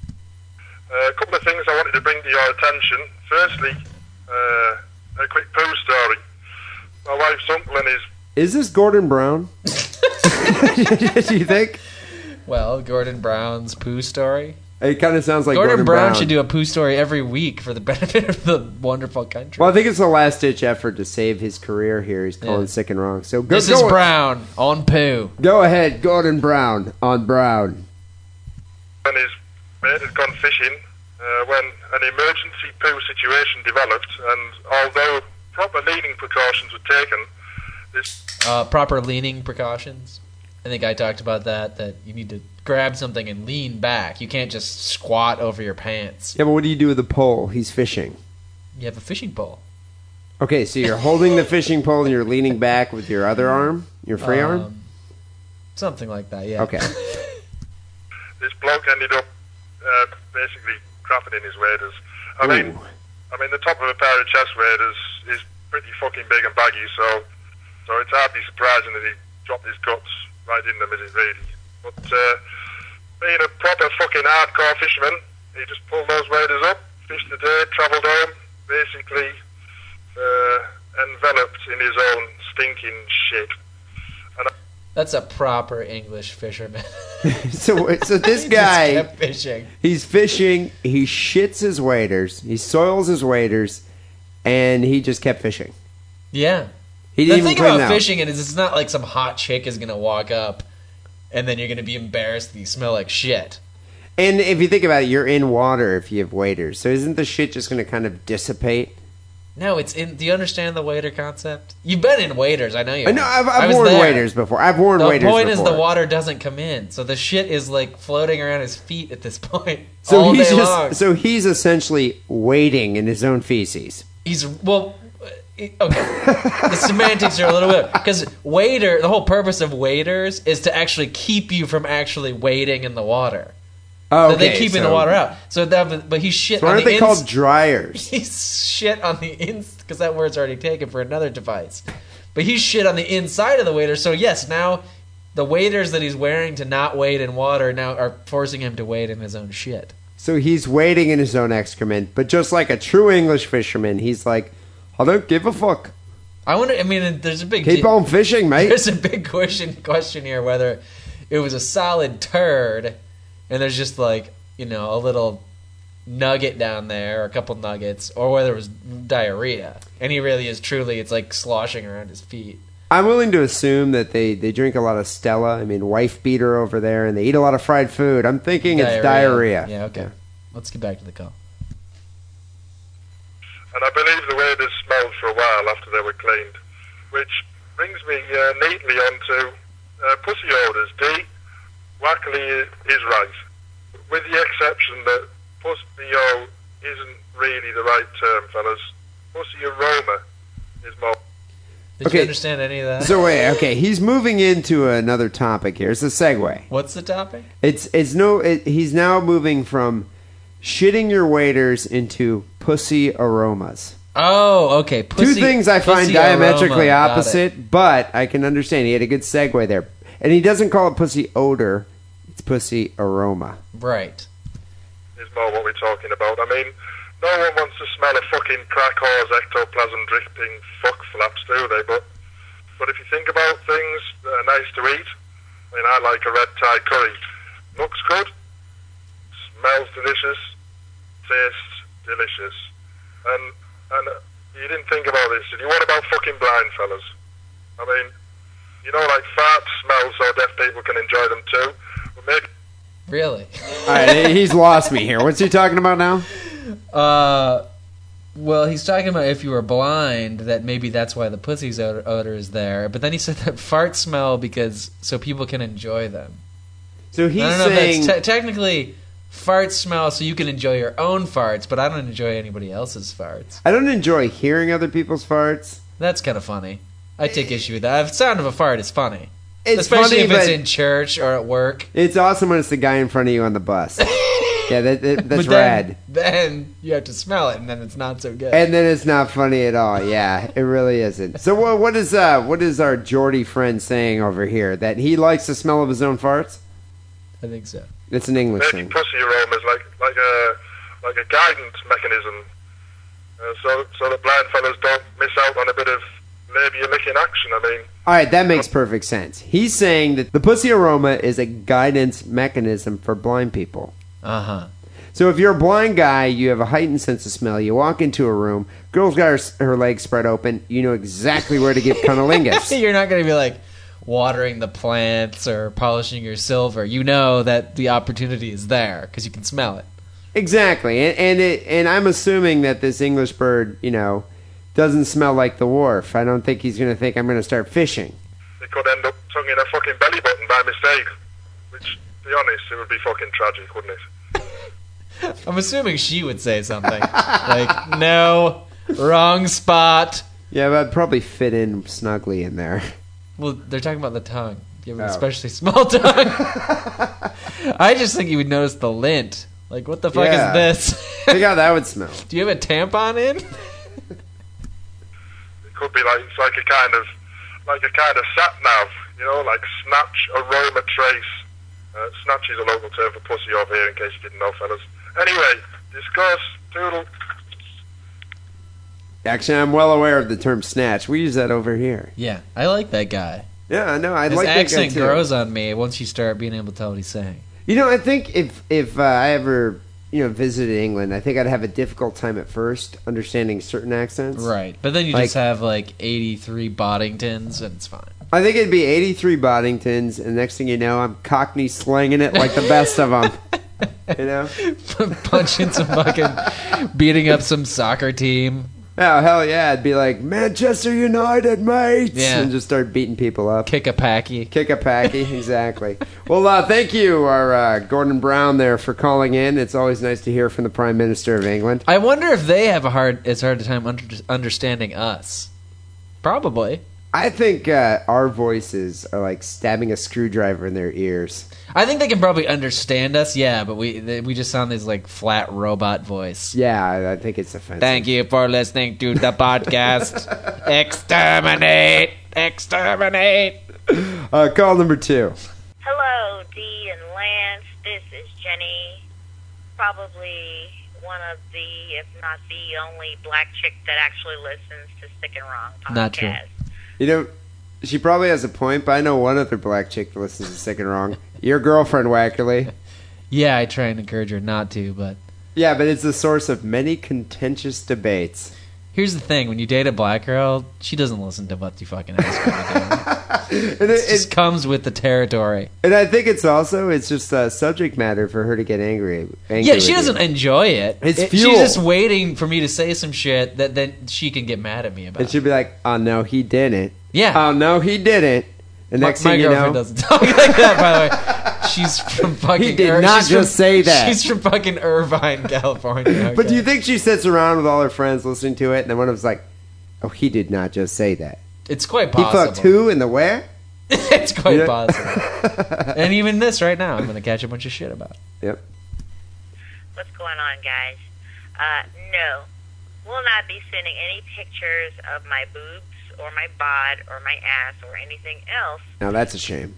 [SPEAKER 7] uh, a couple of things I wanted to bring to your attention. Firstly, uh, a quick poo story. My wife's uncle and his
[SPEAKER 3] Is this Gordon Brown? Do you think
[SPEAKER 4] Well, Gordon Brown's poo story.
[SPEAKER 3] it kind of sounds like
[SPEAKER 4] Gordon,
[SPEAKER 3] Gordon,
[SPEAKER 4] Brown, should do a poo story every week for the benefit of the wonderful country.
[SPEAKER 3] Well, I think it's the last ditch effort to save his career here. He's calling
[SPEAKER 4] Yeah.
[SPEAKER 3] sick and wrong. So go,
[SPEAKER 4] this
[SPEAKER 3] go,
[SPEAKER 4] is Brown on poo.
[SPEAKER 3] go ahead, Gordon Brown on Brown.
[SPEAKER 7] and his mate had gone fishing uh, when an emergency poo situation developed, and although proper leading precautions were taken, this
[SPEAKER 4] uh, proper leaning precautions. I think I talked about that. That you need to grab something and lean back. You can't just squat over your pants.
[SPEAKER 3] Yeah, but what do you do with the pole? He's fishing.
[SPEAKER 4] You have a fishing pole.
[SPEAKER 3] Okay, so you're holding the fishing pole and you're leaning back with your other arm, your free arm.
[SPEAKER 4] Um, something like that. Yeah.
[SPEAKER 3] Okay.
[SPEAKER 7] this bloke ended up uh, basically crapping in his waders. I mean,
[SPEAKER 3] Ooh.
[SPEAKER 7] I mean the top of a pair of chest waders is pretty fucking big and baggy, so so it's hardly surprising that he dropped his guts right in them as it really. But uh, being a proper fucking hardcore fisherman, he just pulled those waders up, fished the day, travelled home, basically uh, enveloped in his own stinking shit.
[SPEAKER 4] That's a proper English fisherman.
[SPEAKER 3] So, so this
[SPEAKER 4] He just
[SPEAKER 3] guy,
[SPEAKER 4] kept fishing.
[SPEAKER 3] he's fishing. He shits his waders. He soils his waders, and he just kept fishing.
[SPEAKER 4] Yeah.
[SPEAKER 3] He
[SPEAKER 4] The
[SPEAKER 3] didn't even
[SPEAKER 4] thing
[SPEAKER 3] clean
[SPEAKER 4] about
[SPEAKER 3] it out.
[SPEAKER 4] fishing is it's not like some hot chick is gonna walk up, and then you're gonna be embarrassed that you smell like shit.
[SPEAKER 3] And if you think about it, you're in water if you have waders. So isn't the shit just going to kind of dissipate?
[SPEAKER 4] No, it's in. Do you understand the waiter concept? You've been in waiters. I know you.
[SPEAKER 3] I know I've,
[SPEAKER 4] I
[SPEAKER 3] I've
[SPEAKER 4] was
[SPEAKER 3] worn
[SPEAKER 4] there.
[SPEAKER 3] waders before. I've worn
[SPEAKER 4] The
[SPEAKER 3] waders
[SPEAKER 4] point is
[SPEAKER 3] before.
[SPEAKER 4] the water doesn't come in, so the shit is like floating around his feet at this point
[SPEAKER 3] so
[SPEAKER 4] all
[SPEAKER 3] he's
[SPEAKER 4] day
[SPEAKER 3] just
[SPEAKER 4] long.
[SPEAKER 3] so he's essentially wading in his own feces.
[SPEAKER 4] he's well. uh, Okay, the semantics are a little bit because waiter. The whole purpose of waiters is to actually keep you from actually wading in the water.
[SPEAKER 3] Oh,
[SPEAKER 4] that they
[SPEAKER 3] okay,
[SPEAKER 4] keep in the
[SPEAKER 3] so-
[SPEAKER 4] water out. So that, but- but he shit.
[SPEAKER 3] So
[SPEAKER 4] on
[SPEAKER 3] aren't
[SPEAKER 4] the
[SPEAKER 3] they
[SPEAKER 4] ins-
[SPEAKER 3] called dryers?
[SPEAKER 4] He's shit on the ins because that word's already taken for another device. But he's shit on the inside of the waiter. So yes, now the waiters that he's wearing to not wade in water now are forcing him to wade in his own shit.
[SPEAKER 3] So he's wading in his own excrement, but just like a true English fisherman, he's like, I don't give a fuck.
[SPEAKER 4] I wonder. I mean, there's a big
[SPEAKER 3] Keep
[SPEAKER 4] di-
[SPEAKER 3] on fishing, mate.
[SPEAKER 4] There's a big question question here whether it was a solid turd and there's just like you know a little nugget down there or a couple nuggets or whether it was diarrhea and he really is truly it's like sloshing around his feet.
[SPEAKER 3] I'm willing to assume that they, they drink a lot of Stella. I mean, wife beater over there, and they eat a lot of fried food. I'm thinking it's diarrhea.
[SPEAKER 4] Yeah. Okay. Let's get back to the call.
[SPEAKER 7] and I believe the waders smelled for a while after they were cleaned, which brings me uh, neatly onto uh, pussy odours. D. Wackley is right, with the exception that pussy o isn't really the right term, fellas. Pussy aroma is more.
[SPEAKER 4] Did
[SPEAKER 3] Okay.
[SPEAKER 4] you understand any of that?
[SPEAKER 3] So wait, okay, he's moving into another topic here. It's a segue.
[SPEAKER 4] What's the topic?
[SPEAKER 3] It's it's no. It, he's now moving from shitting your waiters into pussy aromas.
[SPEAKER 4] Oh, okay. Pussy,
[SPEAKER 3] Two things I find
[SPEAKER 4] pussy
[SPEAKER 3] diametrically
[SPEAKER 4] aroma. Got it.
[SPEAKER 3] opposite, but I can understand. He had a good segue there, and he doesn't call it pussy odor. It's pussy aroma.
[SPEAKER 4] Right.
[SPEAKER 7] is more what we're talking about. I mean, no one wants to smell a fucking crack horse ectoplasm dripping fuck flaps, do they? But but if you think about things that are nice to eat, I mean, I like a red Thai curry. Looks good, smells delicious, tastes delicious. And and uh, you didn't think about this, did you? What about fucking blind fellas? I mean, you know, like farts smell so deaf people can enjoy them too. But maybe
[SPEAKER 4] Really.
[SPEAKER 3] All right, he's lost me here. What's he talking about now?
[SPEAKER 4] Uh, well, he's talking about if you were blind, that maybe that's why the pussy's odor, odor is there. But then he said that fart smell because so people can enjoy them.
[SPEAKER 3] So he's
[SPEAKER 4] I don't know
[SPEAKER 3] saying
[SPEAKER 4] if that's te- technically fart smell so you can enjoy your own farts, but I don't enjoy anybody else's farts.
[SPEAKER 3] I don't enjoy hearing other people's farts.
[SPEAKER 4] That's kind of funny. I take issue with that. The sound of a fart is funny,
[SPEAKER 3] It's
[SPEAKER 4] especially
[SPEAKER 3] funny,
[SPEAKER 4] if it's
[SPEAKER 3] but
[SPEAKER 4] in church or at work.
[SPEAKER 3] it's awesome when it's the guy in front of you on the bus. yeah, that, that, that's
[SPEAKER 4] But then-
[SPEAKER 3] rad.
[SPEAKER 4] Then you have to smell it, and then it's not so good.
[SPEAKER 3] And then it's not funny at all. Yeah, it really isn't. So what, what is uh what is our Geordie friend saying over here? That he likes the smell of his own farts?
[SPEAKER 4] I think so.
[SPEAKER 3] It's an English
[SPEAKER 7] Maybe
[SPEAKER 3] thing.
[SPEAKER 7] pussy aroma is like like a like a guidance mechanism, uh, so so that blind fellas don't miss out on a bit of labia licking action. I mean,
[SPEAKER 3] All right, that makes perfect sense. He's saying that the pussy aroma is a guidance mechanism for blind people.
[SPEAKER 4] Uh huh.
[SPEAKER 3] So if you're a blind guy, you have a heightened sense of smell. You walk into a room, girl's got her, her legs spread open. You know exactly where to give cunnilingus.
[SPEAKER 4] You're not going to be like watering the plants or polishing your silver. You know that the opportunity is there because you can smell it.
[SPEAKER 3] Exactly, and and, it, and I'm assuming that this English bird, you know, doesn't smell like the wharf. I don't think he's going to think I'm going to start fishing.
[SPEAKER 7] they could end up tonguing a fucking belly button by mistake, which, to be honest, it would be fucking tragic, wouldn't it?
[SPEAKER 4] I'm assuming she would say something like, "No, wrong spot."
[SPEAKER 3] Yeah, but I'd probably fit in snugly in there.
[SPEAKER 4] Well, they're talking about the tongue, you have
[SPEAKER 3] Oh.
[SPEAKER 4] an especially small tongue. I just think you would notice the lint. Like, what the fuck
[SPEAKER 3] Yeah.
[SPEAKER 4] is this?
[SPEAKER 3] Think how that would smell.
[SPEAKER 4] Do you have a tampon in?
[SPEAKER 7] It could be like it's like a kind of like a kind of sat nav, you know, like snatch aroma trace. Uh, snatch is a local term for pussy over here, in case you didn't know, fellas. Anyway, discuss toodle.
[SPEAKER 3] Actually, I'm well aware of the term snatch. We use that over here.
[SPEAKER 4] Yeah, I like that guy.
[SPEAKER 3] Yeah, no, I
[SPEAKER 4] His
[SPEAKER 3] like
[SPEAKER 4] accent
[SPEAKER 3] that guy too.
[SPEAKER 4] grows on me once you start being able to tell what he's saying.
[SPEAKER 3] You know, I think if if uh, I ever you know visited England, I think I'd have a difficult time at first understanding certain accents.
[SPEAKER 4] Right. But then you
[SPEAKER 3] Like-
[SPEAKER 4] just have like 83 Boddingtons and it's fine.
[SPEAKER 3] I think it'd be 83 Boddingtons, and next thing you know, I'm Cockney slanging it like the best of them. You know?
[SPEAKER 4] Punching some fucking, beating up some soccer team,
[SPEAKER 3] Oh, hell yeah. I'd be like, Manchester United, mate!
[SPEAKER 4] Yeah.
[SPEAKER 3] And just start beating people up.
[SPEAKER 4] kick a packy.
[SPEAKER 3] Kick a packy, exactly. well, uh, thank you, our uh, Gordon Brown there, for calling in. It's always nice to hear from the Prime Minister of England.
[SPEAKER 4] I wonder if they have a hard, as hard a time under, understanding us. Probably.
[SPEAKER 3] I think uh, our voices are like stabbing a screwdriver in their ears.
[SPEAKER 4] I think they can probably understand us, yeah, but we they, we just sound this like flat robot voice.
[SPEAKER 3] Yeah, I, I think it's offensive.
[SPEAKER 4] Thank you for listening to the podcast. exterminate, exterminate.
[SPEAKER 3] Uh, call number two.
[SPEAKER 8] Hello, Dee and Lance. This is Jenny. Probably one of the, if not the only black chick that actually listens to Stick and Wrong podcast.
[SPEAKER 4] Not true.
[SPEAKER 3] You know, she probably has a point, but I know one other black chick that listens to Sick and Wrong. Your girlfriend, Wackerly.
[SPEAKER 4] Yeah, I try and encourage her not to, but
[SPEAKER 3] Yeah, but it's the source of many contentious debates.
[SPEAKER 4] here's the thing: when you date a black girl, she doesn't listen to what you fucking ask her to do.
[SPEAKER 3] And,
[SPEAKER 4] It
[SPEAKER 3] it,
[SPEAKER 4] just comes with the territory.
[SPEAKER 3] and I think it's also it's just uh, subject matter for her to get angry. angry
[SPEAKER 4] Yeah,
[SPEAKER 3] with
[SPEAKER 4] she
[SPEAKER 3] you.
[SPEAKER 4] doesn't enjoy it.
[SPEAKER 3] It's
[SPEAKER 4] It-
[SPEAKER 3] fuel.
[SPEAKER 4] She's just waiting for me to say some shit that then she can get mad at me about.
[SPEAKER 3] And she'd be like, "Oh no, he didn't.
[SPEAKER 4] yeah,
[SPEAKER 3] Oh no, he didn't." And
[SPEAKER 4] my,
[SPEAKER 3] next
[SPEAKER 4] my
[SPEAKER 3] thing you
[SPEAKER 4] girlfriend
[SPEAKER 3] know,
[SPEAKER 4] doesn't talk like that. By the way, she's from fucking.
[SPEAKER 3] did
[SPEAKER 4] Ir-
[SPEAKER 3] not
[SPEAKER 4] she's from-
[SPEAKER 3] just say that.
[SPEAKER 4] She's from fucking Irvine, California.
[SPEAKER 3] But
[SPEAKER 4] okay?
[SPEAKER 3] do you think she sits around with all her friends listening to it, and then one of them's like, "Oh, he did not just say that.
[SPEAKER 4] it's quite
[SPEAKER 3] He
[SPEAKER 4] possible.
[SPEAKER 3] fucked who and the where."
[SPEAKER 4] it's quite
[SPEAKER 3] You know?
[SPEAKER 4] possible. and even this right now, I'm going to catch a bunch of shit about.
[SPEAKER 3] Yep.
[SPEAKER 8] What's going on, guys? Uh, no, will not be sending any pictures of my boobs or my bod or my ass or anything else.
[SPEAKER 3] Now that's a shame.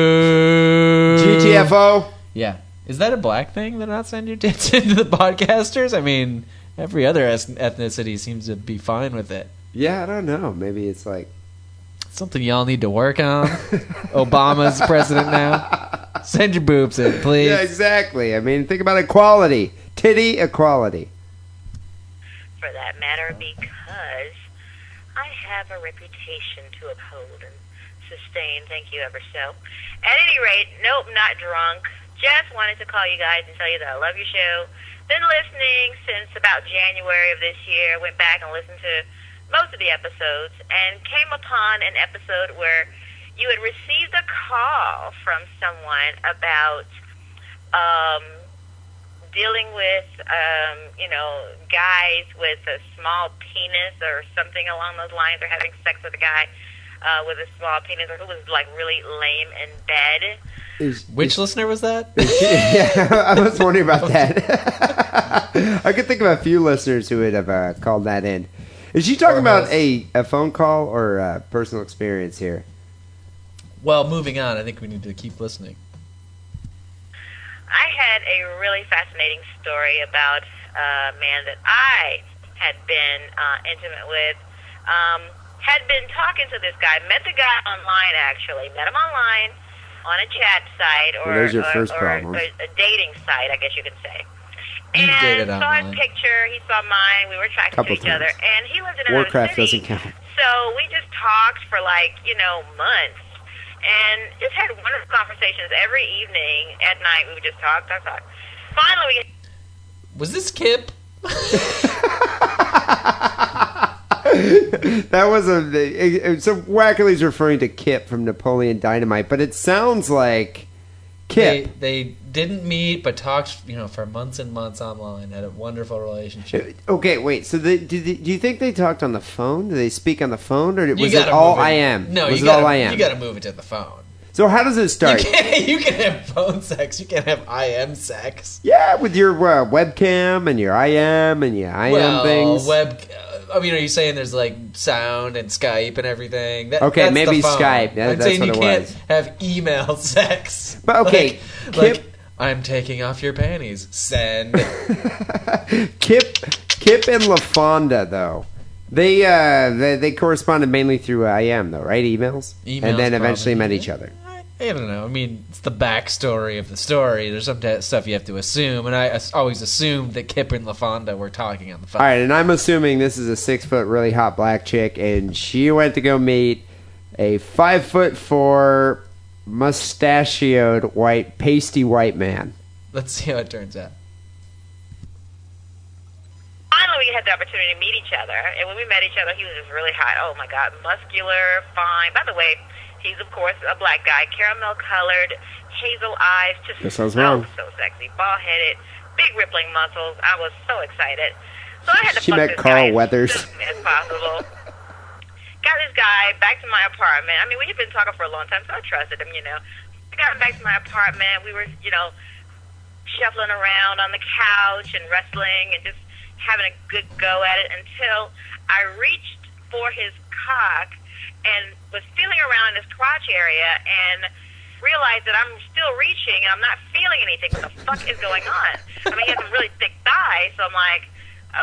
[SPEAKER 4] Boo.
[SPEAKER 3] GTFO.
[SPEAKER 4] Yeah. Is that a black thing? They're not sending your tits into the podcasters? I mean, every other es- ethnicity seems to be fine with it.
[SPEAKER 3] Yeah, I don't know. Maybe it's like
[SPEAKER 4] Something y'all need to work on. Obama's president now. Send your boobs in, please.
[SPEAKER 3] yeah, exactly. I mean, think about equality, titty equality.
[SPEAKER 8] for that matter, because I have a reputation to uphold and sustain. Thank you ever so. At any rate, nope, not drunk. Just wanted to call you guys and tell you that I love your show. Been listening since about January of this year. Went back and listened to most of the episodes and came upon an episode where you had received a call from someone about um, dealing with um, you know guys with a small penis or something along those lines, or having sex with a guy uh, with a small penis, or who was like really lame in bed.
[SPEAKER 4] Which listener was that?
[SPEAKER 3] yeah, I was wondering about that. I could think of a few listeners who would have uh, called that in. Is she talking about a, a phone call or a personal experience here?
[SPEAKER 4] well, moving on. I think we need to keep listening.
[SPEAKER 8] I had a really fascinating story about a man that I had been uh, intimate with. Um, had been talking to this guy, met the guy online actually, met him online on a chat site or,
[SPEAKER 3] Well, there's your
[SPEAKER 8] or-
[SPEAKER 3] first
[SPEAKER 8] or-
[SPEAKER 3] problem.
[SPEAKER 8] or a dating site, I guess you could say.
[SPEAKER 4] You
[SPEAKER 8] And
[SPEAKER 4] dated
[SPEAKER 8] saw
[SPEAKER 4] online.
[SPEAKER 8] his picture, he saw mine, we were attracted
[SPEAKER 3] Couple
[SPEAKER 8] to each other,
[SPEAKER 3] times.
[SPEAKER 8] and he lived in another
[SPEAKER 3] Warcraft
[SPEAKER 8] city.
[SPEAKER 3] doesn't count.
[SPEAKER 8] So we just talked for like, you know, months and just had wonderful conversations every evening at night. We would just talk, talk, talk. Finally, we
[SPEAKER 4] Was this Kip?
[SPEAKER 3] That was a it- it- so Wackerly's referring to Kip from Napoleon Dynamite, but it sounds like Kip.
[SPEAKER 4] They, they didn't meet, but talked, you know, for months and months online. Had a wonderful relationship.
[SPEAKER 3] Okay, wait. So the, do, the, do you think they talked on the phone? Do they speak on the phone, or
[SPEAKER 4] You
[SPEAKER 3] was it
[SPEAKER 4] gotta
[SPEAKER 3] all
[SPEAKER 4] move
[SPEAKER 3] I am?
[SPEAKER 4] No,
[SPEAKER 3] was
[SPEAKER 4] you
[SPEAKER 3] it
[SPEAKER 4] gotta,
[SPEAKER 3] all I am?
[SPEAKER 4] You got to move it to the phone.
[SPEAKER 3] so how does it start?
[SPEAKER 4] You can't, you can have phone sex. You can have IM sex.
[SPEAKER 3] Yeah, with your uh, webcam and your I am and your I am
[SPEAKER 4] well,
[SPEAKER 3] things.
[SPEAKER 4] web. I mean, are you saying there's like sound and Skype and everything? That,
[SPEAKER 3] Okay,
[SPEAKER 4] that's the
[SPEAKER 3] maybe
[SPEAKER 4] phone.
[SPEAKER 3] Skype. Yeah,
[SPEAKER 4] I'm
[SPEAKER 3] that's
[SPEAKER 4] saying
[SPEAKER 3] what
[SPEAKER 4] you
[SPEAKER 3] it
[SPEAKER 4] can't
[SPEAKER 3] was.
[SPEAKER 4] have email sex.
[SPEAKER 3] But okay, Kip-
[SPEAKER 4] like, like, I'm taking off your panties. Send.
[SPEAKER 3] Kip, Kip and LaFonda though, they uh they, they corresponded mainly through uh, I am though, right? Emails,
[SPEAKER 4] Emails
[SPEAKER 3] and then eventually
[SPEAKER 4] probably.
[SPEAKER 3] met each other.
[SPEAKER 4] I, I don't know. I mean, it's the backstory of the story. There's some t- stuff you have to assume, and I as- always assumed that Kip and LaFonda were talking on the phone.
[SPEAKER 3] All right, and I'm assuming this is a six foot really hot black chick, and she went to go meet a five foot four mustachioed white pasty white man.
[SPEAKER 4] Let's see how it turns out.
[SPEAKER 8] finally we had the opportunity to meet each other, and when we met each other, he was just really hot. Oh my God, muscular, fine. By the way, he's of course a black guy, caramel colored, hazel eyes, just
[SPEAKER 3] That sounds
[SPEAKER 8] so,
[SPEAKER 3] wrong.
[SPEAKER 8] so sexy, bald headed, big rippling muscles. I was so excited. So I had to
[SPEAKER 3] She
[SPEAKER 8] fuck
[SPEAKER 3] met
[SPEAKER 8] this
[SPEAKER 3] Carl
[SPEAKER 8] guy as
[SPEAKER 3] Weathers.
[SPEAKER 8] soon as possible. got this guy back to my apartment. I mean, we had been talking for a long time, so I trusted him, you know. I got him back to my apartment. We were, you know, shuffling around on the couch and wrestling and just having a good go at it until I reached for his cock and was feeling around in his crotch area and realized that I'm still reaching and I'm not feeling anything. What the fuck is going on? I mean, he has a really thick thigh, so I'm like,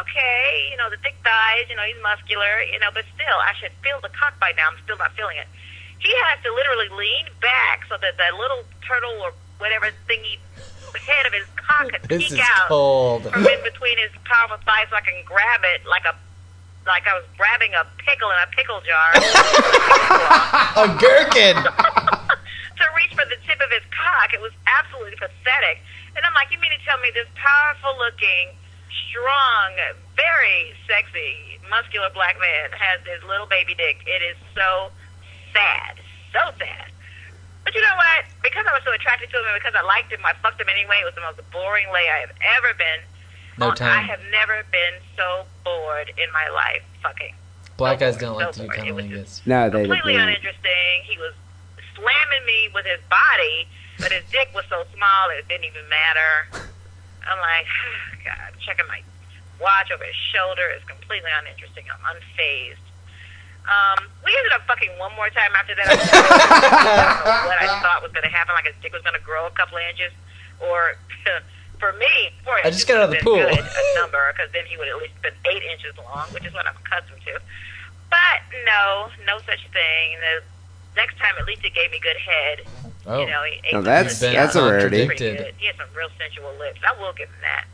[SPEAKER 8] okay, you know, the thick thighs, you know, he's muscular, you know, but still, I should feel the cock by now. I'm still not feeling it. He has to literally lean back so that that little turtle or whatever thingy head of his cock could
[SPEAKER 9] This
[SPEAKER 8] peek
[SPEAKER 9] is
[SPEAKER 8] out
[SPEAKER 9] cold.
[SPEAKER 8] from in between his powerful thighs so I can grab it like a like I was grabbing a pickle in a pickle jar
[SPEAKER 4] A gherkin.
[SPEAKER 8] to reach for the tip of his cock. It was absolutely pathetic. And I'm like, you mean to tell me this powerful looking, strong, very sexy, muscular black man has his little baby dick? It is so sad. So sad. But you know what? Because I was so attracted to him and because I liked him, I fucked him anyway. It was the most boring lay I have ever been.
[SPEAKER 4] No
[SPEAKER 8] Um,
[SPEAKER 4] time.
[SPEAKER 8] I have never been so bored in like in my life. Fucking
[SPEAKER 4] Black guys don't like to do
[SPEAKER 8] Don't worry,
[SPEAKER 4] kind
[SPEAKER 8] it
[SPEAKER 4] of
[SPEAKER 8] was
[SPEAKER 4] like
[SPEAKER 8] just-
[SPEAKER 4] this.
[SPEAKER 3] No, they,
[SPEAKER 8] completely
[SPEAKER 3] they
[SPEAKER 8] uninteresting. He was slamming me with his body, but his dick was so small it didn't even matter. I'm like, God, I'm checking my watch over his shoulder. It's completely uninteresting. I'm unfazed. Um, we ended up fucking one more time after that. I don't know what I thought was going to happen, like his dick was going to grow a couple of inches, or for me, four
[SPEAKER 4] I just got out of the
[SPEAKER 8] inches
[SPEAKER 4] pool.
[SPEAKER 8] would've been good, a number, because then he would at least been eight inches long, which is what I'm accustomed to. But no, no such thing. The next time, at least it gave me good head.
[SPEAKER 4] Oh.
[SPEAKER 8] You know, he
[SPEAKER 3] Now
[SPEAKER 8] ate some
[SPEAKER 3] that's-
[SPEAKER 8] good
[SPEAKER 3] that's
[SPEAKER 8] stuff.
[SPEAKER 3] a rarity.
[SPEAKER 8] Pretty good.
[SPEAKER 4] Contradicted.
[SPEAKER 8] He had some real sensual lips. I will give him that.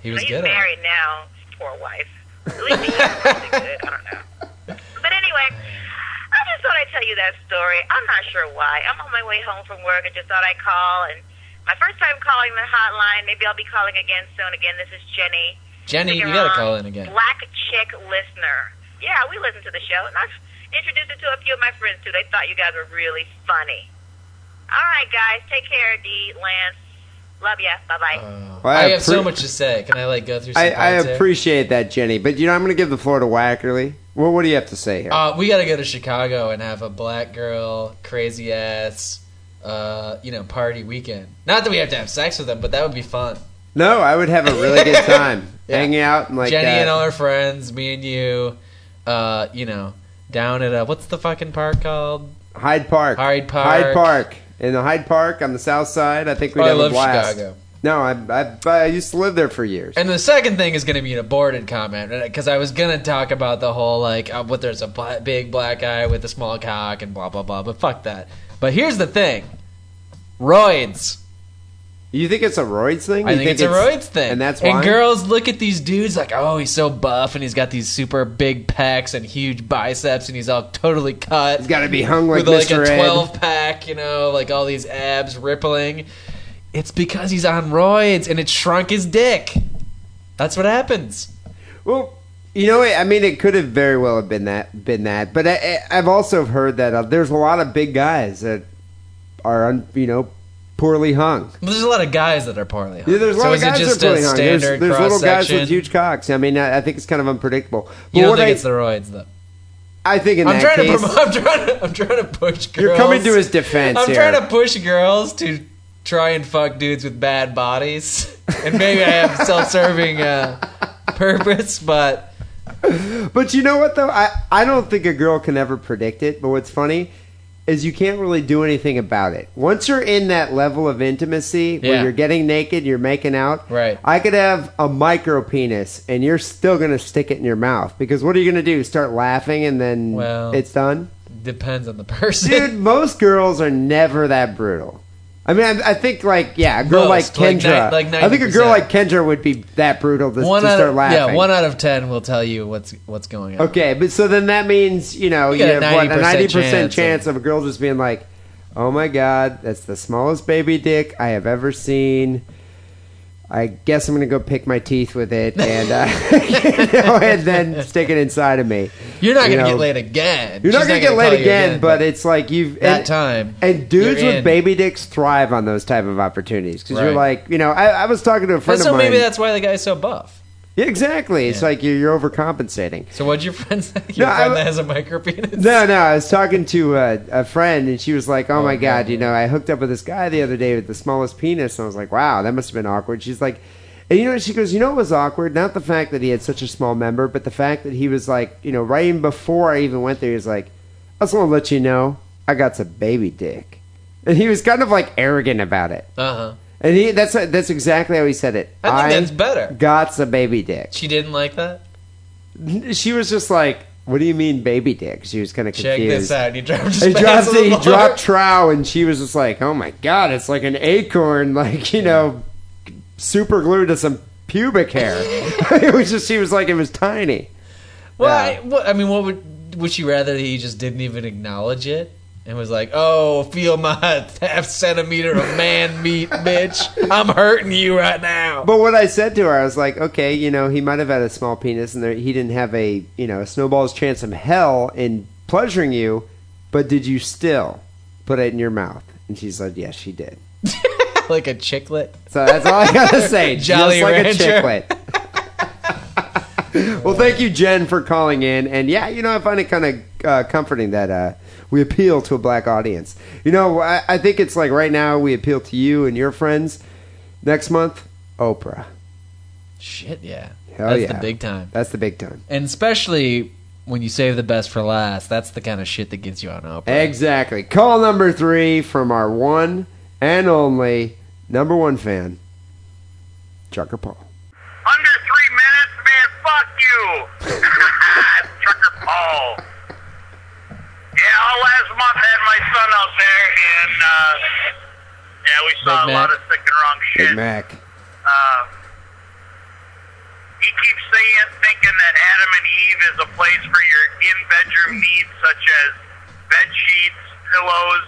[SPEAKER 4] He was
[SPEAKER 8] He's
[SPEAKER 4] good. at it.
[SPEAKER 8] married now. Poor wife. At least he has something good. I don't know. But anyway, I just thought I'd tell you that story. I'm not sure why. I'm on my way home from work. I just thought I'd call. And my first time calling the hotline. Maybe I'll be calling again soon. Again, this is Jenny.
[SPEAKER 4] Jenny, you
[SPEAKER 8] Stick
[SPEAKER 4] gotta
[SPEAKER 8] around.
[SPEAKER 4] call in again.
[SPEAKER 8] Black chick listener. Yeah, we listen to the show, and I've introduced it to a few of my friends too. They thought you guys were really funny. All right, guys, take care, D. Lance. Love ya. Bye bye.
[SPEAKER 4] Oh.
[SPEAKER 3] Well, I
[SPEAKER 4] I, have so
[SPEAKER 3] appre-
[SPEAKER 4] much to say. Can I like go through? Some
[SPEAKER 3] I, I
[SPEAKER 4] parts here?
[SPEAKER 3] appreciate that, Jenny. But you know, I'm going to give the floor to Wackerly. Well, what do you have to say here?
[SPEAKER 4] Uh, we gotta go to Chicago and have a black girl, crazy ass, uh, you know, party weekend. Not that we have to have sex with them, but that would be fun.
[SPEAKER 3] no, I would have a really good time
[SPEAKER 4] Yeah.
[SPEAKER 3] hanging out and like
[SPEAKER 4] Jenny
[SPEAKER 3] uh,
[SPEAKER 4] and all her friends, me and you, uh, you know, down at a what's the fucking park called?
[SPEAKER 3] Hyde Park.
[SPEAKER 4] Hyde Park.
[SPEAKER 3] Hyde Park. In the Hyde Park on the south side, I think we'd
[SPEAKER 4] Oh, I
[SPEAKER 3] have a
[SPEAKER 4] love
[SPEAKER 3] blast.
[SPEAKER 4] Chicago.
[SPEAKER 3] No, I, I, I used to live there for years.
[SPEAKER 4] And the second thing is going to be an aborted comment because I was going to talk about the whole like uh, what there's a bla big black guy with a small cock and blah blah blah, but fuck that. But here's the thing, roids.
[SPEAKER 3] You think it's a roids thing?
[SPEAKER 4] I
[SPEAKER 3] You
[SPEAKER 4] think, it's, a roids thing,
[SPEAKER 3] And that's why.
[SPEAKER 4] And girls look at these dudes like, oh, he's so buff and he's got these super big pecs and huge biceps and he's all totally cut.
[SPEAKER 3] He's got to be hung like
[SPEAKER 4] with like
[SPEAKER 3] Mr.
[SPEAKER 4] a
[SPEAKER 3] Ed.
[SPEAKER 4] 12 pack, you know, like all these abs rippling. It's because he's on roids and it shrunk his dick. That's what happens.
[SPEAKER 3] Well, you know, I mean, it could have very well have been that, been that. But I, I- I've also heard that uh, there's a lot of big guys that are, un, you know, poorly hung.
[SPEAKER 4] Well, there's a lot of guys that are poorly hung.
[SPEAKER 3] Yeah, there's a lot
[SPEAKER 4] so
[SPEAKER 3] of
[SPEAKER 4] is
[SPEAKER 3] guys
[SPEAKER 4] it just
[SPEAKER 3] that are
[SPEAKER 4] a
[SPEAKER 3] poorly hung. There's,
[SPEAKER 4] standard
[SPEAKER 3] there's
[SPEAKER 4] cross
[SPEAKER 3] little guys
[SPEAKER 4] section?
[SPEAKER 3] with huge cocks. I mean, I, I think it's kind of unpredictable. But
[SPEAKER 4] you don't
[SPEAKER 3] what
[SPEAKER 4] think
[SPEAKER 3] I,
[SPEAKER 4] it's the roids though?
[SPEAKER 3] I think in
[SPEAKER 4] I'm
[SPEAKER 3] that
[SPEAKER 4] trying
[SPEAKER 3] case,
[SPEAKER 4] to promote, I'm trying to I'm trying to push girls.
[SPEAKER 3] You're coming to his defense
[SPEAKER 4] I'm
[SPEAKER 3] here.
[SPEAKER 4] trying to push girls to try and fuck dudes with bad bodies, and maybe I have self-serving uh, purpose, but
[SPEAKER 3] But you know what though? I, I don't think a girl can ever predict it, but what's funny is you can't really do anything about it. Once you're in that level of intimacy where
[SPEAKER 4] Yeah.
[SPEAKER 3] you're getting naked, you're making out.
[SPEAKER 4] Right.
[SPEAKER 3] I could have a micro penis and you're still gonna stick it in your mouth because what are you gonna do? Start laughing and then
[SPEAKER 4] Well.
[SPEAKER 3] it's done?
[SPEAKER 4] depends on the person.
[SPEAKER 3] Dude, most girls are never that brutal. I mean, I, I think like yeah, a girl
[SPEAKER 4] Most,
[SPEAKER 3] like
[SPEAKER 4] like
[SPEAKER 3] Kendra.
[SPEAKER 4] nine- like
[SPEAKER 3] I think a girl
[SPEAKER 4] 90%.
[SPEAKER 3] like Kendra would be that brutal to,
[SPEAKER 4] one
[SPEAKER 3] to
[SPEAKER 4] out
[SPEAKER 3] start
[SPEAKER 4] of,
[SPEAKER 3] laughing.
[SPEAKER 4] yeah, one out of ten will tell you what's what's going on.
[SPEAKER 3] Okay, but so then that means you know
[SPEAKER 4] You
[SPEAKER 3] you,
[SPEAKER 4] got a
[SPEAKER 3] have what, a
[SPEAKER 4] 90%
[SPEAKER 3] ninety percent
[SPEAKER 4] chance
[SPEAKER 3] chance of a girl just being like, "Oh my god, that's the smallest baby dick I have ever seen." I guess I'm gonna go pick my teeth with it, and uh, you know, and then stick it inside of me.
[SPEAKER 4] You're not
[SPEAKER 3] You
[SPEAKER 4] gonna
[SPEAKER 3] know,
[SPEAKER 4] get laid again.
[SPEAKER 3] You're not
[SPEAKER 4] She's
[SPEAKER 3] gonna get
[SPEAKER 4] call
[SPEAKER 3] laid
[SPEAKER 4] you
[SPEAKER 3] again, but it's like you've
[SPEAKER 4] that
[SPEAKER 3] and-
[SPEAKER 4] time
[SPEAKER 3] And dudes
[SPEAKER 4] you're
[SPEAKER 3] with
[SPEAKER 4] in.
[SPEAKER 3] baby dicks thrive on those type of opportunities because you're
[SPEAKER 4] Right.
[SPEAKER 3] like, you know, I, I was talking to a friend
[SPEAKER 4] And so
[SPEAKER 3] of mine.
[SPEAKER 4] maybe that's why the guy's so buff.
[SPEAKER 3] Yeah, exactly. It's like you're, you're overcompensating.
[SPEAKER 4] So what'd your friend say? Your
[SPEAKER 3] No, I
[SPEAKER 4] friend
[SPEAKER 3] w-
[SPEAKER 4] that has a micro penis?
[SPEAKER 3] No, no. I was talking to a, a friend, and she was like, "Oh my god, you know, I hooked up with this guy the other day with the smallest penis." And I was like, "Wow, that must have been awkward." She's like, "And you know," what? she goes, "You know, it was awkward. Not the fact that he had such a small member, but the fact that he was like, you know, right even before I even went there, he was like, I just want to let you know, I got some baby dick," and he was kind of like arrogant about it.
[SPEAKER 4] Uh huh.
[SPEAKER 3] And he that's that's exactly how he said it.
[SPEAKER 4] I think that's better.
[SPEAKER 3] Got some baby dick.
[SPEAKER 4] She didn't like that.
[SPEAKER 3] She was just like, "What do you mean, baby dick?" She was kind of confused.
[SPEAKER 4] Check this out. He dropped. His
[SPEAKER 3] He
[SPEAKER 4] pants
[SPEAKER 3] dropped
[SPEAKER 4] on the
[SPEAKER 3] it, he
[SPEAKER 4] floor.
[SPEAKER 3] dropped trow, and she was just like, "Oh my god, it's like an acorn, like you know, super glued to some pubic hair." it was just she was like, it was tiny.
[SPEAKER 4] Well,
[SPEAKER 3] Yeah.
[SPEAKER 4] I, what, I mean, what would would she rather that he just didn't even acknowledge it and was like, "Oh, feel my half centimeter of man meat, bitch. I'm hurting you right now."
[SPEAKER 3] But what I said to her, I was like, "Okay, you know, he might have had a small penis, and there, he didn't have a you know a snowball's chance in hell in pleasuring you, but did you still put it in your mouth?" And she said, "Yes, she did."
[SPEAKER 4] like a chiclet.
[SPEAKER 3] So that's all I gotta say.
[SPEAKER 4] Jolly
[SPEAKER 3] just like
[SPEAKER 4] Rancher.
[SPEAKER 3] a chiclet. well, thank you, Jen, for calling in. And yeah, you know, I find it kind of uh, comforting that uh, we appeal to a black audience. You know, I, I think it's like right now we appeal to you and your friends. Next month, Oprah.
[SPEAKER 4] Shit, yeah.
[SPEAKER 3] Hell
[SPEAKER 4] That's
[SPEAKER 3] yeah.
[SPEAKER 4] the big time.
[SPEAKER 3] That's the big time.
[SPEAKER 4] And especially when you save the best for last, that's the kind of shit that gets you on Oprah.
[SPEAKER 3] Exactly. Call number three from our one and only number one fan, Chucker Paul.
[SPEAKER 7] Under three minutes, man, fuck you. Trucker Paul. Yeah, all last month I had my son out there, and uh, yeah, we saw
[SPEAKER 4] Big
[SPEAKER 7] a lot
[SPEAKER 4] Mac.
[SPEAKER 7] of sick and wrong shit.
[SPEAKER 3] Big Mac.
[SPEAKER 7] Uh, he keeps saying, thinking that Adam and Eve is a place for your in-bedroom needs, such as bed sheets, pillows,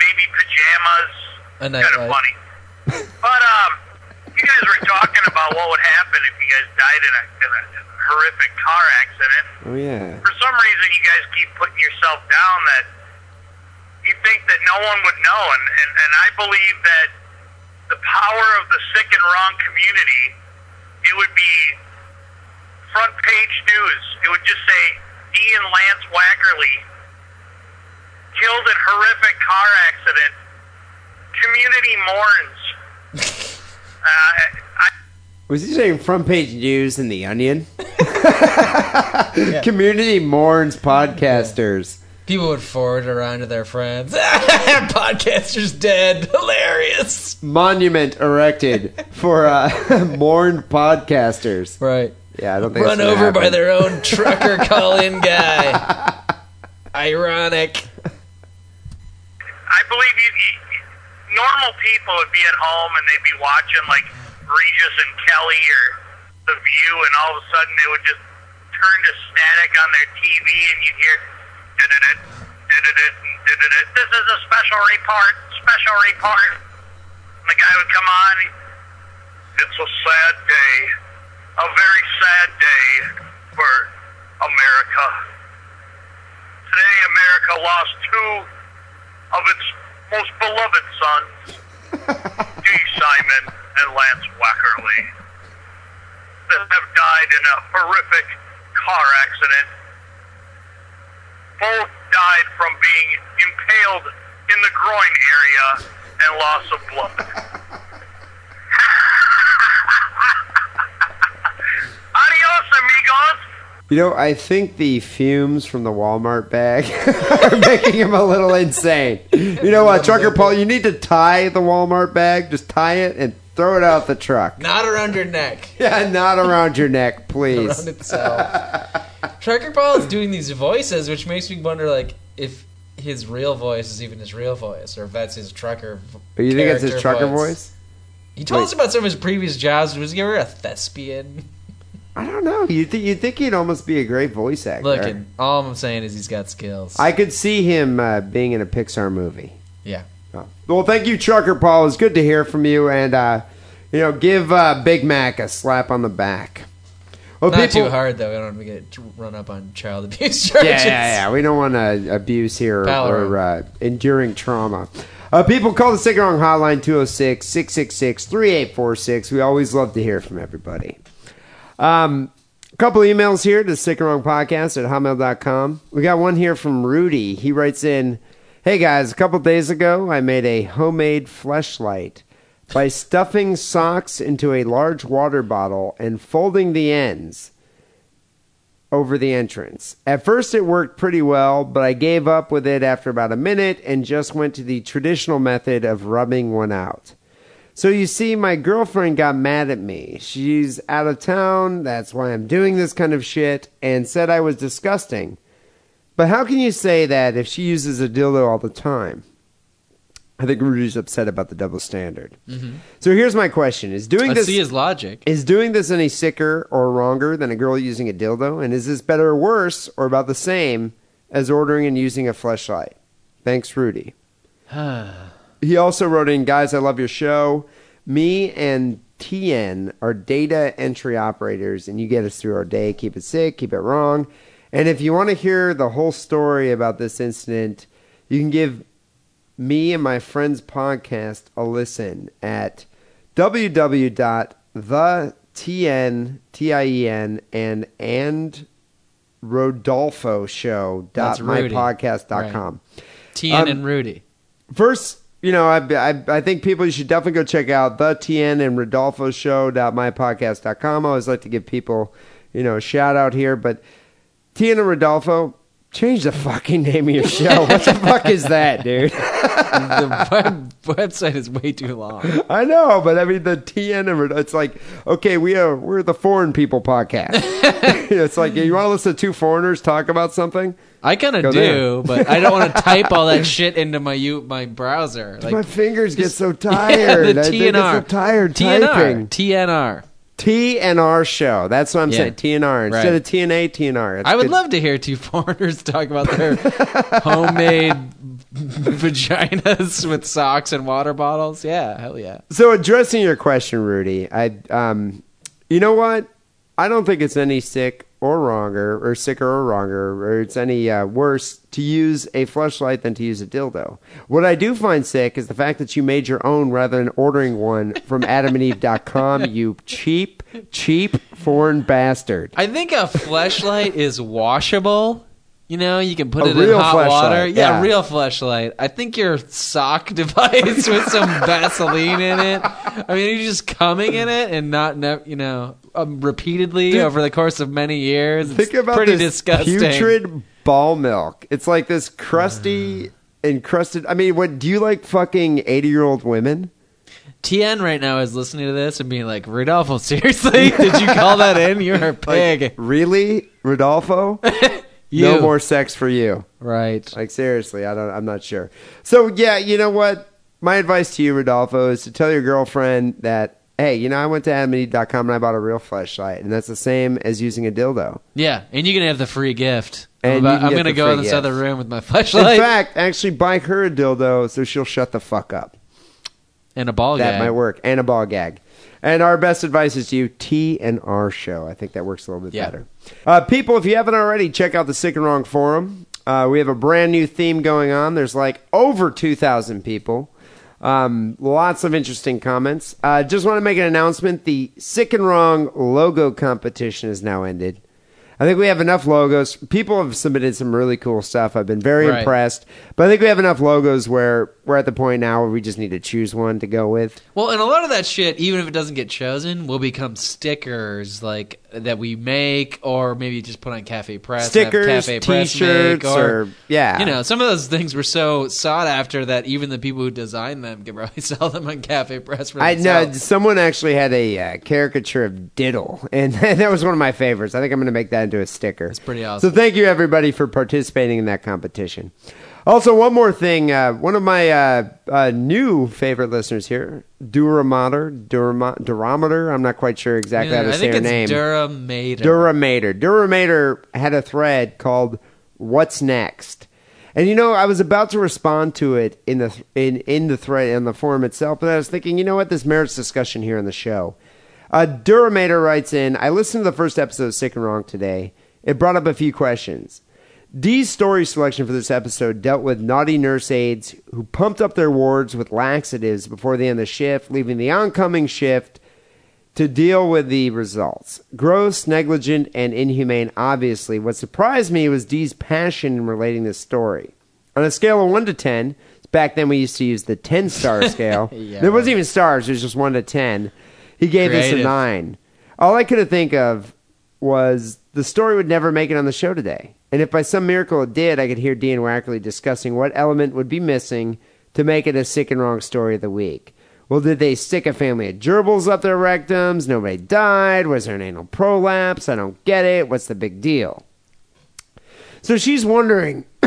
[SPEAKER 7] baby pajamas,
[SPEAKER 4] A
[SPEAKER 7] kind of
[SPEAKER 4] nightlight.
[SPEAKER 7] funny. But um, you guys were talking about what would happen if you guys died in a, in a horrific car accident.
[SPEAKER 3] Oh, yeah.
[SPEAKER 7] For some reason, you guys keep putting yourself down that you think that no one would know, and and, and I believe that the power of the sick and wrong community, it would be front page news. It would just say Ian Lance Wackerly killed in horrific car accident. Community mourns. uh, I,
[SPEAKER 3] Was he saying front page news in the Onion? Community mourns podcasters.
[SPEAKER 4] People would forward it around to their friends. Podcaster's dead. Hilarious.
[SPEAKER 3] Monument erected for uh, mourned podcasters.
[SPEAKER 4] Right.
[SPEAKER 3] Yeah, I don't think
[SPEAKER 4] Run
[SPEAKER 3] that's gonna
[SPEAKER 4] over
[SPEAKER 3] happen.
[SPEAKER 4] by their own trucker call in guy. Ironic.
[SPEAKER 7] I believe you, you, normal people would be at home and they'd be watching like Regis and Kelly or The View, and all of a sudden they would just turn to static on their TV, and you'd hear. "Dun-dun-dun, dun-dun-dun, dun-dun-dun. This is a special report. Special report. And the guy would come on. he- It's a sad day. A very sad day for America. Today, America lost two of its most beloved sons, D. Simon and Lance Wackerly, that have died in a horrific car accident. Both died from being impaled in the groin area and loss of blood. Adios, amigos.
[SPEAKER 3] You know, I think the fumes from the Walmart bag are making him a little insane. You know what, Trucker Paul, you need to tie the Walmart bag. Just tie it and throw it out the truck.
[SPEAKER 4] Not around your neck.
[SPEAKER 3] Yeah, not around your neck, please.
[SPEAKER 4] Around itself. Trucker Paul is doing these voices, which makes me wonder, like, if his real voice is even his real voice, or if that's his trucker.
[SPEAKER 3] But you think it's his
[SPEAKER 4] character
[SPEAKER 3] trucker voice?
[SPEAKER 4] He told
[SPEAKER 3] Wait.
[SPEAKER 4] us about some of his previous jobs. Was he ever a thespian?
[SPEAKER 3] I don't know. You think you think he'd almost be a great voice actor?
[SPEAKER 4] Look, and all I'm saying is he's got skills.
[SPEAKER 3] I could see him uh, being in a Pixar movie.
[SPEAKER 4] Yeah.
[SPEAKER 3] Oh. Well, thank you, Trucker Paul. It's good to hear from you, and uh, you know, give uh, Big Mac a slap on the back. Well,
[SPEAKER 4] Not
[SPEAKER 3] people-
[SPEAKER 4] too hard though. I don't want to get run up on child abuse charges.
[SPEAKER 3] Yeah, yeah, yeah. We don't want to abuse here or,
[SPEAKER 4] Pal
[SPEAKER 3] or uh, enduring trauma. Uh, people call the Sick and Wrong oh Hotline 206 666 3846. We always love to hear from everybody. Um, a couple emails here to sick and wrong podcast at hotmail.com. We got one here from Rudy. He writes in, Hey guys, a couple days ago I made a homemade fleshlight by stuffing socks into a large water bottle and folding the ends over the entrance. At first, it worked pretty well, but I gave up with it after about a minute and just went to the traditional method of rubbing one out. So, you see, my girlfriend got mad at me. She's out of town, that's why I'm doing this kind of shit, and said I was disgusting. But how can you say that if she uses a dildo all the time? I think Rudy's upset about the double standard. So here's my question: Is doing
[SPEAKER 4] Mm-hmm. I
[SPEAKER 3] this
[SPEAKER 4] see his logic.
[SPEAKER 3] is doing this any sicker or wronger than a girl using a dildo? And is this better or worse or about the same as ordering and using a fleshlight? Thanks, Rudy. he also wrote in, Guys, I love your show. Me and TN are data entry operators, and you get us through our day. Keep it sick, keep it wrong. And if you want to hear the whole story about this incident, you can give me and my friend's podcast a listen at www.thetntien E and and rodolfo
[SPEAKER 4] That's Rudy.
[SPEAKER 3] show.mypodcast.com
[SPEAKER 4] Tian
[SPEAKER 3] Um,
[SPEAKER 4] and Rudy.
[SPEAKER 3] first you know I, I i think people should definitely go check out the tn and rodolfo show.mypodcast.com i always like to give people you know a shout out here but tn and rodolfo change the fucking name of your show what the fuck is that dude
[SPEAKER 4] the web, website is way too long.
[SPEAKER 3] I know, but I mean the TN number. It's like okay, we are we're the foreign people podcast. it's like you want to listen to two foreigners talk about something.
[SPEAKER 4] I kind
[SPEAKER 3] Go
[SPEAKER 4] of
[SPEAKER 3] there.
[SPEAKER 4] do, but I don't want to type all that shit into my u my browser. Like
[SPEAKER 3] My fingers get so
[SPEAKER 4] Yeah,
[SPEAKER 3] tired.
[SPEAKER 4] the
[SPEAKER 3] I think
[SPEAKER 4] TNR.
[SPEAKER 3] it's so tired
[SPEAKER 4] TNR.
[SPEAKER 3] typing.
[SPEAKER 4] TNR.
[SPEAKER 3] TNR show. That's what I'm
[SPEAKER 4] Yeah.
[SPEAKER 3] saying. TNR instead
[SPEAKER 4] Right.
[SPEAKER 3] of TNA. TNR. It's
[SPEAKER 4] I would
[SPEAKER 3] good.
[SPEAKER 4] love to hear two foreigners talk about their homemade vaginas with socks and water bottles. Yeah, hell yeah.
[SPEAKER 3] So addressing your question, Rudy, I um, you know what? I don't think it's any sick or wronger or sicker or wronger or it's any uh, worse to use a flashlight than to use a dildo. What I do find sick is the fact that you made your own rather than ordering one from AdamAndEve.com. you cheap, cheap foreign bastard.
[SPEAKER 4] I think a flashlight is washable. You know, you can put
[SPEAKER 3] A
[SPEAKER 4] it in
[SPEAKER 3] real
[SPEAKER 4] hot water.
[SPEAKER 3] fleshlight,
[SPEAKER 4] Yeah,
[SPEAKER 3] yeah.
[SPEAKER 4] real flashlight. I think your sock device with some Vaseline in it. I mean, you're just coming in it and not, nev- you know, um, repeatedly over the course of many years. It's
[SPEAKER 3] Think about
[SPEAKER 4] pretty
[SPEAKER 3] this
[SPEAKER 4] disgusting.
[SPEAKER 3] putrid ball milk. It's like this crusty, encrusted. I mean, what do you like? Fucking eighty-year-old women.
[SPEAKER 4] TN right now is listening to this and being like, Rodolfo, seriously? Did you call that in? You're a
[SPEAKER 3] Like,
[SPEAKER 4] pig.
[SPEAKER 3] really, Rodolfo?
[SPEAKER 4] You.
[SPEAKER 3] No more sex for you.
[SPEAKER 4] Right.
[SPEAKER 3] Like seriously, I don't. I'm not sure. So yeah, you know what? My advice to you, Rodolfo, is to tell your girlfriend that hey, you know, I went to adamandeve.com and I bought a real flashlight, and that's the same as using a dildo.
[SPEAKER 4] Yeah, and you can have the free gift.
[SPEAKER 3] And
[SPEAKER 4] I'm,
[SPEAKER 3] you
[SPEAKER 4] about-
[SPEAKER 3] can
[SPEAKER 4] I'm
[SPEAKER 3] get
[SPEAKER 4] gonna
[SPEAKER 3] the
[SPEAKER 4] go
[SPEAKER 3] free
[SPEAKER 4] in this
[SPEAKER 3] gift.
[SPEAKER 4] other room with my
[SPEAKER 3] In
[SPEAKER 4] flashlight
[SPEAKER 3] fact, actually, buy her a dildo so she'll shut the fuck up.
[SPEAKER 4] and a ball
[SPEAKER 3] That
[SPEAKER 4] gag.
[SPEAKER 3] might work, and a ball gag. And our best advice is to you, T and R show. I think that works a little bit
[SPEAKER 4] Yeah.
[SPEAKER 3] better. Uh, people, if you haven't already, check out the Sick and Wrong Forum. Uh, we have a brand new theme going on. There's like over 2,000 people. Um, lots of interesting comments. Uh, just want to make an announcement. The Sick and Wrong logo competition is now ended. I think we have enough logos. People have submitted some really cool stuff. I've been very
[SPEAKER 4] Right.
[SPEAKER 3] impressed. But I think we have enough logos where we're at the point now where we just need to choose one to go with.
[SPEAKER 4] Well, and a lot of that shit, even if it doesn't get chosen, will become stickers like that we make, or maybe just put on Cafe Press. and have
[SPEAKER 3] stickers,
[SPEAKER 4] Cafe Press
[SPEAKER 3] t-shirts,
[SPEAKER 4] make, or,
[SPEAKER 3] or yeah,
[SPEAKER 4] you know, some of those things were so sought after that even the people who designed them could probably sell them on Cafe Press. For
[SPEAKER 3] I know
[SPEAKER 4] themselves.
[SPEAKER 3] someone actually had a uh, caricature of Diddle, and that was one of my favorites. I think I'm going to make that into a sticker. It's
[SPEAKER 4] pretty awesome.
[SPEAKER 3] So thank you everybody for participating in that competition. Also, one more thing. Uh, one of my uh, uh, new favorite listeners here, Duramater, Durama- Durameter. I'm not quite sure exactly how
[SPEAKER 4] I
[SPEAKER 3] to say
[SPEAKER 4] think
[SPEAKER 3] her
[SPEAKER 4] it's
[SPEAKER 3] name.
[SPEAKER 4] Dura Mater.
[SPEAKER 3] Duramater. Duramater had a thread called "What's Next," and you know, I was about to respond to it in the in in the thread in the forum itself, but I was thinking, you know what, this merits discussion here on the show. Uh, Duramater writes in, "I listened to the first episode of Sick and Wrong today. It brought up a few questions." Dee's story selection for this episode dealt with naughty nurse aides who pumped up their wards with laxatives before the end of the shift, leaving the oncoming shift to deal with the results. Gross, negligent, and inhumane, obviously. What surprised me was Dee's passion in relating this story. On a scale of 1 to 10, back then we used to use the 10 star scale. there wasn't even stars, it was just 1 to 10. He gave this a
[SPEAKER 4] Creative.
[SPEAKER 3] 9. All I could have think of was the story would never make it on the show today. And if by some miracle it did, I could hear Dean Wackerly discussing what element would be missing to make it a sick and wrong story of the week. Well, did they stick a family of gerbils up their rectums? Nobody died. Was there an anal prolapse? I don't get it. What's the big deal? So she's wondering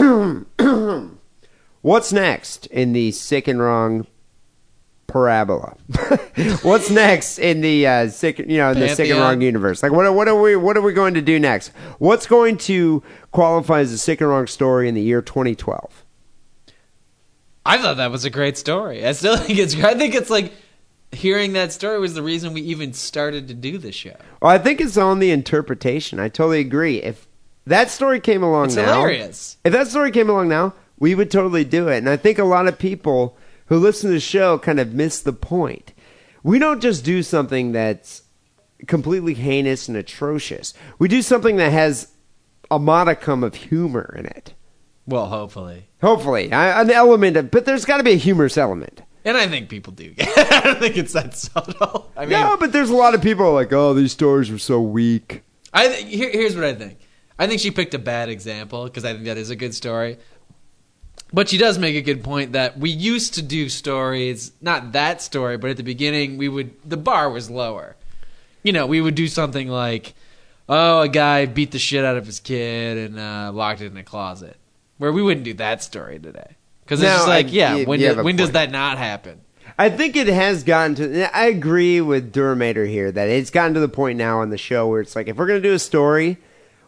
[SPEAKER 3] what's next in the sick and wrong parabola. what's next in the uh, sick, you know, in the sick and
[SPEAKER 4] Pantheon.
[SPEAKER 3] wrong universe? Like, what, what are we, what are we going to do next? What's going to qualify as a sick and wrong story in the year 2012?
[SPEAKER 4] I thought that was a great story. I still think it's. I think it's like hearing that story was the reason we even started to do this show.
[SPEAKER 3] Well, I think it's on the interpretation. I totally agree. If that story came along
[SPEAKER 4] It's
[SPEAKER 3] Oh, now,
[SPEAKER 4] hilarious.
[SPEAKER 3] if that story came along now, we would totally do it. And I think a lot of people who listen to the show kind of miss the point. We don't just do something that's completely heinous and atrocious. We do something that has a modicum of humor in it.
[SPEAKER 4] Well, hopefully,
[SPEAKER 3] Hopefully, I- an element of, but there's got to be a humorous element.
[SPEAKER 4] and I think people do. I don't think it's that subtle. I mean,
[SPEAKER 3] no, but there's a lot of people like, oh, these stories are so weak.
[SPEAKER 4] I th- here, here's what I think. I think she picked a bad example because I think that is a good story. But she does make a good point that we used to do stories, not that story, but at the beginning we would the bar was lower. You know, we would do something like, oh, a guy beat the shit out of his kid and uh, locked it in a closet, where we wouldn't do that story today because it's
[SPEAKER 3] No,
[SPEAKER 4] just
[SPEAKER 3] I-
[SPEAKER 4] like, yeah,
[SPEAKER 3] you-
[SPEAKER 4] when
[SPEAKER 3] you
[SPEAKER 4] do-
[SPEAKER 3] have a
[SPEAKER 4] when does
[SPEAKER 3] point.
[SPEAKER 4] that not happen?
[SPEAKER 3] I think it has gotten to. I agree with Duramater here that it's gotten to the point now on the show where it's like, if we're going to do a story,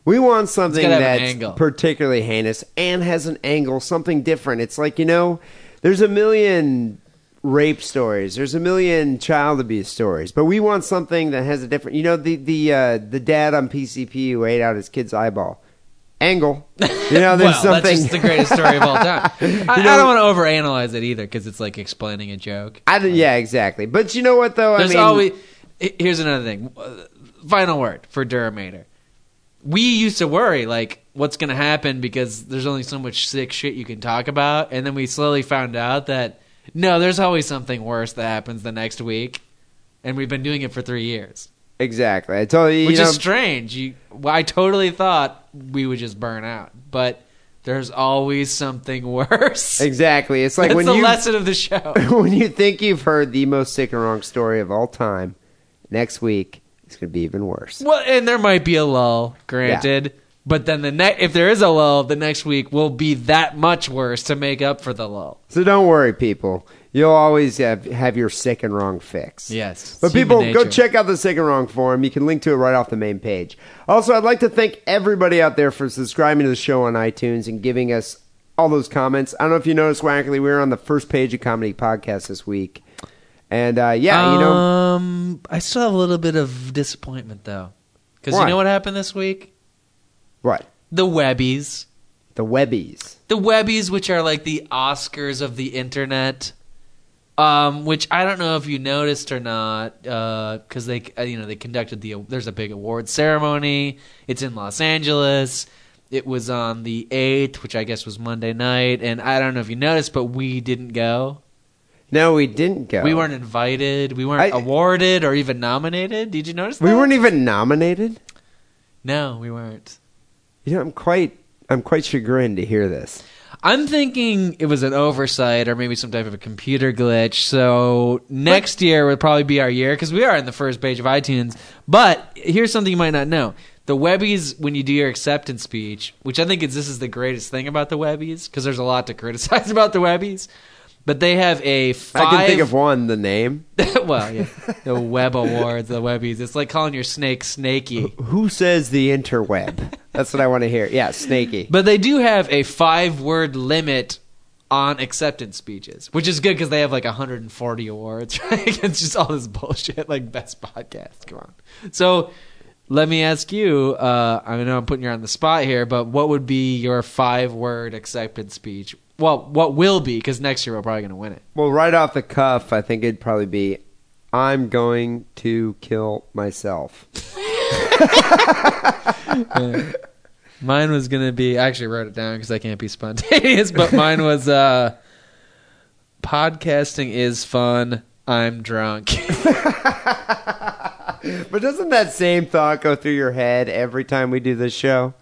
[SPEAKER 3] we want something
[SPEAKER 4] gotta have an
[SPEAKER 3] that's
[SPEAKER 4] angle.
[SPEAKER 3] particularly heinous and has an angle, something different. It's like, you know, there's a million rape stories, there's a million child abuse stories, but we want something that has a different. You know, the the uh, the dad on PCP who ate out his kid's eyeball. Angle, you know, there's
[SPEAKER 4] well,
[SPEAKER 3] something.
[SPEAKER 4] that's just the greatest story of all time. I, I
[SPEAKER 3] know-
[SPEAKER 4] don't want to overanalyze it either because it's like explaining a joke.
[SPEAKER 3] I don't- yeah, exactly. But you know what though?
[SPEAKER 4] There's
[SPEAKER 3] I mean,
[SPEAKER 4] always. he- Here's another thing. Uh, Final word for Duramater. We used to worry like what's going to happen because there's only so much sick shit you can talk about, and then we slowly found out that no, there's always something worse that happens the next week, and we've been doing it for three years,
[SPEAKER 3] exactly. I totally. you
[SPEAKER 4] which
[SPEAKER 3] know-
[SPEAKER 4] is strange. You, well, I totally thought we would just burn out, but there's always something worse.
[SPEAKER 3] Exactly. It's like
[SPEAKER 4] That's
[SPEAKER 3] when
[SPEAKER 4] the
[SPEAKER 3] you
[SPEAKER 4] lesson of the show.
[SPEAKER 3] when you think you've heard the most sick and wrong story of all time, next week it's going to be even worse.
[SPEAKER 4] Well, and there might be a lull, granted. But then the ne- if there is a lull, the next week will be that much worse to make up for the lull.
[SPEAKER 3] So don't worry, people. You'll always have, have your sick and wrong fix.
[SPEAKER 4] Yes,
[SPEAKER 3] But
[SPEAKER 4] it's human
[SPEAKER 3] people, go
[SPEAKER 4] nature.
[SPEAKER 3] check out the sick and wrong forum. You can link to it right off the main page. Also, I'd like to thank everybody out there for subscribing to the show on iTunes and giving us all those comments. I don't know if you noticed, Wackerly, we were on the first page of Comedy Podcast this week. And uh, yeah, you know.
[SPEAKER 4] um, I still have a little bit of disappointment though, because you
[SPEAKER 3] Why?
[SPEAKER 4] know what happened this week?
[SPEAKER 3] What?
[SPEAKER 4] The Webbies,
[SPEAKER 3] The Webbies.
[SPEAKER 4] the Webbies, which are like the Oscars of the internet. Um, which I don't know if you noticed or not, because they, uh, you know, they conducted the. There's a big award ceremony. It's in Los Angeles. It was on the eighth, which I guess was Monday night, and I don't know if you noticed, but we didn't go.
[SPEAKER 3] No, we didn't go.
[SPEAKER 4] We weren't invited. We weren't
[SPEAKER 3] I-
[SPEAKER 4] awarded or even nominated. Did you notice?
[SPEAKER 3] We
[SPEAKER 4] that?
[SPEAKER 3] weren't e- even nominated.
[SPEAKER 4] No, we weren't.
[SPEAKER 3] You know, I'm quite, I'm quite chagrined to hear this.
[SPEAKER 4] I'm thinking it was an oversight or maybe some type of a computer glitch. So next year would probably be our year because we are in the first page of iTunes. But here's something you might not know: the Webbies, when you do your acceptance speech, which I think is this is the greatest thing about the Webbies because there's a lot to criticize about the Webbies, but they have a five.
[SPEAKER 3] I can think of one, the name.
[SPEAKER 4] well, yeah, the Web Awards, the Webbies. It's like calling your snake snaky.
[SPEAKER 3] Who says the interweb? That's what I want to hear. Yeah, snaky.
[SPEAKER 4] But they do have a five word limit on acceptance speeches, which is good because they have like 140 awards. Right? It's just all this bullshit, like best podcast. Come on. So let me ask you uh, I know I'm putting you on the spot here, but what would be your five word acceptance speech? Well, what will be because next year we're probably going to win it.
[SPEAKER 3] Well, right off the cuff, I think it'd probably be, I'm going to kill myself.
[SPEAKER 4] Mine was gonna be. I actually wrote it down because I can't be spontaneous. But mine was uh, podcasting is fun. I'm drunk.
[SPEAKER 3] But doesn't that same thought go through your head every time we do this show?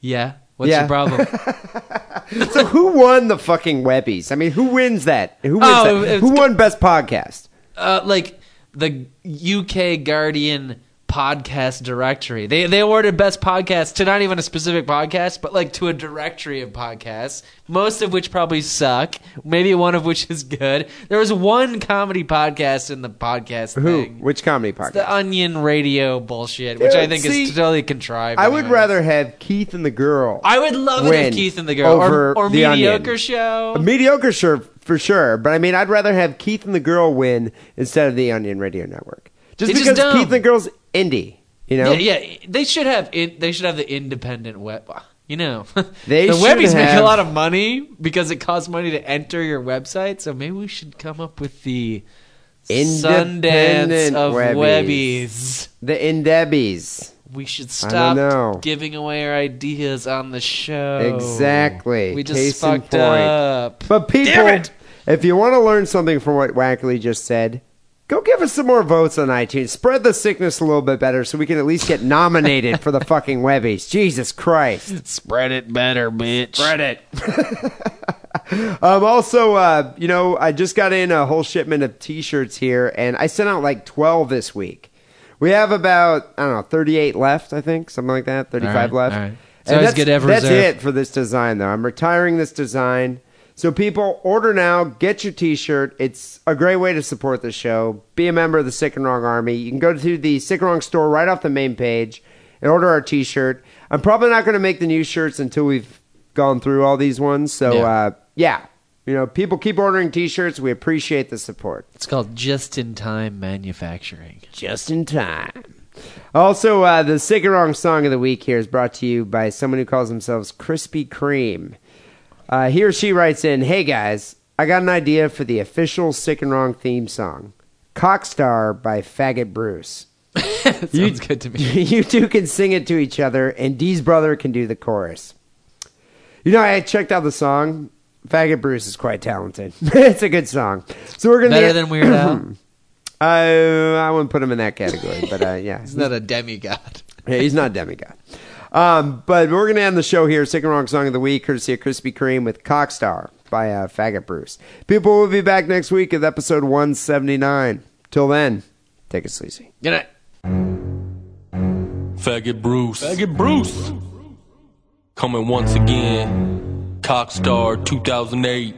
[SPEAKER 4] yeah. What's
[SPEAKER 3] Yeah.
[SPEAKER 4] your problem?
[SPEAKER 3] So who won the fucking Webbies? I mean, who wins that? Who wins
[SPEAKER 4] Oh,
[SPEAKER 3] that?
[SPEAKER 4] it's-
[SPEAKER 3] Who won best podcast?
[SPEAKER 4] uh, like the UK Guardian podcast directory. They they awarded best podcast to not even a specific podcast, but like to a directory of podcasts, most of which probably suck, maybe one of which is good. There was one comedy podcast in the podcast
[SPEAKER 3] Who?
[SPEAKER 4] thing.
[SPEAKER 3] Which comedy podcast?
[SPEAKER 4] The Onion Radio bullshit, which I
[SPEAKER 3] Dude,
[SPEAKER 4] think
[SPEAKER 3] see,
[SPEAKER 4] is totally contrived.
[SPEAKER 3] I would
[SPEAKER 4] anyway.
[SPEAKER 3] rather have Keith and the girl.
[SPEAKER 4] I would love it
[SPEAKER 3] win
[SPEAKER 4] if Keith and the girl
[SPEAKER 3] over
[SPEAKER 4] or, or
[SPEAKER 3] The Onion.
[SPEAKER 4] mediocre show.
[SPEAKER 3] A mediocre, sure for sure, but I mean, I'd rather have Keith and the girl win instead of the Onion Radio Network, just
[SPEAKER 4] It's just
[SPEAKER 3] because
[SPEAKER 4] dumb.
[SPEAKER 3] Keith and the girl's indie. You know,
[SPEAKER 4] Yeah, yeah, they should have. In, they should have the independent web. You know,
[SPEAKER 3] They
[SPEAKER 4] the
[SPEAKER 3] should
[SPEAKER 4] Webbies make
[SPEAKER 3] have-
[SPEAKER 4] a lot of money because it costs money to enter your website. So maybe we should come up with the Sundance
[SPEAKER 3] Independent
[SPEAKER 4] of
[SPEAKER 3] Webbies.
[SPEAKER 4] Webbies.
[SPEAKER 3] the Indebbies.
[SPEAKER 4] We
[SPEAKER 3] I
[SPEAKER 4] should
[SPEAKER 3] don't
[SPEAKER 4] stop
[SPEAKER 3] know.
[SPEAKER 4] giving away our ideas on the show.
[SPEAKER 3] Exactly.
[SPEAKER 4] We just
[SPEAKER 3] Case in
[SPEAKER 4] fucked
[SPEAKER 3] point.
[SPEAKER 4] up.
[SPEAKER 3] But
[SPEAKER 4] Damn
[SPEAKER 3] people,
[SPEAKER 4] it!
[SPEAKER 3] if you want to learn something from what Wackley just said, go give us some more votes on iTunes. Spread the sickness a little bit better, so we can at least get nominated for the fucking Webbies. Jesus Christ.
[SPEAKER 4] Spread it better, bitch. Spread it.
[SPEAKER 3] Um, also, uh, you know, I just got in a whole shipment of T-shirts here, and I sent out like twelve this week. We have about I don't know thirty-eight left, I think, something like that. Thirty-five
[SPEAKER 4] All right,
[SPEAKER 3] left.
[SPEAKER 4] all right. It's
[SPEAKER 3] And
[SPEAKER 4] always
[SPEAKER 3] that's,
[SPEAKER 4] good to have a
[SPEAKER 3] that's
[SPEAKER 4] reserve.
[SPEAKER 3] it for this design, though. I'm retiring this design. So people, order now. Get your T-shirt. It's a great way to support the show. Be a member of the Sick and Wrong Army. You can go to the Sick and Wrong store right off the main page and order our T-shirt. I'm probably not going to make the new shirts until we've gone through all these ones. So
[SPEAKER 4] Yeah.
[SPEAKER 3] uh, yeah, you know, people keep ordering T-shirts. We appreciate the support.
[SPEAKER 4] It's called just-in-time manufacturing.
[SPEAKER 3] Just in time. Also, uh, the sick and wrong song of the week here is brought to you by someone who calls themselves Krispy Kreme. Uh, he or she writes in, "Hey guys, I got an idea for the official sick and wrong theme song, Cockstar by Faggot Bruce."
[SPEAKER 4] That
[SPEAKER 3] You-
[SPEAKER 4] sounds good to me.
[SPEAKER 3] you two can sing it to each other, and Dee's brother can do the chorus. You know, I checked out the song. Faggot Bruce is quite talented. it's a good song. So we're gonna
[SPEAKER 4] Better than Weird Al.
[SPEAKER 3] Uh, I wouldn't put him in that category, but uh, yeah,
[SPEAKER 4] He's not a demigod.
[SPEAKER 3] yeah, he's not a demigod. Um, but we're going to end the show here. Second Wrong Song of the Week, courtesy of Krispy Kreme with Cockstar by uh, Faggot Bruce. People will be back next week with episode 179. Till then, take it sleazy.
[SPEAKER 4] Good night.
[SPEAKER 10] Faggot Bruce. Faggot Bruce. Coming once again. Cockstar 2008.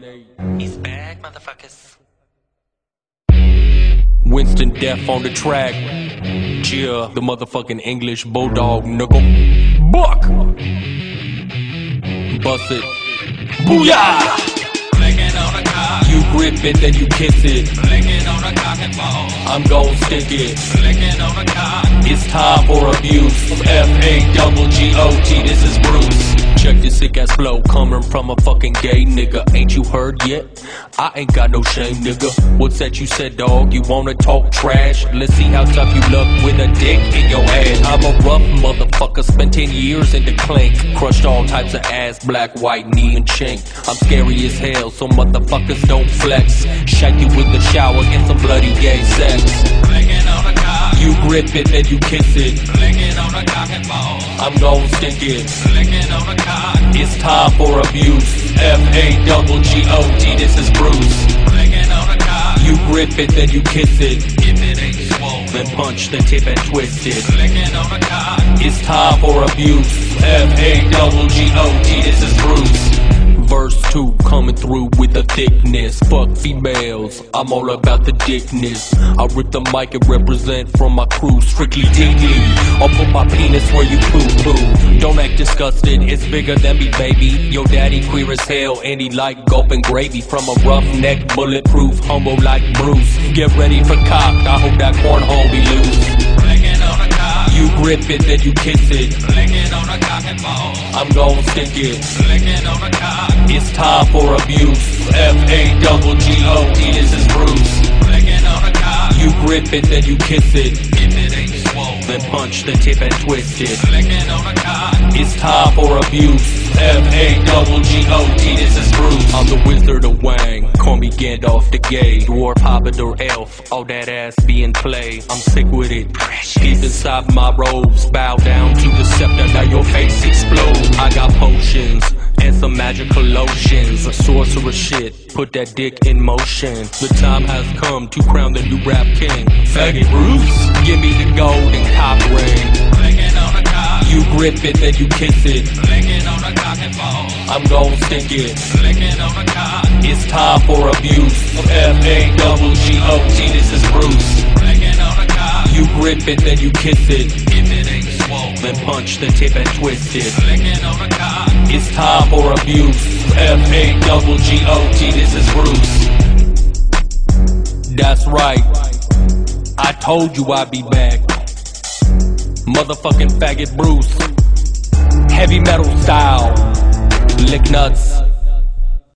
[SPEAKER 11] He's back, motherfuckers.
[SPEAKER 10] Winston Deaf on the track. Cheer the motherfucking English bulldog knuckle. Buck! Bust it. Booyah!
[SPEAKER 11] Blinking on a cock,
[SPEAKER 10] You grip it, then you kiss it.
[SPEAKER 11] blinking on a cock and ball,
[SPEAKER 10] I'm gon' stick it.
[SPEAKER 11] blinking on a cock.
[SPEAKER 10] It's time for abuse. F A double G O T. This is Bruce. Check this sick ass flow coming from a fucking gay nigga. Ain't you heard yet? I ain't got no shame, nigga. What's that you said, dog? You wanna talk trash? Let's see how tough you look with a dick in your ass. I'm a rough motherfucker. Spent 10 years in the clink. Crushed all types of ass, black, white, knee, and chink. I'm scary as hell, so motherfuckers don't flex. Shake you with the shower, get some bloody gay sex.
[SPEAKER 11] Blinking on a cock,
[SPEAKER 10] You grip it, then you kiss it.
[SPEAKER 11] blinking on a cock and ball,
[SPEAKER 10] I'm gon' stick it.
[SPEAKER 11] blinking on a cock,
[SPEAKER 10] It's time for abuse. F A double G O T. This is Bruce.
[SPEAKER 11] blinking on a cock.
[SPEAKER 10] You grip it, then you kiss it.
[SPEAKER 11] If it ain't swole,
[SPEAKER 10] Then punch, then tip and twist it.
[SPEAKER 11] blinking on a cock.
[SPEAKER 10] It's time for abuse. F A double G O T. This is Bruce. Verse 2 coming through with the thickness. Fuck females, I'm all about the dickness. I rip the mic and represent from my crew. Strictly dickly. I'll put my penis where you poo poo. Don't act disgusted, it's bigger than me, baby. Your daddy queer as hell, and he like gulping gravy from a rough neck, bulletproof, humble like Bruce. Get ready for cock, I hope that cornhole be loose.
[SPEAKER 11] Blinking on a cock,
[SPEAKER 10] You grip it, then you kiss it.
[SPEAKER 11] blinking on a cock and ball,
[SPEAKER 10] I'm gon' stick it.
[SPEAKER 11] blinking on a cock,
[SPEAKER 10] It's time for abuse. F A double G O T. This is Bruce.
[SPEAKER 11] blinking on a cock.
[SPEAKER 10] grip it, then you kiss it. If it ain't swole, then punch the tip and twist it. It's time for abuse. M A double G O T. This is Bruce. I'm the Wizard of Wang. Call me Gandalf the Gay, Dwarf, Hobbit, or Elf. All that ass be in play. I'm sick with it. Deep inside my robes, bow down to the scepter. Now your face explodes. I got potions and some magical lotions. Sorcerer shit, put that dick in motion. The time has come to crown the new rap king. Faggot Bruce, give me the golden cop ring. You grip it, then you kiss it. I'm gon' stick it. It's time for abuse. F A double G O T. This is Bruce. You grip it, then you kiss it. If it ain't swole, then punch the tip and twist it. It's time for abuse. F A double G O T. This is Bruce. That's right. I told you I'd be back. Motherfucking faggot Bruce. Heavy metal style. Lick nuts.